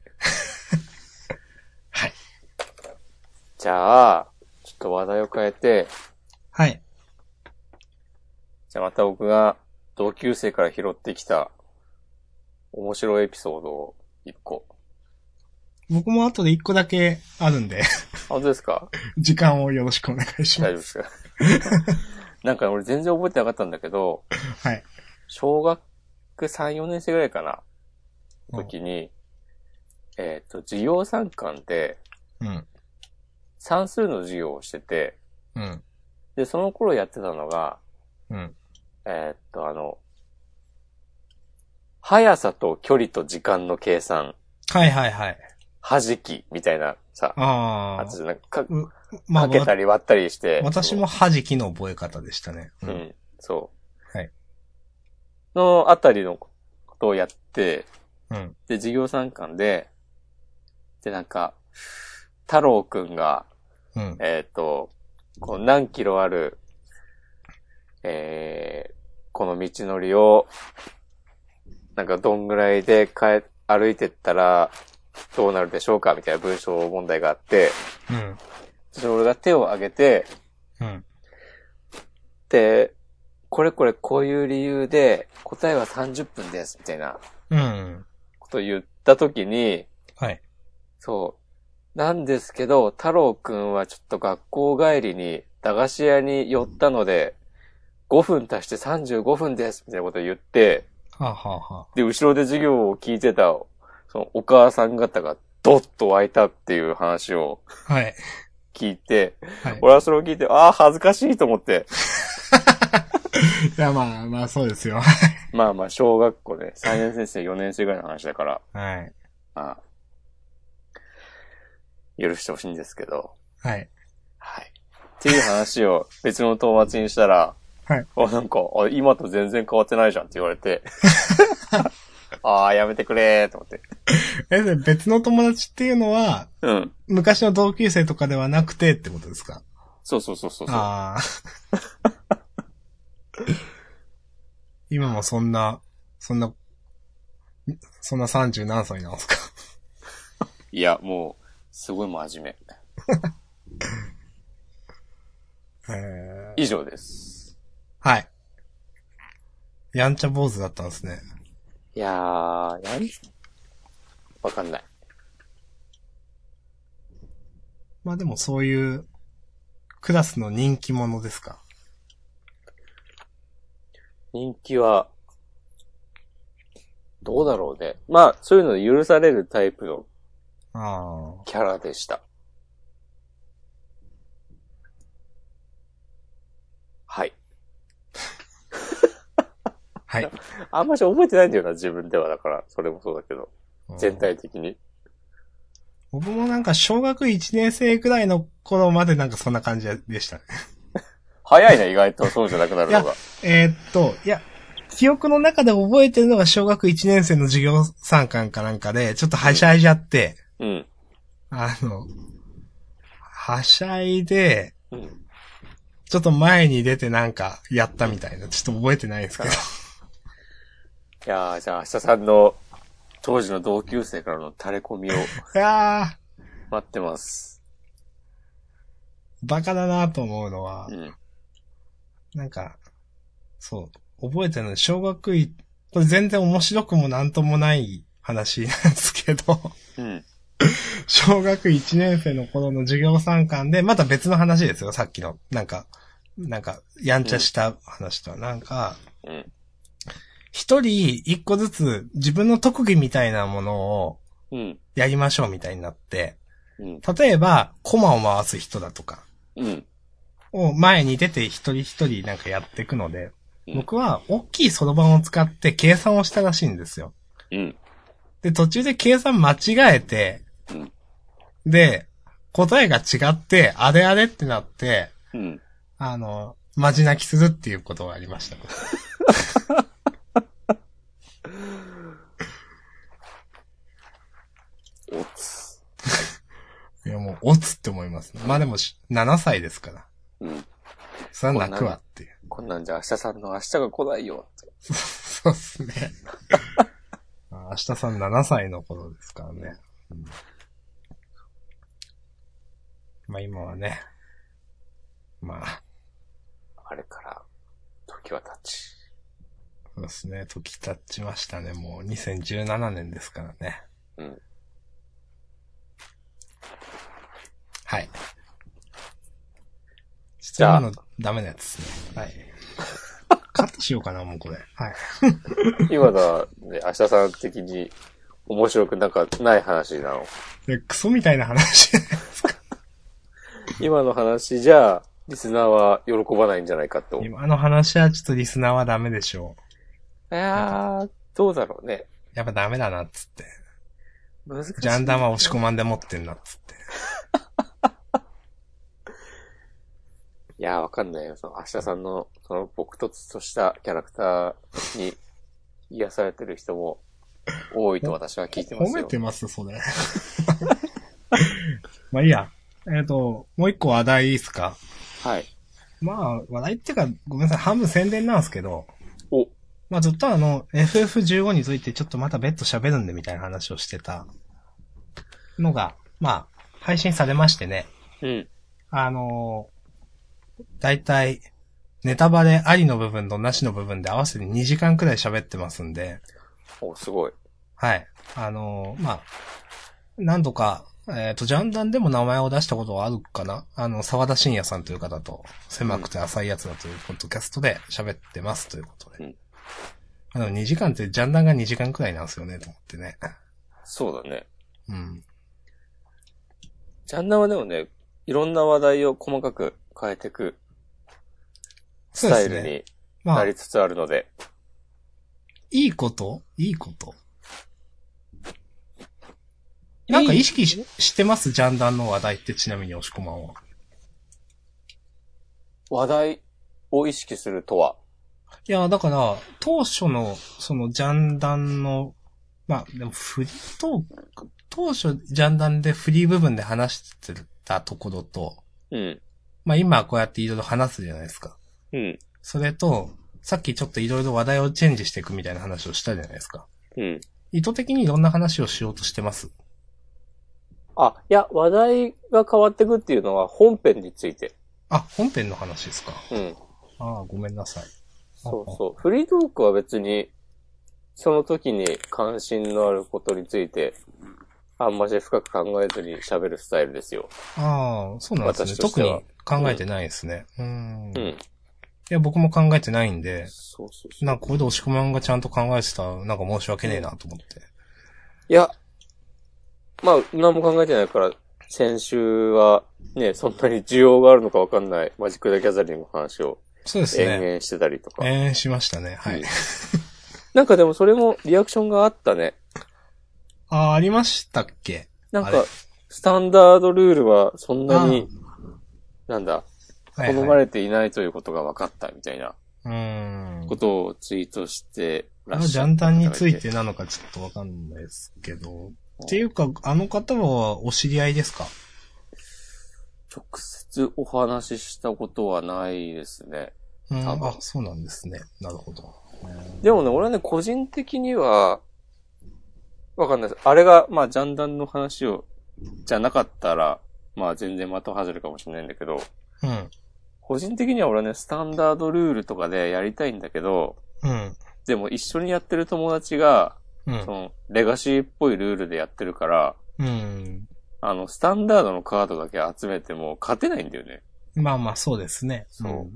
Speaker 2: はい。
Speaker 1: じゃあ、ちょっと話題を変えて、
Speaker 2: はい。
Speaker 1: じゃあまた僕が同級生から拾ってきた面白いエピソードを一個。
Speaker 2: 僕も後で一個だけあるんで、 [laughs]
Speaker 1: あ本当ですか
Speaker 2: 時間をよろしくお願いしま
Speaker 1: 大丈夫ですか
Speaker 2: [laughs]
Speaker 1: なんか俺全然覚えてなかったんだけど、
Speaker 2: す。はい。
Speaker 1: 小学3、4年生ぐらいかな、時に、えっ、と、授業参観で
Speaker 2: うん。
Speaker 1: 算数の授業をしてて、
Speaker 2: うん。
Speaker 1: で、その頃やってたのが、
Speaker 2: うん。
Speaker 1: えーっと、あの、速さと距離と時間の計算、
Speaker 2: はいはいはい。
Speaker 1: 弾き、みたいなさ、
Speaker 2: あ
Speaker 1: あ
Speaker 2: あ
Speaker 1: つ。じゃなくか、
Speaker 2: うまあ
Speaker 1: かけたり割ったりして。
Speaker 2: 私も弾きの覚え方でしたね。
Speaker 1: そう。う。ん、そう。
Speaker 2: はい。
Speaker 1: のあたりのことをやって、
Speaker 2: うん。
Speaker 1: で、授業参観で、で、なんか、太郎くんが、
Speaker 2: うん。
Speaker 1: えっ、と、こう何キロある、えー、この道のりを、なんかどんぐらいで帰、歩いてったらどうなるでしょうかみたいな文章問題があって、
Speaker 2: うん。
Speaker 1: それで俺が手を挙げて、
Speaker 2: うん。
Speaker 1: で、これこれこういう理由で答えは30分です、みたいな
Speaker 2: うん。
Speaker 1: ことを言ったときに、
Speaker 2: はい。
Speaker 1: そう。なんですけど、太郎くんはちょっと学校帰りに駄菓子屋に寄ったので、5分足して35分ですみたいなこと言って、
Speaker 2: はあ、はあは
Speaker 1: で、後ろで授業を聞いてた、そのお母さん方がドッと湧いたっていう話を
Speaker 2: あ、はい。
Speaker 1: 聞いて、
Speaker 2: はい。
Speaker 1: 俺はそれを聞いて、ああ、恥ずかしいと思って、
Speaker 2: いや、まあ、まあ、そうですよ。
Speaker 1: まあまあ、小学校で、3年先生、4年生ぐらいの話だから、
Speaker 2: [laughs] はい。
Speaker 1: まあ、許してほしいんですけど、
Speaker 2: はい。
Speaker 1: はい。っていう話を別の友達にしたら、
Speaker 2: はい
Speaker 1: あ、なんか、あ今と全然変わってないじゃんって言われ
Speaker 2: [laughs]
Speaker 1: て、ああ、やめてくれーと思って。
Speaker 2: え、で別の友達っていうのは、
Speaker 1: うん。
Speaker 2: 昔の同級生とかではなくてってことですか
Speaker 1: そうそうそうそうそう。
Speaker 2: ああ。今もそんな、そんな、そんな30何歳なんですか
Speaker 1: いや、もう、すごい真面
Speaker 2: えー
Speaker 1: 目。以上です。
Speaker 2: はい。やんちゃ坊主だったんですね。
Speaker 1: いやー、やりわかんない。
Speaker 2: まあでもそういう、クラスの人気者ですか。
Speaker 1: 人気は、どうだろうね。まあ、そういうの許されるタイプの
Speaker 2: ああ。
Speaker 1: キャラでした。はい。
Speaker 2: はい。
Speaker 1: あんまし覚えてないんだよな、自分では。だから、それもそうだけど。全体的に。
Speaker 2: 僕もなんか小学1年生くらいの頃までなんかそんな感じでしたね。
Speaker 1: 早いね、意外とそうじゃなくなるの
Speaker 2: い
Speaker 1: が。
Speaker 2: えーっと、いや、記憶の中で覚えてるのが小学1年生の授業参観かなんかで、ちょっとはしゃいじゃって、
Speaker 1: うん。
Speaker 2: あの、はしゃいで、
Speaker 1: うん。
Speaker 2: ちょっと前に出てなんかやったみたいな、ちょっと覚えてないんですけど。
Speaker 1: いやー、じゃあ、明日さんの当時の同級生からの垂れ込みを
Speaker 2: [laughs] いや
Speaker 1: 待ってます。
Speaker 2: ー、バカだなと思うのは
Speaker 1: う、ん。
Speaker 2: なんか、そう、覚えてるの、小学い、これ全然面白くもなんともない話なんですけど、
Speaker 1: うん。
Speaker 2: 小学1年生の頃の授業参観で、また別の話ですよ、さっきの。なんか、なんか、やんちゃした話とは。なんか、
Speaker 1: うん。
Speaker 2: 一人一個ずつ自分の特技みたいなものを
Speaker 1: うん。
Speaker 2: やりましょうみたいになって、
Speaker 1: うん。
Speaker 2: 例えば、コマを回す人だとか、
Speaker 1: うん。
Speaker 2: を前に出て一人一人なんかやっていくので、
Speaker 1: うん
Speaker 2: 僕は大きいそろばんを使って計算をしたらしいんですよ。
Speaker 1: うん。
Speaker 2: で、途中で計算間違えて、
Speaker 1: うん
Speaker 2: で、答えが違って、あれあれってなって、
Speaker 1: うん。
Speaker 2: あの、まじ泣きするっていうことがありました。
Speaker 1: おつ。
Speaker 2: いや、もう、おつって思います、ね。まあでもし、7歳ですから。
Speaker 1: うん。
Speaker 2: それは泣くわっていう。
Speaker 1: こんなんじゃ明日さんの明日が来ないよ。
Speaker 2: そうっすね。あ明日さん7歳の頃ですからね。うんまあ今はね。まあ、
Speaker 1: あれから、時は経ち。
Speaker 2: そうですね。時経ちましたね。もう2017年ですからね。
Speaker 1: うん。
Speaker 2: はい。質
Speaker 1: じゃあ
Speaker 2: 問のダメなやつですね。はい。カットしようかな、もうこれ。はい。
Speaker 1: 今のはね、明日さん的に面白くなんかない話なの。
Speaker 2: でクソみたいな [laughs] 話。
Speaker 1: 今の話じゃ、リスナーは喜ばないんじゃないかと。い
Speaker 2: 今の話はちょっとリスナーはダメでしょ
Speaker 1: やー、どうだろうね。
Speaker 2: う。やっぱダメだな、っつって。
Speaker 1: 難しい。
Speaker 2: ジャンダンは押し込まんで持ってんな、っつ [laughs] って。
Speaker 1: いやー、わかんないよ。その、明日さんの、その、僕とつとしたキャラクターに癒されてる人も多いと私は聞いてます
Speaker 2: 褒
Speaker 1: よ。
Speaker 2: めてます、それ。 [laughs] まあいいや。えっ、と、もう一個話題いいっすか
Speaker 1: はい。
Speaker 2: まあ、話題っていうか、ごめんなさい、半分宣伝なんですけど、
Speaker 1: お、
Speaker 2: まあずっとあの、FF15 についてちょっとまた別途喋るんでみたいな話をしてたのが、まあ、配信されましてね、
Speaker 1: うん。
Speaker 2: あのー、だいたい、ネタバレありの部分となしの部分で合わせて2時間くらい喋ってますんで、
Speaker 1: お、すごい。
Speaker 2: はい。あのーまあ、何度か、えっ、と、ジャンダンでも名前を出したことはあるかなあの、沢田信也さんという方と、狭くて浅いやつだというポッドキャストで喋ってますということで。
Speaker 1: うん
Speaker 2: あの、2時間ってジャンダンが2時間くらいなんですよね、と思ってね。
Speaker 1: そうだね。
Speaker 2: うん。
Speaker 1: ジャンダンはでもね、いろんな話題を細かく変えていくス
Speaker 2: そうで
Speaker 1: タイ
Speaker 2: す
Speaker 1: ル
Speaker 2: ね。
Speaker 1: に
Speaker 2: ま
Speaker 1: な
Speaker 2: あ、
Speaker 1: り
Speaker 2: い
Speaker 1: つつあるので、
Speaker 2: いこといいことなんか意識ししてますジャンダンの話題ってちなみに押し込まんは。
Speaker 1: 話題を意識するとは。
Speaker 2: いや、だから、当初の、その、ジャンダンの、まあ、でも、フリートーク、当初、ジャンダンでフリー部分で話してたところと、
Speaker 1: うん。
Speaker 2: まあ、今こうやっていろいろ話すじゃないですか。
Speaker 1: うん。
Speaker 2: それと、さっきちょっといろいろ話題をチェンジしていくみたいな話をしたじゃないですか。
Speaker 1: うん。
Speaker 2: 意図的にいろんな話をしようとしてます。
Speaker 1: あ、いや、話題が変わってくっていうのは本編について。
Speaker 2: あ、本編の話ですか。
Speaker 1: うん。
Speaker 2: ああ、ごめんなさい。
Speaker 1: そうそう。フリートークは別に、その時に関心のあることについて、あんまし深く考えずに喋るスタイルですよ。
Speaker 2: ああ、そうなんですね。
Speaker 1: 私とし
Speaker 2: 特
Speaker 1: て
Speaker 2: に
Speaker 1: は
Speaker 2: 考えてないですね。うん。
Speaker 1: う
Speaker 2: い
Speaker 1: ん。
Speaker 2: や、僕も考えてないんで、
Speaker 1: そうそうそう。
Speaker 2: なんかこれで押し込まんがちゃんと考えてたら、なんか申し訳ねえなと思って。
Speaker 1: いや、まあ、何も考えてないから、先週は、ね、そんなに需要があるのかわかんない、マジック・ザ・ギャザリングの話を
Speaker 2: そうです
Speaker 1: 延
Speaker 2: ね。
Speaker 1: 々してたりとか。
Speaker 2: ええしましたね。はい。
Speaker 1: うんなんかでもそれもリアクションがあったね。
Speaker 2: ああ、ありましたっけ
Speaker 1: なん
Speaker 2: あれ
Speaker 1: か、スタンダードルールはそんなに、なんだ、
Speaker 2: はい
Speaker 1: 好
Speaker 2: はい
Speaker 1: まれていないということが分かったみたいな
Speaker 2: うーん。
Speaker 1: ことをツイートしてら
Speaker 2: あ
Speaker 1: っ
Speaker 2: の
Speaker 1: し
Speaker 2: ジ
Speaker 1: ゃ
Speaker 2: ャ
Speaker 1: る
Speaker 2: ンタンについてなのかちょっとわかんないですけど。っていうか、あの方はお知り合いですか
Speaker 1: 直接お話ししたことはないですね。
Speaker 2: うん。
Speaker 1: 多分
Speaker 2: あ、そうなんですね。なるほど。
Speaker 1: でもね、俺はね、個人的には、わかんないです。あれが、まあ、ジャンダンの話を、じゃなかったら、まあ、全然的外れかもしれないんだけど、
Speaker 2: うん。
Speaker 1: 個人的には俺はね、スタンダードルールとかでやりたいんだけど、
Speaker 2: うん。
Speaker 1: でも一緒にやってる友達が、
Speaker 2: う
Speaker 1: そ
Speaker 2: ん。
Speaker 1: の、レガシーっぽいルールでやってるから、
Speaker 2: うん。
Speaker 1: あの、スタンダードのカードだけ集めても勝てないんだよね。
Speaker 2: まあまあ、そうですね。
Speaker 1: そう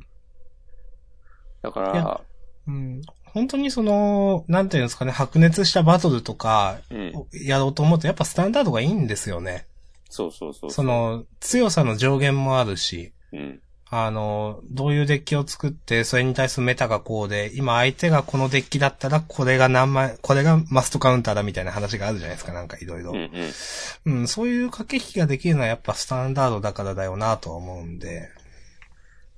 Speaker 1: だか
Speaker 2: いや
Speaker 1: ら、
Speaker 2: うん。本当にその、なんていうんですかね、白熱したバトルとか、
Speaker 1: うん。
Speaker 2: やろうと思うと、やっぱスタンダードがいいんですよね。
Speaker 1: そうそうそう。
Speaker 2: そ、の、強さの上限もあるし、
Speaker 1: うん。
Speaker 2: あの、どういうデッキを作って、それに対するメタがこうで、今相手がこのデッキだったら、これが何枚、これがマストカウンターだみたいな話があるじゃないですか、なんかいろ
Speaker 1: う
Speaker 2: い
Speaker 1: ん
Speaker 2: ろ
Speaker 1: う。ん。
Speaker 2: うん、そういう駆け引きができるのはやっぱスタンダードだからだよなとは思うんで、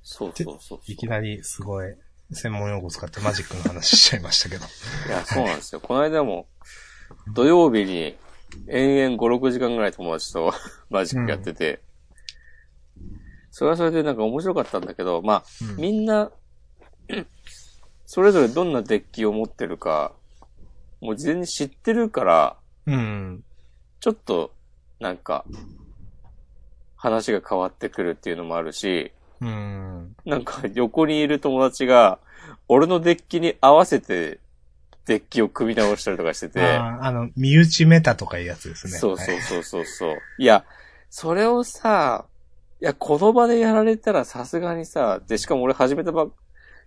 Speaker 1: そうそうそう。
Speaker 2: いきなりすごい、専門用語使ってマジックの話しちゃいました
Speaker 1: [laughs]
Speaker 2: けど。
Speaker 1: いや、そうなんですよ。この間も、土曜日に、延々5、6時間ぐらい友達と [laughs] マジックやってて、それはそれでなんか面白かったんだけど、まあ、
Speaker 2: うん
Speaker 1: みんな、それぞれどんなデッキを持ってるか、もう事前に知ってるから、
Speaker 2: うん。
Speaker 1: ちょっと、なんか、話が変わってくるっていうのもあるし、
Speaker 2: うん。
Speaker 1: なんか横にいる友達が、俺のデッキに合わせて、デッキを組み直したりとかしてて、
Speaker 2: あーあの、身内メタとかいうやつですね。
Speaker 1: そう
Speaker 2: は
Speaker 1: そ
Speaker 2: いう
Speaker 1: そうそうそう。いや、それをさ、いや、この場でやられたらさすがにさ、で、しかも俺始めたばっ、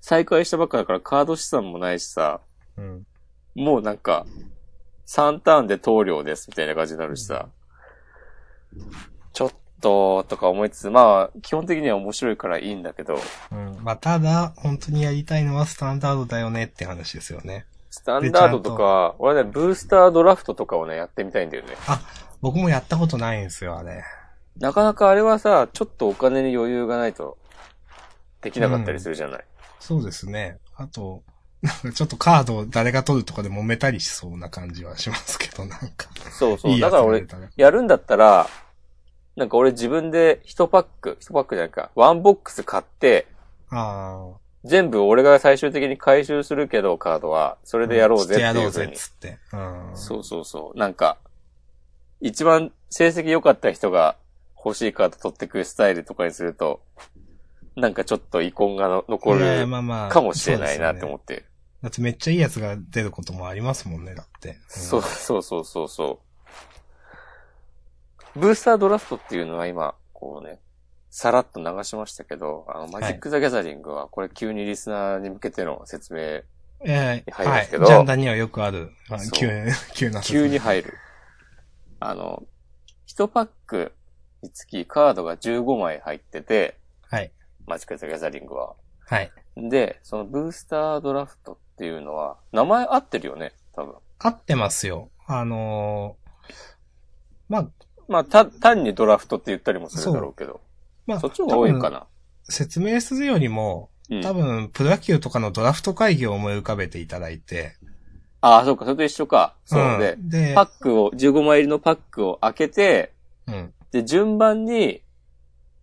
Speaker 1: 再開したばっかだからカード資産もないしさ、
Speaker 2: うん。
Speaker 1: もうなんか、3ターンで投了ですみたいな感じになるしさ、ちょっと、とか思いつつ、まあ、基本的には面白いからいいんだけど、
Speaker 2: うん。まあ、ただ、本当にやりたいのはスタンダードだよねって話ですよね。
Speaker 1: スタンダードと
Speaker 2: でち
Speaker 1: か、俺ね、ブースタードラフトとかをね、やってみたいんだよね。
Speaker 2: 僕もやったことないんですよ、あれ。
Speaker 1: なかなかあれはさ、ちょっとお金に余裕がないと、できなかったりするじゃない。
Speaker 2: そうですね。あと、なんかちょっとカードを誰が取るとかで揉めたりしそうな感じはしますけど、なんか。
Speaker 1: そうそう。
Speaker 2: いいや
Speaker 1: だ
Speaker 2: つ
Speaker 1: から
Speaker 2: が出
Speaker 1: 俺、
Speaker 2: たら
Speaker 1: やるんだったら、なんか俺自分で一パック、一パックじゃないか、ワンボックス買って、
Speaker 2: ああ。
Speaker 1: 全部俺が最終的に回収するけど、カードは、それでやろうぜって
Speaker 2: や
Speaker 1: い
Speaker 2: ろ
Speaker 1: う
Speaker 2: う
Speaker 1: ふう
Speaker 2: ぜ
Speaker 1: に
Speaker 2: っ。つって。うん。
Speaker 1: そうそうそう。なんか、一番成績良かった人が欲しいカード取ってくスタイルとかにすると、なんかちょっと遺恨がの残
Speaker 2: いやいや
Speaker 1: る
Speaker 2: まあまあ
Speaker 1: かもしれないなって
Speaker 2: そうですよ
Speaker 1: 思
Speaker 2: ね
Speaker 1: って。
Speaker 2: だってめっちゃいいやつが出ることもありますもんね、だって。
Speaker 1: そううそうそうそうそう。ブースタードラフトっていうのは今、こうね、さらっと流しましたけど、あの、マジック・ザ・ギャザリングは、これ急にリスナーに向けての説明、
Speaker 2: ん。ええ
Speaker 1: 入りま
Speaker 2: は
Speaker 1: す
Speaker 2: い。
Speaker 1: け
Speaker 2: ジ
Speaker 1: ど
Speaker 2: ャンダンにはよくある、まあ
Speaker 1: そう
Speaker 2: 急、 [laughs] 急な説明
Speaker 1: 急に入る。あの、1パックにつきカードが15枚入ってて、
Speaker 2: はい。
Speaker 1: マジック・ザ・ギャザリングは。
Speaker 2: はい。
Speaker 1: で、そのブースタードラフトっていうのは、名前合ってるよね、多分。
Speaker 2: 合ってますよ。あのーまあ、
Speaker 1: まあ、た、単にドラフトって言ったりもするだろうけど。
Speaker 2: まあ、
Speaker 1: そっちの方が多いか
Speaker 2: 多分
Speaker 1: な。
Speaker 2: 説明するよりも、
Speaker 1: うん
Speaker 2: 多分、プロ野球とかのドラフト会議を思い浮かべていただいて。
Speaker 1: ああ、そうか、それと一緒か。そうで、
Speaker 2: んで
Speaker 1: パックを、15枚入りのパックを開けて、
Speaker 2: うん。
Speaker 1: で、順番に、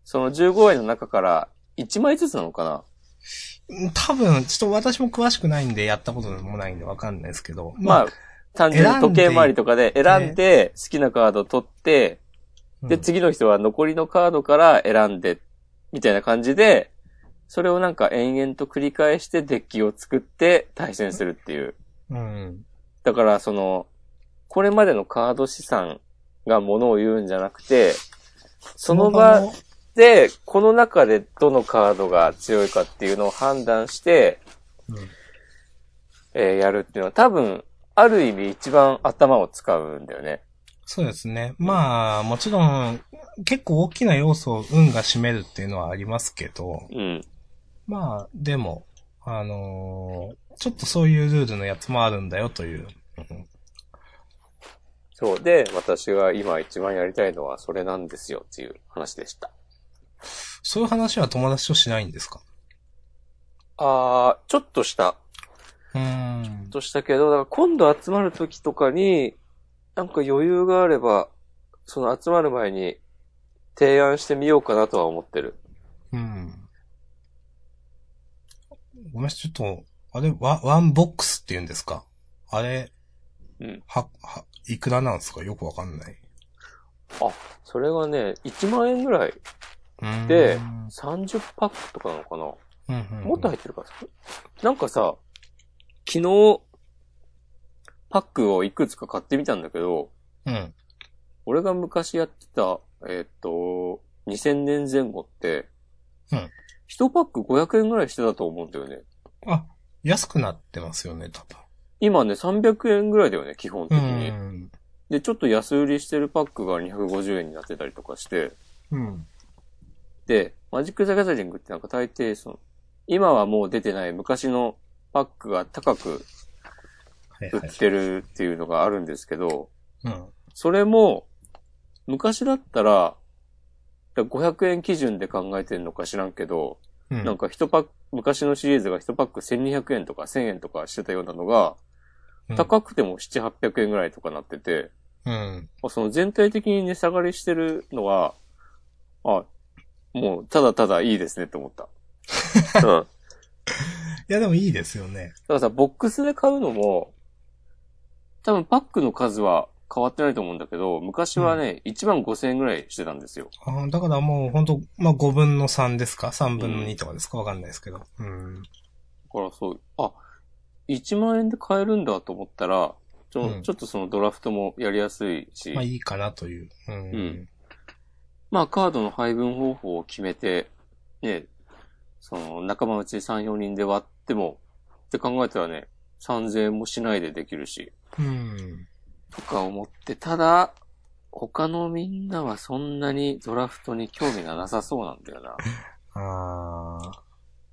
Speaker 1: その15枚の中から1枚ずつなのかな、
Speaker 2: 多分、ちょっと私も詳しくないんで、やったこともないんでわかんないですけど。
Speaker 1: まあ、単純に
Speaker 2: 選ん
Speaker 1: 時
Speaker 2: で
Speaker 1: 計回りとかで選んで、好きなカードを取って、で、次の人は残りのカードから選んで、みたいな感じで、それをなんか延々と繰り返してデッキを作って対戦するっていう。
Speaker 2: うん。
Speaker 1: だから、その、これまでのカード資産がものを言うんじゃなくて、その場
Speaker 2: の
Speaker 1: で、この中でどのカードが強いかっていうのを判断して、
Speaker 2: うん
Speaker 1: えーやるっていうのは多分、ある意味一番頭を使うんだよね。
Speaker 2: そうですね。まあ、もちろん、結構大きな要素を運が占めるっていうのはありますけど、
Speaker 1: うん。
Speaker 2: まあ、でも、あのーちょっとそういうルールのやつもあるんだよという。うん
Speaker 1: そう。で、私が今一番やりたいのはそれなんですよっていう話でした。
Speaker 2: そういう話は友達としないんですか
Speaker 1: あー、ちょっとした。
Speaker 2: うーん
Speaker 1: ちょっ。としたけど、だから今度集まる時とかに、なんか余裕があれば、その集まる前に提案してみようかなとは思ってる。
Speaker 2: うん。ごめんなさい、ちょっと、あれ、ワワンボックスって言うんですかあれ、
Speaker 1: うん
Speaker 2: は、は、いくらなんですかよくわかんない。
Speaker 1: それがね、1万円ぐらい、
Speaker 2: うーん
Speaker 1: で30パックとかなのかな
Speaker 2: うんうんうん
Speaker 1: もっと入ってるか、なんかさ、昨日、パックをいくつか買ってみたんだけど、
Speaker 2: うん。
Speaker 1: 俺が昔やってた、えーっと、2000年前後って、
Speaker 2: うん
Speaker 1: 1パック500円ぐらいしてたと思うんだよね。
Speaker 2: あ、安くなってますよね、多分。
Speaker 1: 今ね、300円ぐらいだよね、基本的に。
Speaker 2: ん。
Speaker 1: で、ちょっと安売りしてるパックが250円になってたりとかして、
Speaker 2: うん。
Speaker 1: で、マジック・ザ・ギャザリングってなんか大抵その、今はもう出てない昔のパックが高く
Speaker 2: はい
Speaker 1: 売
Speaker 2: はい
Speaker 1: っ。てるっていうのがあるんですけど、
Speaker 2: うん。
Speaker 1: それも、昔だったら、だから500円基準で考えてるのか知らんけど、
Speaker 2: うん。
Speaker 1: なんか一パック、昔のシリーズが1パック1200円とか1000円とかしてたようなのが、
Speaker 2: うん
Speaker 1: 高くても7、800円ぐらいとかなってて、
Speaker 2: うん。
Speaker 1: まあその全体的に値下がりしてるのは、あ、もうただただいいですねって思った。
Speaker 2: [laughs]
Speaker 1: うん。だか
Speaker 2: いや、でもいいですよね。
Speaker 1: らさ、ボックスで買うのも、多分パックの数は変わってないと思うんだけど、昔はね、1万5千円ぐらいしてたんですよ。
Speaker 2: あーだからもう本当まあ5分の3ですか ?3 分の2とかですかわかんないですけど。うん。
Speaker 1: だからそう、あ、1万円で買えるんだと思ったら、ちょ,、
Speaker 2: うん
Speaker 1: ちょっとそのドラフトもやりやすいし、
Speaker 2: ま
Speaker 1: ま
Speaker 2: あ
Speaker 1: あ、
Speaker 2: いいかなという。うん。
Speaker 1: うんカードの配分方法を決めて、ね、その仲間うち3、4人で割っても、って考えたらね、3000円もしないでできるし、
Speaker 2: うん。
Speaker 1: とか思って、ただ、他のみんなはそんなにドラフトに興味がなさそうなんだよな。
Speaker 2: ああ。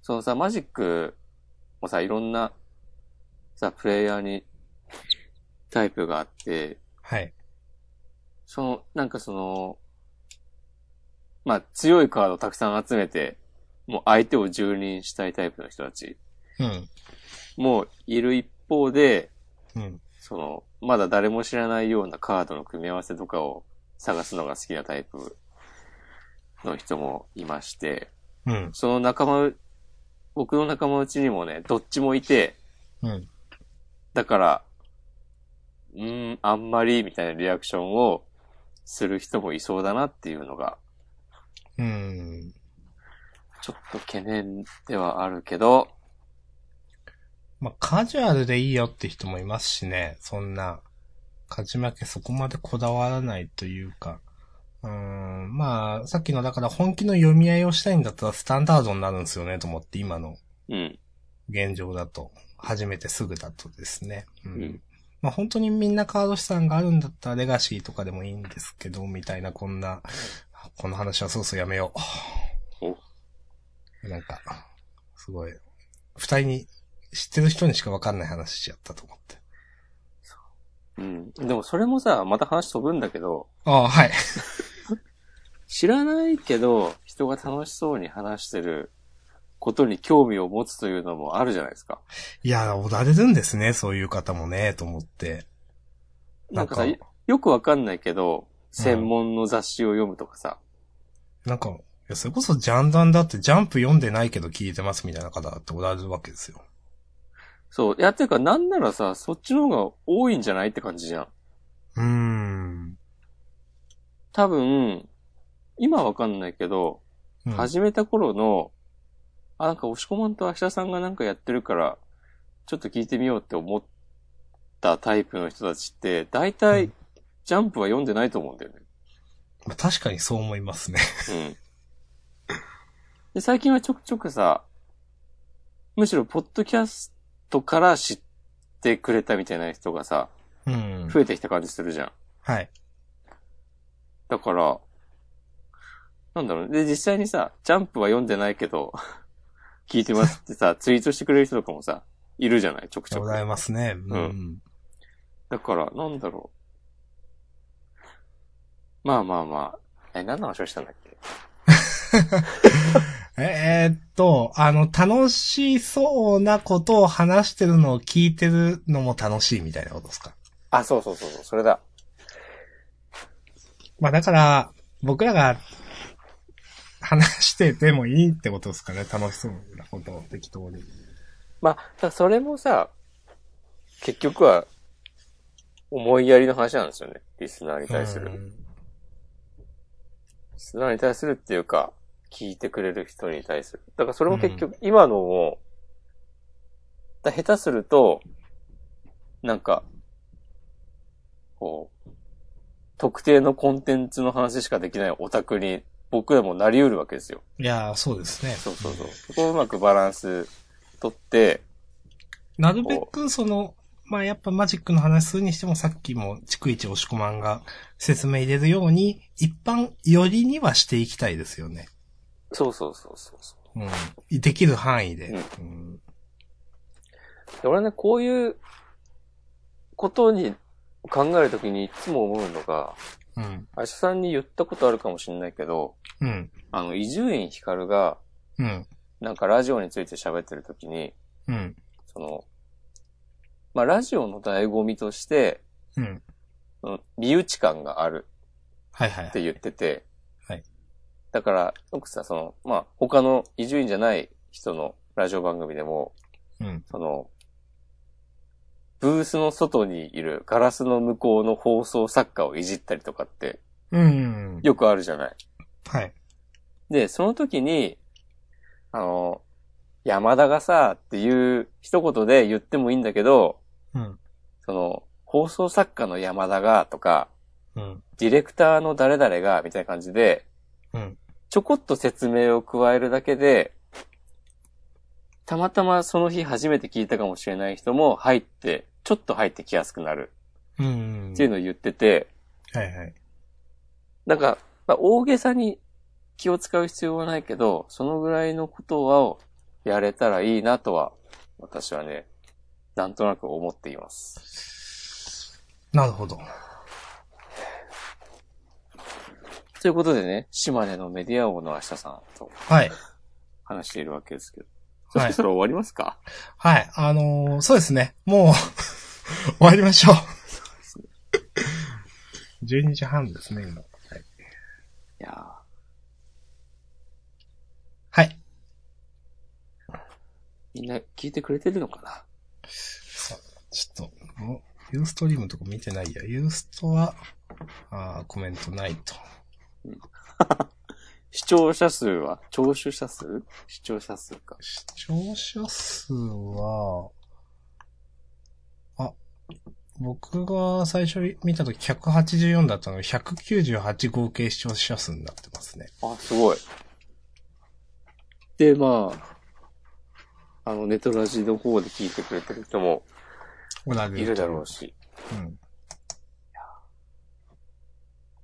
Speaker 1: そのさ、マジックもさ、いろんな、さ、プレイヤーにタイプがあって、
Speaker 2: はい。
Speaker 1: その、なんかその、まあ、強いカードをたくさん集めて、もう相手を蹂躙したいタイプの人たち
Speaker 2: うん。
Speaker 1: もいる一方で、
Speaker 2: うん。
Speaker 1: その、まだ誰も知らないようなカードの組み合わせとかを探すのが好きなタイプの人もいまして、
Speaker 2: うん。
Speaker 1: その仲間う、僕の仲間うちにもね、どっちもいて、
Speaker 2: うん。
Speaker 1: だから、うーん、あんまり、みたいなリアクションをする人もいそうだなっていうのが、
Speaker 2: うん。
Speaker 1: ちょっと懸念ではあるけど、
Speaker 2: まあカジュアルでいいよって人もいますしね。そんな、勝ち負けそこまでこだわらないというか。うん。まあ、さっきのだから本気の読み合いをしたいんだったらスタンダードになるんですよねと思って、今の
Speaker 1: うん、
Speaker 2: 現状だと。初めてすぐだとですね。うん。
Speaker 1: うん
Speaker 2: まあ本当にみんなカード資産があるんだったらレガシーとかでもいいんですけど、みたいなこんな、この話はそうそうやめよ
Speaker 1: お
Speaker 2: う。なんか、すごい、二人に、知ってる人にしかわかんない話しちゃったと思って。
Speaker 1: うん。でもそれもさ、また話飛ぶんだけど、
Speaker 2: ああ、はい。
Speaker 1: 知らないけど、人が楽しそうに話してることに興味を持つというのもあるじゃないですか。
Speaker 2: いや、おられるんですね、そういう方もね、と思って。
Speaker 1: なんか
Speaker 2: な
Speaker 1: さ、
Speaker 2: んか
Speaker 1: よくわかんないけど、
Speaker 2: うん
Speaker 1: 専門の雑誌を読むとかさ、
Speaker 2: なんか、いやそれこそジャンダンだってジャンプ読んでないけど聞いてますみたいな方だっておられるわけですよ。
Speaker 1: そう、いやっていうかなんならさ、そっちの方が多いんじゃないって感じじゃん。
Speaker 2: うーん。
Speaker 1: 多分、今わかんないけど、
Speaker 2: うん
Speaker 1: 始めた頃の、あ、なんか押し込まんと明日さんがなんかやってるから、ちょっと聞いてみようって思ったタイプの人たちって、大
Speaker 2: う
Speaker 1: 体
Speaker 2: ん、
Speaker 1: ジャンプは読んでないと思うんだよね。
Speaker 2: まあ確かにそう思いま
Speaker 1: [laughs]
Speaker 2: すね。
Speaker 1: うん。で、最近はちょくちょくさ、むしろ、ポッドキャストから知ってくれたみたいな人がさ、
Speaker 2: うん。
Speaker 1: 増えてきた感じするじゃん。
Speaker 2: はい。
Speaker 1: だから、なんだろうね。で、実際にさ、ジャンプは読んでないけど、聞いてますってさ、ツイートしてくれる人とかもさ、いるじゃないちょくちょ
Speaker 2: ご
Speaker 1: く。
Speaker 2: ざいますね。
Speaker 1: う
Speaker 2: うんん。
Speaker 1: だから、なんだろう。まあまあまあ。え、何の話をしたんだっけ
Speaker 2: えーっと、あの、楽しそうなことを話してるのを聞いてるのも楽しいみたいなことですか。
Speaker 1: あ、そうそうそうそう、それだ。
Speaker 2: まあだから、僕らが話しててもいいってことですかね。楽しそうなことを適当に。
Speaker 1: まあ、だからそれもさ、結局は、思いやりの話なんですよね。リスナーに対する。
Speaker 2: う
Speaker 1: リ
Speaker 2: ん
Speaker 1: スナーに対するっていうか、聞いてくれる人に対する。だからそれも結局、今のも、だ下手すると、なんか、こう、特定のコンテンツの話しかできないオタクに、僕らもなり得るわけですよ。
Speaker 2: いやー、そうですね。
Speaker 1: そうそうそう。そこをうまくバランス取って、
Speaker 2: なるべく、その、まあ、やっぱマジックの話するにしても、さっきも、逐一押し込まんが説明入れるように、一般よりにはしていきたいですよね。
Speaker 1: そうそうそうそうそう。
Speaker 2: うん。できる範囲で。うん。
Speaker 1: で俺ね、こういうことに考えるときにいつも思うのが、
Speaker 2: うん。
Speaker 1: あしさんに言ったことあるかもしれないけど、
Speaker 2: うん。
Speaker 1: あの、伊集院光が、
Speaker 2: うん。
Speaker 1: なんかラジオについて喋ってるときに、
Speaker 2: うん。
Speaker 1: その、まあ、ラジオの醍醐味として、
Speaker 2: うん。
Speaker 1: うん身内感がある
Speaker 2: はいはい
Speaker 1: っ
Speaker 2: は
Speaker 1: て
Speaker 2: い。
Speaker 1: 言ってて、
Speaker 2: はい。
Speaker 1: だから、よくさ、その、まあ、他の伊集院じゃない人のラジオ番組でも、
Speaker 2: うん。
Speaker 1: その、ブースの外にいるガラスの向こうの放送作家をいじったりとかって
Speaker 2: うん。
Speaker 1: よくあるじゃない。
Speaker 2: はい。
Speaker 1: で、その時に、あの、山田がさ、っていう一言で言ってもいいんだけど、
Speaker 2: うん。
Speaker 1: その、放送作家の山田が、とか、
Speaker 2: うん。
Speaker 1: ディレクターの誰々が、みたいな感じで、
Speaker 2: うん。
Speaker 1: ちょこっと説明を加えるだけで、たまたまその日初めて聞いたかもしれない人も入って、ちょっと入ってきやすくなる
Speaker 2: うん。
Speaker 1: っていうのを言ってて、
Speaker 2: はいはい。
Speaker 1: なんか、まあ、大げさに気を使う必要はないけど、そのぐらいのことをやれたらいいなとは、私はね、なんとなく思っています。
Speaker 2: なるほど。
Speaker 1: ということでね、島根のメディア王の明日さんと
Speaker 2: はい。
Speaker 1: 話しているわけですけど、そろ
Speaker 2: はい
Speaker 1: そろ終わりますか、
Speaker 2: はい。あのーそうですね。もう、 [laughs] 終わりま
Speaker 1: [laughs]
Speaker 2: しょう。12時半ですね、今。
Speaker 1: い、やー
Speaker 2: はい。
Speaker 1: みんな聞いてくれてるのかな
Speaker 2: そうちょっと、もうユーストリームとか見てないや。ユーストは、あーコメントないと。
Speaker 1: 視聴者数は聴取者数視聴者数か。
Speaker 2: 視聴者数は、あ、僕が最初見たとき184だったのが198合計視聴者数になってますね。
Speaker 1: あ、すごい。で、まあ、あの、ネトラジの方で聞いてくれてる人も
Speaker 2: おられ
Speaker 1: いるだろうし。
Speaker 2: うん。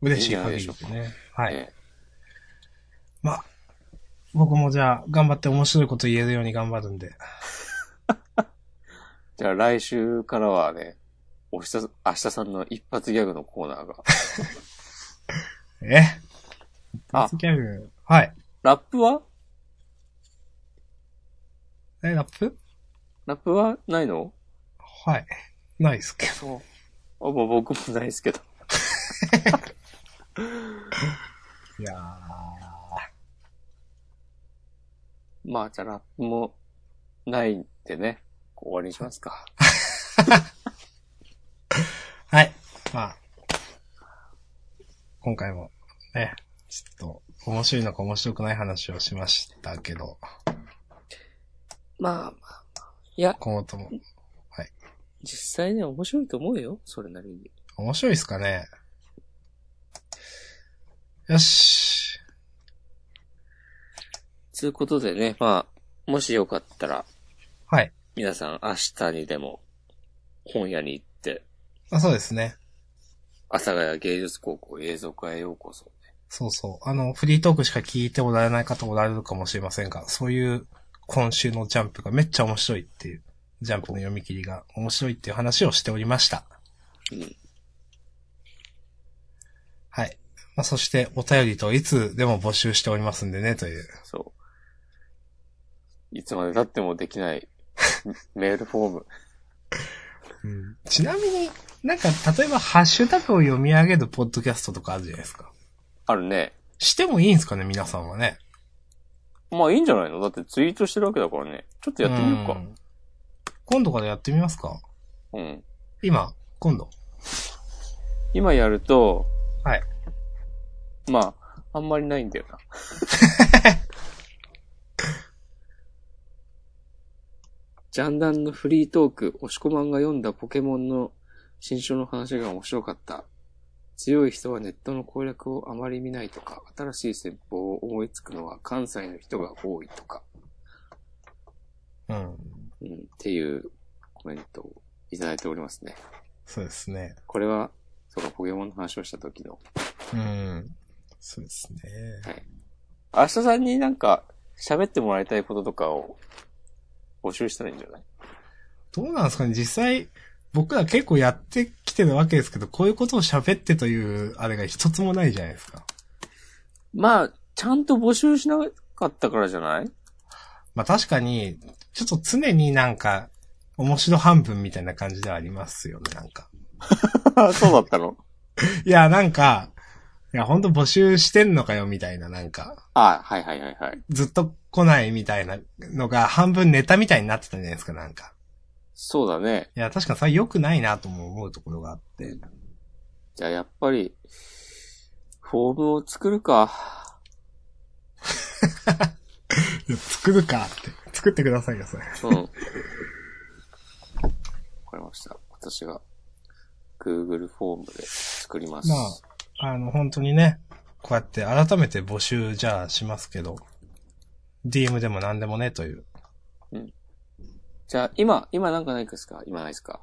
Speaker 2: 嬉しい限りですね。はい。
Speaker 1: ええ
Speaker 2: まあ、僕もじゃあ、頑張って面白いこと言えるように頑張るんで。
Speaker 1: じゃあ来週からはね、おひさ、明日さんの一発ギャグのコーナーが。
Speaker 2: え
Speaker 1: あ、
Speaker 2: ギャグ。はい。
Speaker 1: ラップは
Speaker 2: え、ラップ
Speaker 1: ラップはないの
Speaker 2: はい。ないっすけど。
Speaker 1: そう。あ、もう僕もないですけど。
Speaker 2: いやー
Speaker 1: まあ、じゃあラップもないんでね、終わりにしますか。
Speaker 2: はい。まあ、今回もね、ちょっと、面白いのか面白くない話をしましたけど、
Speaker 1: まあまあ。いや、
Speaker 2: 今後とも。
Speaker 1: 実際ね、面白いと思うよ。それなりに。
Speaker 2: 面白いっすかねよし。
Speaker 1: つうことでね、まあ、もしよかったら、
Speaker 2: はい。
Speaker 1: 皆さん明日にでも、本屋に行って、
Speaker 2: あ、そうですね。
Speaker 1: 阿佐ヶ谷芸術高校映像化へようこそ。
Speaker 2: そうそう。あの、フリートークしか聞いておられない方おられるかもしれませんが、そういう今週のジャンプがめっちゃ面白いっていう、ジャンプの読み切りが面白いっていう話をしておりました。
Speaker 1: うん。
Speaker 2: はい。まあ、そして、お便りといつでも募集しておりますんでね、という。
Speaker 1: そう。いつまで経ってもできない [laughs] メールフォーム。
Speaker 2: ちなみに、なんか、例えば、ハッシュタグを読み上げるポッドキャストとかあるじゃないですか。
Speaker 1: あるね。
Speaker 2: してもいいんですかね、皆さんはね。
Speaker 1: まあいいんじゃないのだってツイートしてるわけだからね。ちょっとやってみようか
Speaker 2: ん。今度からやってみますか
Speaker 1: うん。
Speaker 2: 今、今度。
Speaker 1: 今やると、
Speaker 2: はい。
Speaker 1: まあ、あんまりないんだ
Speaker 2: [laughs]
Speaker 1: よな。ジャンダンのフリートーク、押し込まんが読んだポケモンの新書の話が面白かった。強い人はネットの攻略をあまり見ないとか、新しい戦法を思いつくのは関西の人が多いとか、
Speaker 2: うん。
Speaker 1: うん、っていうコメントをいただいておりますね。
Speaker 2: そうですね。
Speaker 1: これは、そのポケモンの話をした時の
Speaker 2: うん。そうですね。
Speaker 1: 明日さんになんか喋ってもらいたいこととかを募集したらいいんじゃない
Speaker 2: どうなんですかね実際、僕ら結構やってきてるわけですけど、こういうことを喋ってという、あれが一つもないじゃないですか。
Speaker 1: まあ、ちゃんと募集しなかったからじゃない
Speaker 2: まあ確かに、ちょっと常になんか、面白半分みたいな感じではありますよね、なんか。
Speaker 1: [laughs] そうだったの
Speaker 2: いや、なんか、いや、ほんと募集してんのかよ、みたいな、なんか、
Speaker 1: [laughs] あはいはいはいはい。
Speaker 2: ずっと来ないみたいなのが、半分ネタみたいになってたじゃないですか、なんか。
Speaker 1: そうだね。
Speaker 2: いや、確かにそれ良くないなとも思うところがあって。
Speaker 1: じゃあやっぱり、フォームを作るか。
Speaker 2: いや作るかって。作ってくださいよ、それ。
Speaker 1: うん。 [laughs] わかりました。私が Google フォームで作ります。
Speaker 2: まあ、あの、本当にね、こうやって改めて募集じゃあしますけど、DM でも何でもね、という。
Speaker 1: じゃあ今、今なんかないですか今ないですか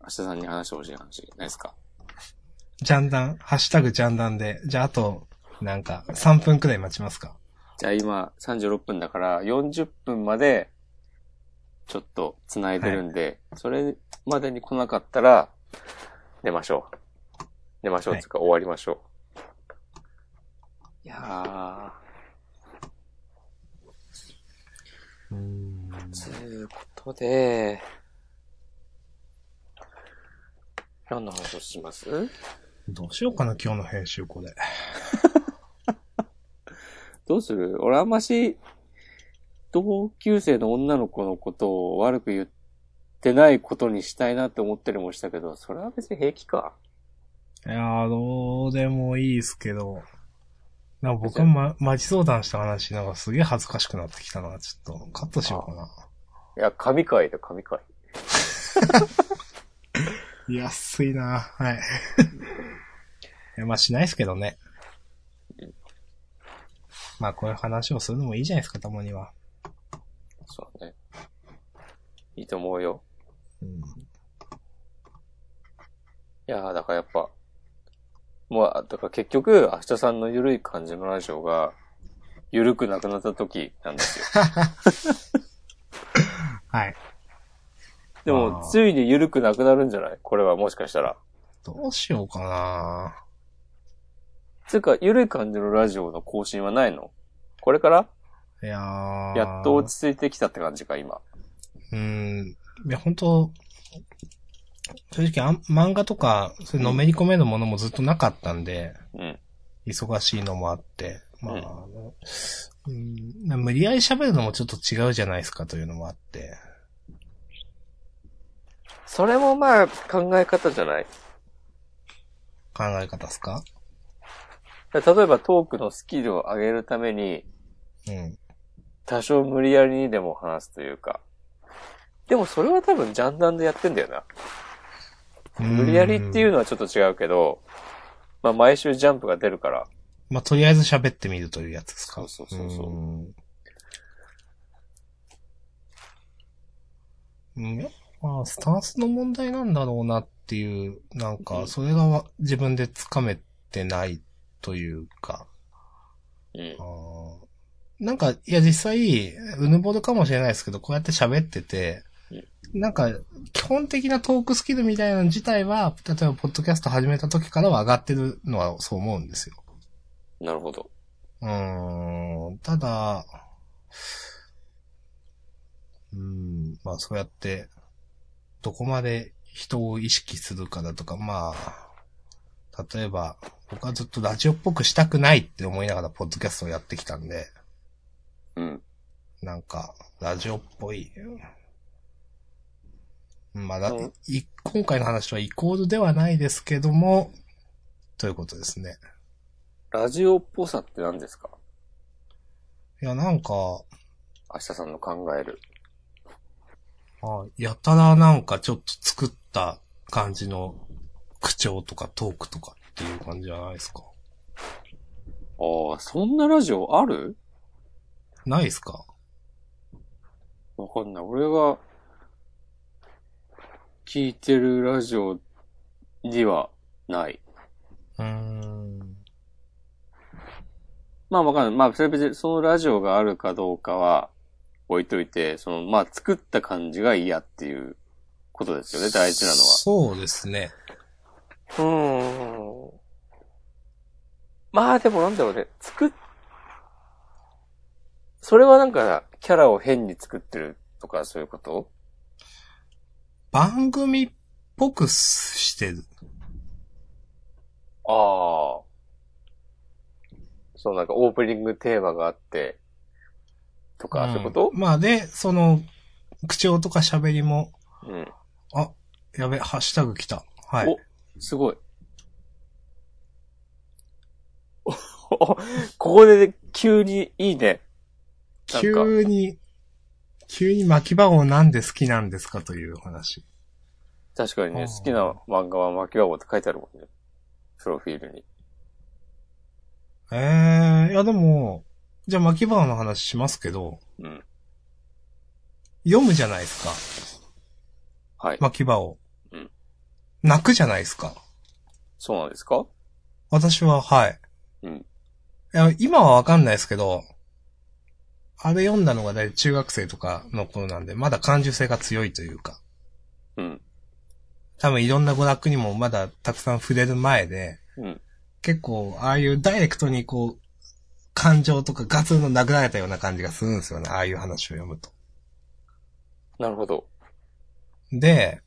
Speaker 1: 明日さんに話してほしい話ないですか
Speaker 2: ジャンダン、ハッシュタグジャンダンで、じゃああと、なんか、3分くらい待ちますか。
Speaker 1: じゃあ今36分だから40分までちょっと繋いでるんで、それまでに来なかったら寝ましょう。寝ましょう
Speaker 2: はい
Speaker 1: つうか終わりましょう。いや
Speaker 2: うーん。
Speaker 1: ー、ということで、何の話をします
Speaker 2: どうしようかな、今日の編集、これ。
Speaker 1: どうする俺あんまし同級生の女の子のことを悪く言ってないことにしたいなって思ったりもしたけど、それは別に平気か。
Speaker 2: いやー、どうでもいいですけど、なんか僕も、ま、待ち相談した話、なんかすげえ恥ずかしくなってきたな。ちょっと、カットしようかな。
Speaker 1: いや、神回だ、神回。
Speaker 2: 安いなはい。い [laughs] や、まあしないですけどね。まあこういう話をするのもいいじゃないですか、たまには。
Speaker 1: そうだね。いいと思うよ。
Speaker 2: うん。
Speaker 1: いやー、だからやっぱ、もう、だから結局、明日さんのゆるい感じのラジオが、ゆるくなくなった時なんです [laughs] よ。
Speaker 2: はい。
Speaker 1: でも
Speaker 2: あ、ー
Speaker 1: ついにゆるくなくなるんじゃないこれはもしかしたら。
Speaker 2: どうしようかな
Speaker 1: つうか、ゆるい感じのラジオの更新はないのこれから
Speaker 2: いやー
Speaker 1: やっと落ち着いてきたって感じか、今。
Speaker 2: うん。いや、本当正直あん、漫画とか、そういうのめり込めるものもずっとなかったんで、
Speaker 1: うん。
Speaker 2: 忙しいのもあって、まあ、
Speaker 1: う
Speaker 2: あ
Speaker 1: ん
Speaker 2: のうん、無理やり喋るのもちょっと違うじゃないですかというのもあって。
Speaker 1: それもまあ、考え方じゃない
Speaker 2: 考え方ですか
Speaker 1: だから例えばトークのスキルを上げるために、
Speaker 2: うん。。
Speaker 1: 多少無理やりにでも話すというか。でもそれは多分ジャンダンでやってんだよな。無理やりっていううんのはちょっと違うけど、まあ毎週ジャンプが出るから、
Speaker 2: まあ、とりあえず喋ってみるというやつです
Speaker 1: そ
Speaker 2: か。
Speaker 1: うそうそうそう
Speaker 2: うんうん。やっぱ、スタンスの問題なんだろうなっていう、なん
Speaker 1: う
Speaker 2: か、
Speaker 1: ん
Speaker 2: それがわ自分でつかめてないというか。
Speaker 1: うん
Speaker 2: あ。ーなんか、いや実際、うぬぼるかもしれないですけど、こうやって喋ってて、なんか、基本的なトークスキルみたいなの自体は、例えば、ポッドキャスト始めた時からは上がってるのはそう思うんですよ。
Speaker 1: なるほど。
Speaker 2: うーん、ただ、うーん、まあそうやって、どこまで人を意識するかだとか、まあ、例えば、僕はずっとラジオっぽくしたくないって思いながらポッドキャストをやってきたんで、
Speaker 1: うん。
Speaker 2: なんか、ラジオっぽい。まあ、だ
Speaker 1: うん
Speaker 2: い今回の話はイコールではないですけども、ということですね。
Speaker 1: ラジオっぽさって何ですか
Speaker 2: いや、なんか、
Speaker 1: 明日さんの考える。
Speaker 2: あやたらなんかちょっと作った感じの口調とかトークとかっていう感じじゃないですか。
Speaker 1: ああ、そんなラジオある
Speaker 2: ないですか
Speaker 1: わかんない。俺が、聞いてるラジオにはない。
Speaker 2: うーん。
Speaker 1: まあわかんない。まあ、それは別にそのラジオがあるかどうかは置いといて、その、まあ作った感じが嫌っていうことですよね、大事な
Speaker 2: そうですね。
Speaker 1: のは。うん。まあでもなんだろうね、作っ、それはなんか、キャラを変に作ってるとかそういうこと
Speaker 2: 番組っぽくしてる。
Speaker 1: ああ。そう、なんかオープニングテーマがあって、とか、そういうこと
Speaker 2: うんまあで、その、口調とか喋りも、
Speaker 1: うん。
Speaker 2: あ、やべ、ハッシュタグ来た。はい。
Speaker 1: お、すごい。お [laughs] おここで急にいいね。なんか
Speaker 2: 急に、急に巻き場をなんで好きなんですかというお話。
Speaker 1: 確かに
Speaker 2: あ
Speaker 1: ね、
Speaker 2: ー
Speaker 1: 好きな漫画は巻き箱って書いてあるもんね。プロフィールに。
Speaker 2: ええいやでも、じゃあ巻き場の話しますけど、
Speaker 1: うん。
Speaker 2: 読むじゃないですか。
Speaker 1: はい。
Speaker 2: 巻き場を。
Speaker 1: うん
Speaker 2: 泣くじゃないですか。
Speaker 1: そうなんですか
Speaker 2: 私は、はい。
Speaker 1: うん
Speaker 2: いや、今はわかんないですけど、あれ読んだのが大体中学生とかの頃なんで、まだ感受性が強いというか、
Speaker 1: うん。
Speaker 2: 多分いろんな娯楽にもまだたくさん触れる前で、
Speaker 1: うん。
Speaker 2: 結構、ああいうダイレクトにこう、感情とかガツンと殴られたような感じがするんですよね。ああいう話を読むと。
Speaker 1: なるほど。
Speaker 2: で、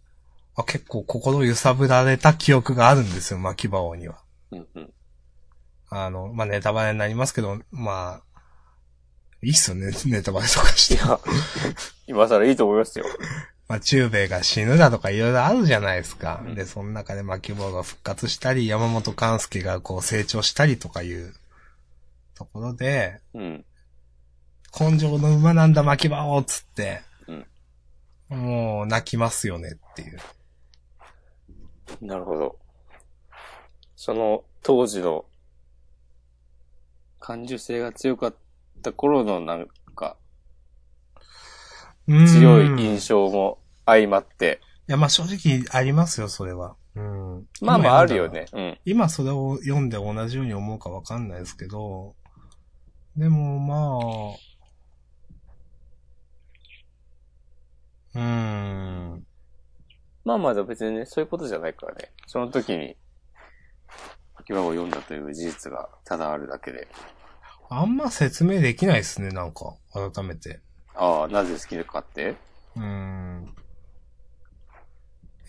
Speaker 2: あ結構心揺さぶられた記憶があるんですよ、巻き場王には。
Speaker 1: うんうん。
Speaker 2: あの、まあ、ネタバレになりますけど、まあ、いいっすよね、 [laughs] ネタバレとかして。
Speaker 1: [laughs] 今更いいと思いますよ。
Speaker 2: まあ、中米が死ぬだとかいろいろあるじゃないですか。
Speaker 1: うん
Speaker 2: で、その中で巻き棒が復活したり、山本勘介がこう成長したりとかいうところで、
Speaker 1: うん。
Speaker 2: 根性の馬なんだ巻き棒をつって、
Speaker 1: うん
Speaker 2: もう泣きますよねっていう。
Speaker 1: なるほど。その当時の感受性が強かった頃のなんか強い
Speaker 2: うん
Speaker 1: 印象も相まって、
Speaker 2: いや、まあ正直ありますよ、それは。うん。
Speaker 1: まあまああるよ
Speaker 2: ね
Speaker 1: ね。うん。
Speaker 2: 今それを読んで同じように思うかわかんないですけど、でもまあ、うーん、
Speaker 1: まあまあでも別にね、そういうことじゃないからね。その時に、秋葉を読んだという事実がただあるだけで、
Speaker 2: あんま説明できないですね、なんか、改めて。
Speaker 1: ああ、なぜ好きかって
Speaker 2: うーん。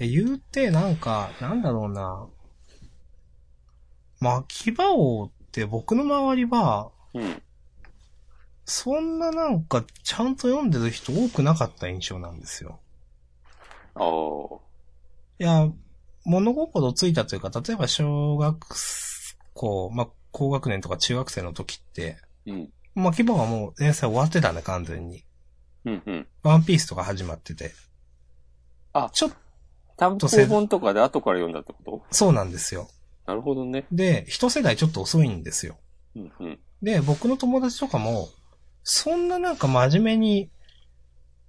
Speaker 2: え、言うて、なんか、なんだろうな。巻き場王って僕の周りは、
Speaker 1: うん。
Speaker 2: そんななんか、ちゃんと読んでる人多くなかった印象なんですよ。
Speaker 1: ああ。
Speaker 2: いや、物心ついたというか、例えば小学校、まあ、高学年とか中学生の時って、
Speaker 1: うん。
Speaker 2: まあ、規模はもう連載終わってたね、完全に。
Speaker 1: うんうん。
Speaker 2: ワンピースとか始まってて。
Speaker 1: あ
Speaker 2: ちょっと、
Speaker 1: 単行本とかで後から読んだってこと
Speaker 2: そうなんですよ。
Speaker 1: なるほどね。
Speaker 2: で、一世代ちょっと遅いんですよ。
Speaker 1: うんうん。
Speaker 2: で、僕の友達とかも、そんななんか真面目に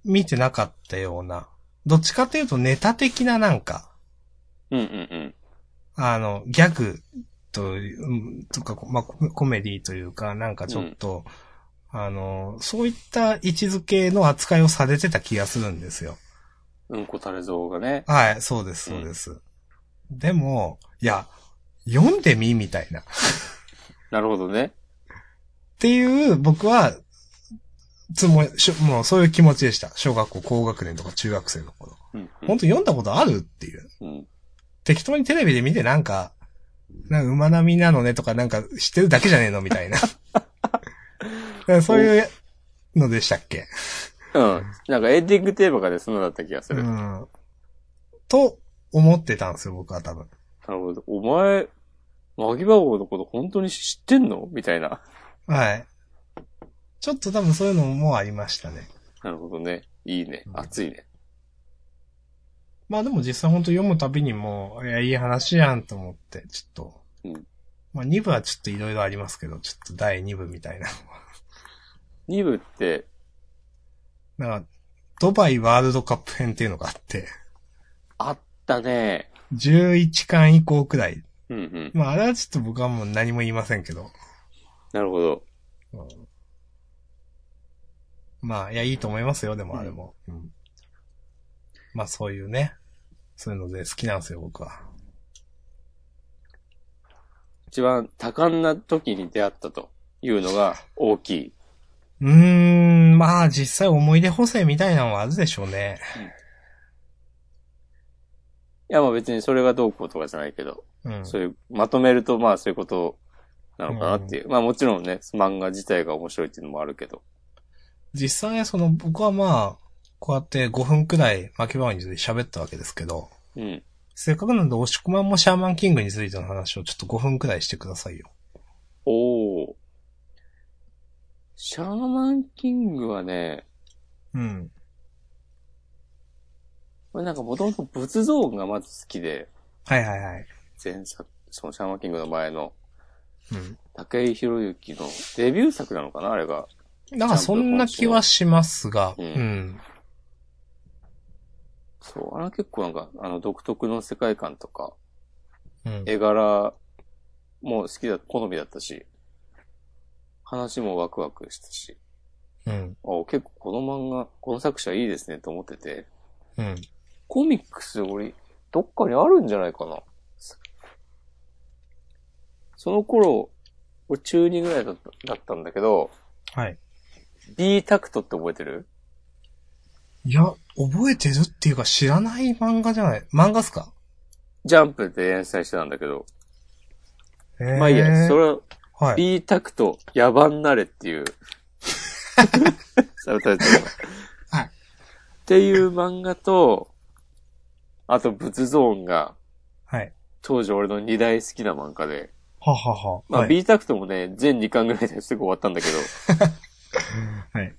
Speaker 2: 見てなかったような、どっちかっていうとネタ的ななんか、
Speaker 1: うんうん
Speaker 2: あの、ギャグという、うんとか、まあ、ココメディというか、なんかちょっと、あの、そういった位置づけの扱いをされてた気がするんですよ。
Speaker 1: うん。うんこたれぞうがね。
Speaker 2: はい、そうです、そうです。でも、いや、読んでみみたいな。
Speaker 1: なるほどね。
Speaker 2: っていう、僕は、つもり、しょもうそういう気持ちでした。小学校高学年とか中学生の頃。
Speaker 1: うんう
Speaker 2: 本
Speaker 1: ん。
Speaker 2: 当に読んだことあるっていう。
Speaker 1: うん。
Speaker 2: 適当にテレビで見てなんか、なんか馬並みなのねとかなんか知ってるだけじゃねえのみたいな。だからそういうのでしたっけ
Speaker 1: うん。なんかエンディングテーマがね、そんなだった気がす
Speaker 2: う
Speaker 1: る。なる
Speaker 2: ん。と思ってたんですよ、僕は多分。
Speaker 1: ほど。お前、マギバゴのこと本当に知ってんのみたいな。
Speaker 2: はい。ちょっと多分そういうのもありましたね。
Speaker 1: なるほどね。いいね
Speaker 2: う。ん
Speaker 1: 熱いね。
Speaker 2: まあでも実際本当読むたびにもう、いや、いい話やんと思って、ちょっと。
Speaker 1: うん
Speaker 2: まあ2部はちょっといろいろありますけど、ちょっと第2部みたいな。
Speaker 1: 2部って、
Speaker 2: なんか、ドバイワールドカップ編っていうのがあって、
Speaker 1: あったね。
Speaker 2: 11巻以降くらい。
Speaker 1: うんうん。
Speaker 2: まああれはちょっと僕はもう何も言いませんけど。
Speaker 1: なるほど。
Speaker 2: うんまあ、いや、いいと思いますよ、でもあれも。うんまあそういうね、そういうので好きなんですよ、僕は。
Speaker 1: 一番多感な時に出会ったというのが大きい。
Speaker 2: うーん、まあ実際思い出補正みたいなのはあるでしょうね。
Speaker 1: いや、まあ別にそれがどうこうとかじゃないけど、
Speaker 2: うん。
Speaker 1: そういう、まとめるとまあそういうことなのかなっていう。まあもちろんね、漫画自体が面白いっていうのもあるけど。
Speaker 2: 実際その僕はまあ、こうやって5分くらい巻き場について喋ったわけですけど、
Speaker 1: うん。
Speaker 2: せっかくなんで押し込まんもシャーマンキングについての話をちょっと5分くらいしてくださいよ。
Speaker 1: おー。シャーマンキングはね、
Speaker 2: うん。
Speaker 1: これなんかもともと仏像がまず好きで、
Speaker 2: はいはいはい。
Speaker 1: 前作、そのシャーマンキングの前の、
Speaker 2: う
Speaker 1: 武井宏之のデビュー作なのかなあれが。
Speaker 2: ん。なんかそんな気はしますが、う
Speaker 1: うん
Speaker 2: ん。
Speaker 1: そう、あれは結構なんか、あの独特の世界観とか、
Speaker 2: うん。
Speaker 1: 絵柄も好きだ、好みだったし、話もワクワクしたし、
Speaker 2: うん。
Speaker 1: お結構この漫画、この作者いいですねと思ってて、
Speaker 2: うん。
Speaker 1: コミックス俺、どっかにあるんじゃないかな。その頃、俺中2ぐらいだっただったんだけど、
Speaker 2: はい。
Speaker 1: D タクトって覚えてる
Speaker 2: いや、覚えてるっていうか知らない漫画じゃない。漫画っすか
Speaker 1: ジャンプで連載してたんだけど、
Speaker 2: え
Speaker 1: まあいいや、そ
Speaker 2: れ。
Speaker 1: れは
Speaker 2: はい。
Speaker 1: B タクト、野蛮なれっていう、サブタイトルが
Speaker 2: はい
Speaker 1: っていう漫画と、あと、仏ゾーンが、
Speaker 2: はい。
Speaker 1: 当時俺の二大好きな漫画で、
Speaker 2: ははは。
Speaker 1: まあ、
Speaker 2: はい
Speaker 1: B タクトもね、全2巻ぐらいですぐ終わったんだけど、
Speaker 2: [laughs] はい。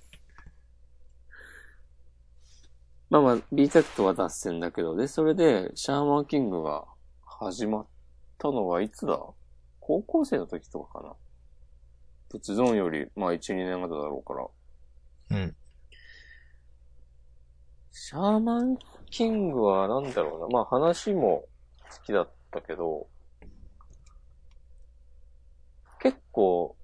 Speaker 1: まあまあ、B タクトは脱線だけど、で、それで、シャーマンキングが始まったのはいつだ高校生の時とかかな。仏ゾーンより、まあ、1、2年後だろうから。
Speaker 2: うん。
Speaker 1: シャーマンキングはなんだろうな。まあ話も好きだったけど、結構、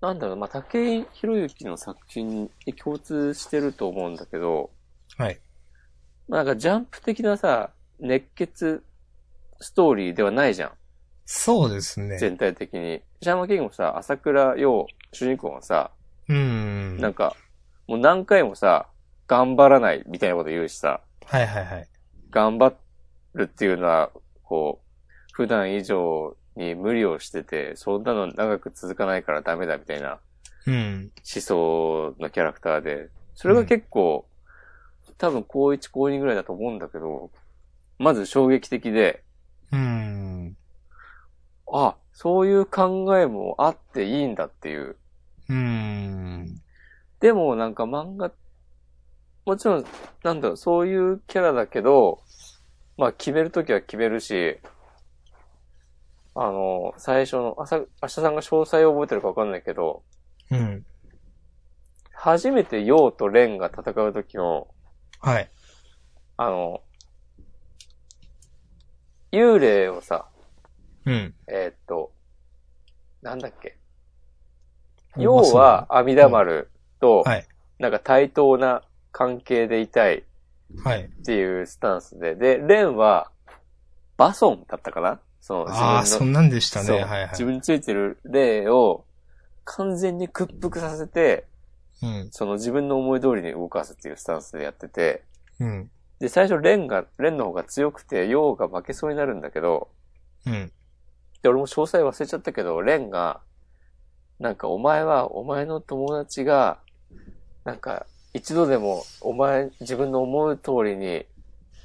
Speaker 1: なんだろうな、まあ竹井宏之の作品に共通してると思うんだけど、
Speaker 2: はい。
Speaker 1: まあなんかジャンプ的なさ、熱血ストーリーではないじゃん。
Speaker 2: そうですね。
Speaker 1: 全体的に。シャーマンキングもさ、朝倉陽、主人公はさ、
Speaker 2: うん。
Speaker 1: なんか、もう何回もさ、頑張らないみたいなこと言うしさ、
Speaker 2: はいはいはい。
Speaker 1: 頑張るっていうのは、こう、普段以上に無理をしてて、そんなの長く続かないからダメだみたいな
Speaker 2: うん。
Speaker 1: 思想のキャラクターで、それが結構、多分高1高2ぐらいだと思うんだけど、まず衝撃的で、
Speaker 2: うん。
Speaker 1: あ、そういう考えもあっていいんだっていう。
Speaker 2: うーん。
Speaker 1: でもなんか漫画、もちろん、なんだろう、そういうキャラだけど、まあ決めるときは決めるし、あの、最初の、朝、明日さんが詳細を覚えてるかわかんないけど、
Speaker 2: うん。
Speaker 1: 初めて陽と蓮が戦うときの、
Speaker 2: はい。
Speaker 1: あの、幽霊をさ、
Speaker 2: うん。
Speaker 1: えーっと、なんだっけ。要
Speaker 2: 要
Speaker 1: は、、阿弥陀丸と、
Speaker 2: はい。
Speaker 1: なんか対等な関係でいたいっ
Speaker 2: はい。
Speaker 1: ていうスタンスで、で、レンは、バソンだったかなその、
Speaker 2: ああ、
Speaker 1: 自
Speaker 2: そ
Speaker 1: 分の、
Speaker 2: んなんでした
Speaker 1: そう
Speaker 2: ね。はいはい
Speaker 1: 自。分についてる霊を完全に屈服させて、
Speaker 2: うん。
Speaker 1: その自分の思い通りに動かすっていうスタンスでやってて、
Speaker 2: うん。
Speaker 1: で、最初、レンが、レンの方が強くて、ヨウが負けそうになるんだけど、
Speaker 2: うん。
Speaker 1: で、俺も詳細忘れちゃったけど、レンが、なんかお前は、お前の友達が、なんか、一度でも、お前、自分の思う通りに、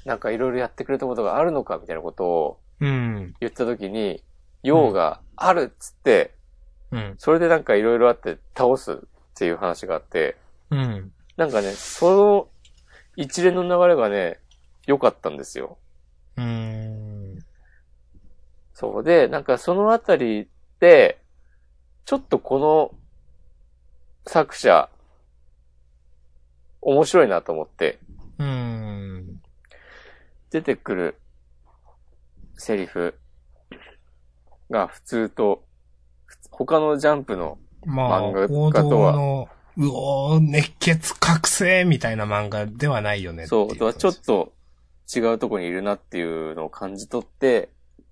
Speaker 1: なんかいろいろやってくれたことがあるのか、みたいなことを
Speaker 2: うん。
Speaker 1: 言った時に、ヨウが、あるっつって、
Speaker 2: うん。
Speaker 1: それでなんかいろいろあって倒すっていう話があって、
Speaker 2: うん。
Speaker 1: なんかね、その一連の流れがね、良かったんですよ。
Speaker 2: うん。
Speaker 1: そうで、なんかそのあたりで、ちょっとこの作者、面白いなと思って、
Speaker 2: うん。
Speaker 1: 出てくるセリフが普通と、他のジャンプの、
Speaker 2: まあ、
Speaker 1: 漫
Speaker 2: 王
Speaker 1: 画家とは
Speaker 2: 道の、うおー、熱血覚醒みたいな漫画ではないよねってい
Speaker 1: そう、とはちょっ
Speaker 2: と。
Speaker 1: と違うとこにいるなっていうのを感じ取って、っ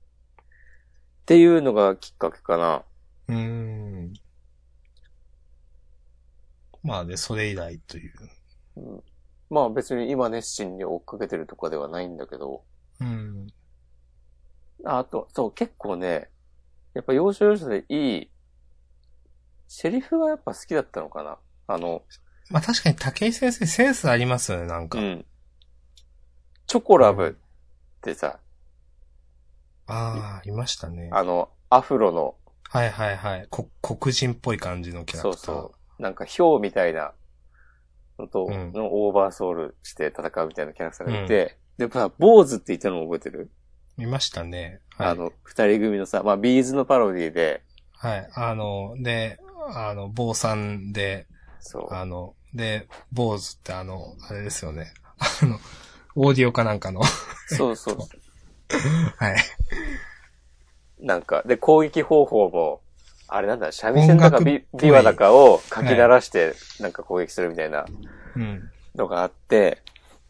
Speaker 1: ていうのがきっかけかな。
Speaker 2: うん。まあ、で、それ以来という。
Speaker 1: うんまあ別に今熱心に追っかけてるとかではないんだけど、
Speaker 2: うん。
Speaker 1: ああと、そう、結構ね、やっぱ要所要所でいい、セリフがやっぱ好きだったのかなあの、
Speaker 2: まあ、確かに武井先生センスありますよね、なんか。
Speaker 1: ん。チョコラブってさ、
Speaker 2: ああ、いましたね。
Speaker 1: あの、アフロの、
Speaker 2: はいはいはい。こ黒人っぽい感じのキャラ
Speaker 1: そう
Speaker 2: クター。
Speaker 1: そう、なんかヒョウみたいなのと、
Speaker 2: うん
Speaker 1: のオーバーソウルして戦うみたいなキャラクターがいて、で、まあ、坊主って言ったのも覚えてる、
Speaker 2: 見ましたね。はい。
Speaker 1: あの、二人組のさ、まあ、ビーズのパロディで、
Speaker 2: はい。あの、で、あの、坊さんで、
Speaker 1: そう。
Speaker 2: あの、で、坊主ってあの、あれですよね。あの、オーディオかなんかの。
Speaker 1: そうそう。
Speaker 2: [laughs] はい。
Speaker 1: なんか、で、攻撃方法も、あれなんだ、三味線だか
Speaker 2: 音楽っ
Speaker 1: ビ
Speaker 2: ぽい
Speaker 1: ビワだかをかき鳴らして、なんか攻撃するみたいな
Speaker 2: うん。
Speaker 1: のがあって、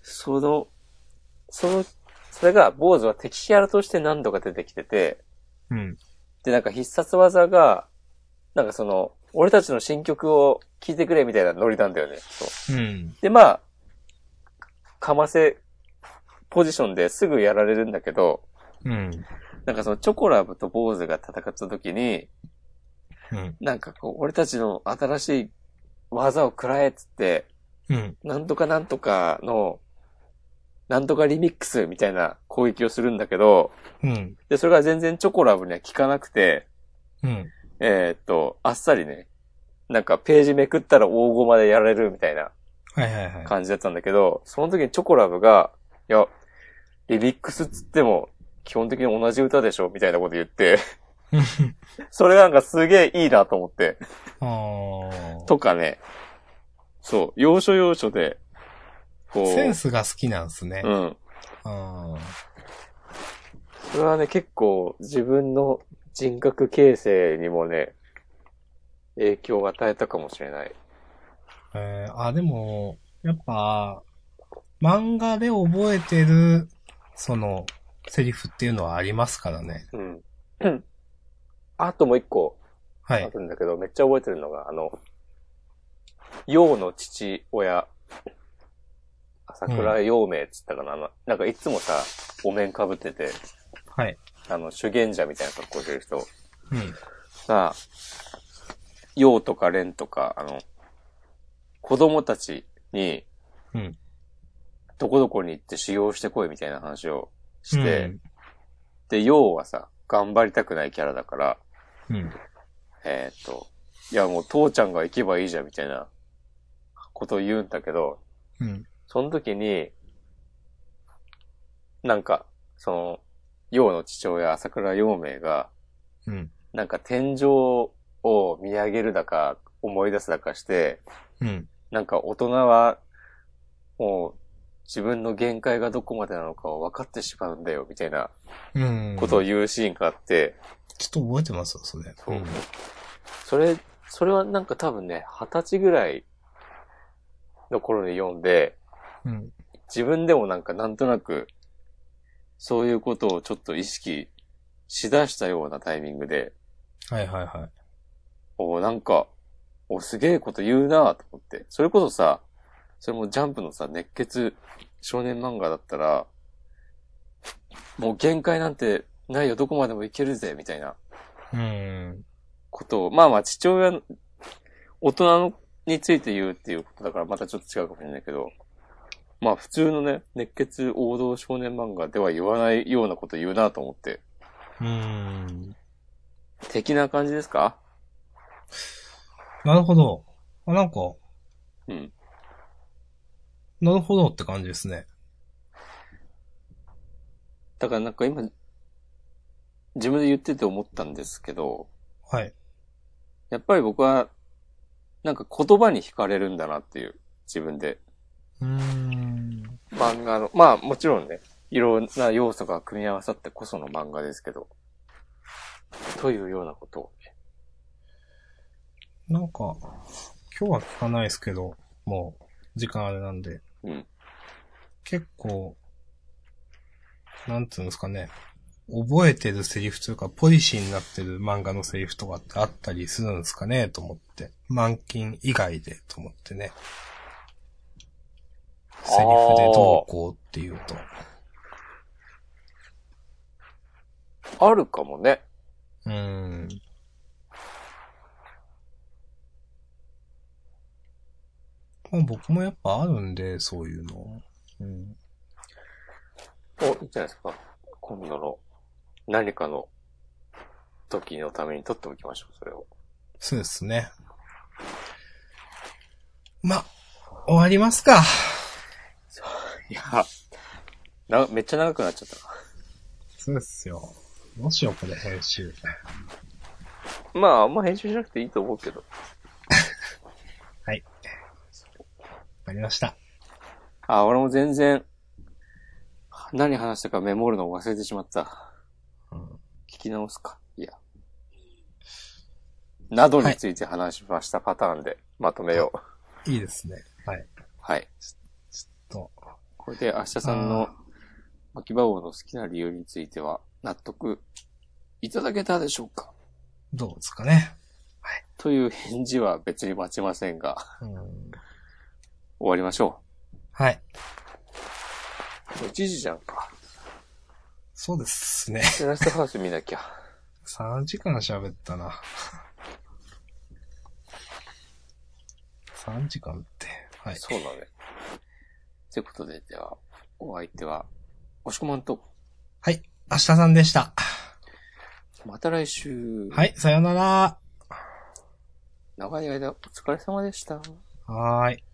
Speaker 1: その、その、それが、坊主は敵キャラとして何度か出てきてて、
Speaker 2: うん。
Speaker 1: で、なんか必殺技が、なんかその、俺たちの新曲を聴いてくれみたいなノリなんだよね。そう
Speaker 2: うん。
Speaker 1: で、まあ、かませポジションですぐやられるんだけど、
Speaker 2: うん。
Speaker 1: なんかそのチョコラブと坊主が戦った時に、
Speaker 2: うん。
Speaker 1: なんかこう、俺たちの新しい技を食らえっつって、
Speaker 2: うん。
Speaker 1: なんとかなんとかの、なんとかリミックスみたいな攻撃をするんだけど、
Speaker 2: うん。
Speaker 1: で、それが全然チョコラブには効かなくて、
Speaker 2: うん。
Speaker 1: えーっと、あっさりね、なんかページめくったら大駒でやられるみたいな
Speaker 2: はいはいはい。
Speaker 1: 感じだったんだけど、その時にチョコラブが、いや、リミックスっつっても、基本的に同じ歌でしょみたいなこと言
Speaker 2: [laughs]
Speaker 1: って、それがなんかすげえいいなと思って。
Speaker 2: あー
Speaker 1: とかね、そう、要所要所で、こう、
Speaker 2: センスが好きなんですね。
Speaker 1: うん。
Speaker 2: あ
Speaker 1: それはね、結構自分の人格形成にもね、影響を与えたかもしれない。
Speaker 2: ーえー、あ、でも、やっぱ、漫画で覚えてる、その、セリフっていうのはありますからね。
Speaker 1: うん。 [clears throat] あともう一個
Speaker 2: は
Speaker 1: あ
Speaker 2: い。
Speaker 1: るんだけど、めっちゃ覚えてるのが、あの、陽の父親、朝倉陽明っつったかな、あのなんかいつもさ、お面被ってて、
Speaker 2: はい。
Speaker 1: あの、修験者みたいな格好してる人。
Speaker 2: うん。
Speaker 1: さあ、陽とか蓮とか、あの、子供たちに、
Speaker 2: うん
Speaker 1: どこどこに行って修行してこいみたいな話をして、で、陽はさ、頑張りたくないキャラだから、
Speaker 2: うん。
Speaker 1: えーっと、いやもう父ちゃんが行けばいいじゃんみたいなことを言うんだけど、
Speaker 2: うん。
Speaker 1: その時に、なんか、その、陽の父親、朝倉陽明が、
Speaker 2: うん。
Speaker 1: なんか天井を見上げるだか、思い出すだかして、
Speaker 2: うん。
Speaker 1: なんか大人は、もう、自分の限界がどこまでなのかを分かってしまうんだよ、みたいな
Speaker 2: うん。
Speaker 1: ことを言うシーンがあって、
Speaker 2: ちょっと覚えてますよ、それ。
Speaker 1: そうそれ、それはなんか多分ね、二十歳ぐらいの頃に読んで、
Speaker 2: うん。うん。
Speaker 1: 自分でもなんかなんとなく、そういうことをちょっと意識しだしたようなタイミングで、
Speaker 2: はいはいはい。
Speaker 1: おおなんか、おすげえこと言うなぁと思って。それこそさ、それもジャンプのさ、熱血少年漫画だったら、もう限界なんてないよ、どこまでもいけるぜ、みたいな
Speaker 2: うん。
Speaker 1: ことを、まあまあ父親の、大人のについて言うっていうことだからまたちょっと違うかもしれないけど、まあ普通のね、熱血王道少年漫画では言わないようなこと言うなと思って。
Speaker 2: うん。
Speaker 1: 的な感じですか
Speaker 2: なるほど。あ、なんか、
Speaker 1: うん。
Speaker 2: なるほどって感じですね。
Speaker 1: だからなんか今、自分で言ってて思ったんですけど、
Speaker 2: はい。
Speaker 1: やっぱり僕は、なんか言葉に惹かれるんだなっていう、自分で。
Speaker 2: うん。
Speaker 1: 漫画の、まあもちろんね、いろんな要素が組み合わさってこその漫画ですけど、というようなことをね。
Speaker 2: なんか、今日は聞かないですけど、もう、時間あれなんで。
Speaker 1: うん。
Speaker 2: 結構、なんていうんですかね。覚えてるセリフというか、ポリシーになってる漫画のセリフとかってあったりするんですかねと思って。満金以外で、と思ってね。セリフでどうこうっていうと。
Speaker 1: あるかもね。
Speaker 2: うーん。まあ僕もやっぱあるんで、そういうの。うん。
Speaker 1: お、いいんじゃないですか。今度の何かの時のために取っておきましょう、それを。
Speaker 2: そうですね。ま、終わりますか。
Speaker 1: いや、な、めっちゃ長くなっちゃった
Speaker 2: そうですよ。どうしよう、これ編集。
Speaker 1: な。まあ、あんま編集しなくていいと思うけど。
Speaker 2: はい。わかりました。
Speaker 1: あ、俺も全然、何話したかメモるの忘れてしまった。
Speaker 2: うん
Speaker 1: 聞き直すか。いや。などについて話しましたパターンでまとめよう。
Speaker 2: いいですね。はい。
Speaker 1: はい。
Speaker 2: と。
Speaker 1: これで明日さんの秋葉王の好きな理由については納得いただけたでしょうか
Speaker 2: どうですかね。
Speaker 1: という返事は別に待ちませんが、 [laughs]
Speaker 2: うん。
Speaker 1: 終わりましょ
Speaker 2: はい。
Speaker 1: う。もう1時じゃんか。
Speaker 2: そうですね。
Speaker 1: テラストハウス見なきゃ。
Speaker 2: 3時間喋ったな。3時間って。はい。
Speaker 1: そうだね。ということで、では、お相手は、おしこまんと、
Speaker 2: はい。明日さんでした。
Speaker 1: また来週。。
Speaker 2: はいい、さよなら。
Speaker 1: 長い間、お疲れ様でした。
Speaker 2: はーい。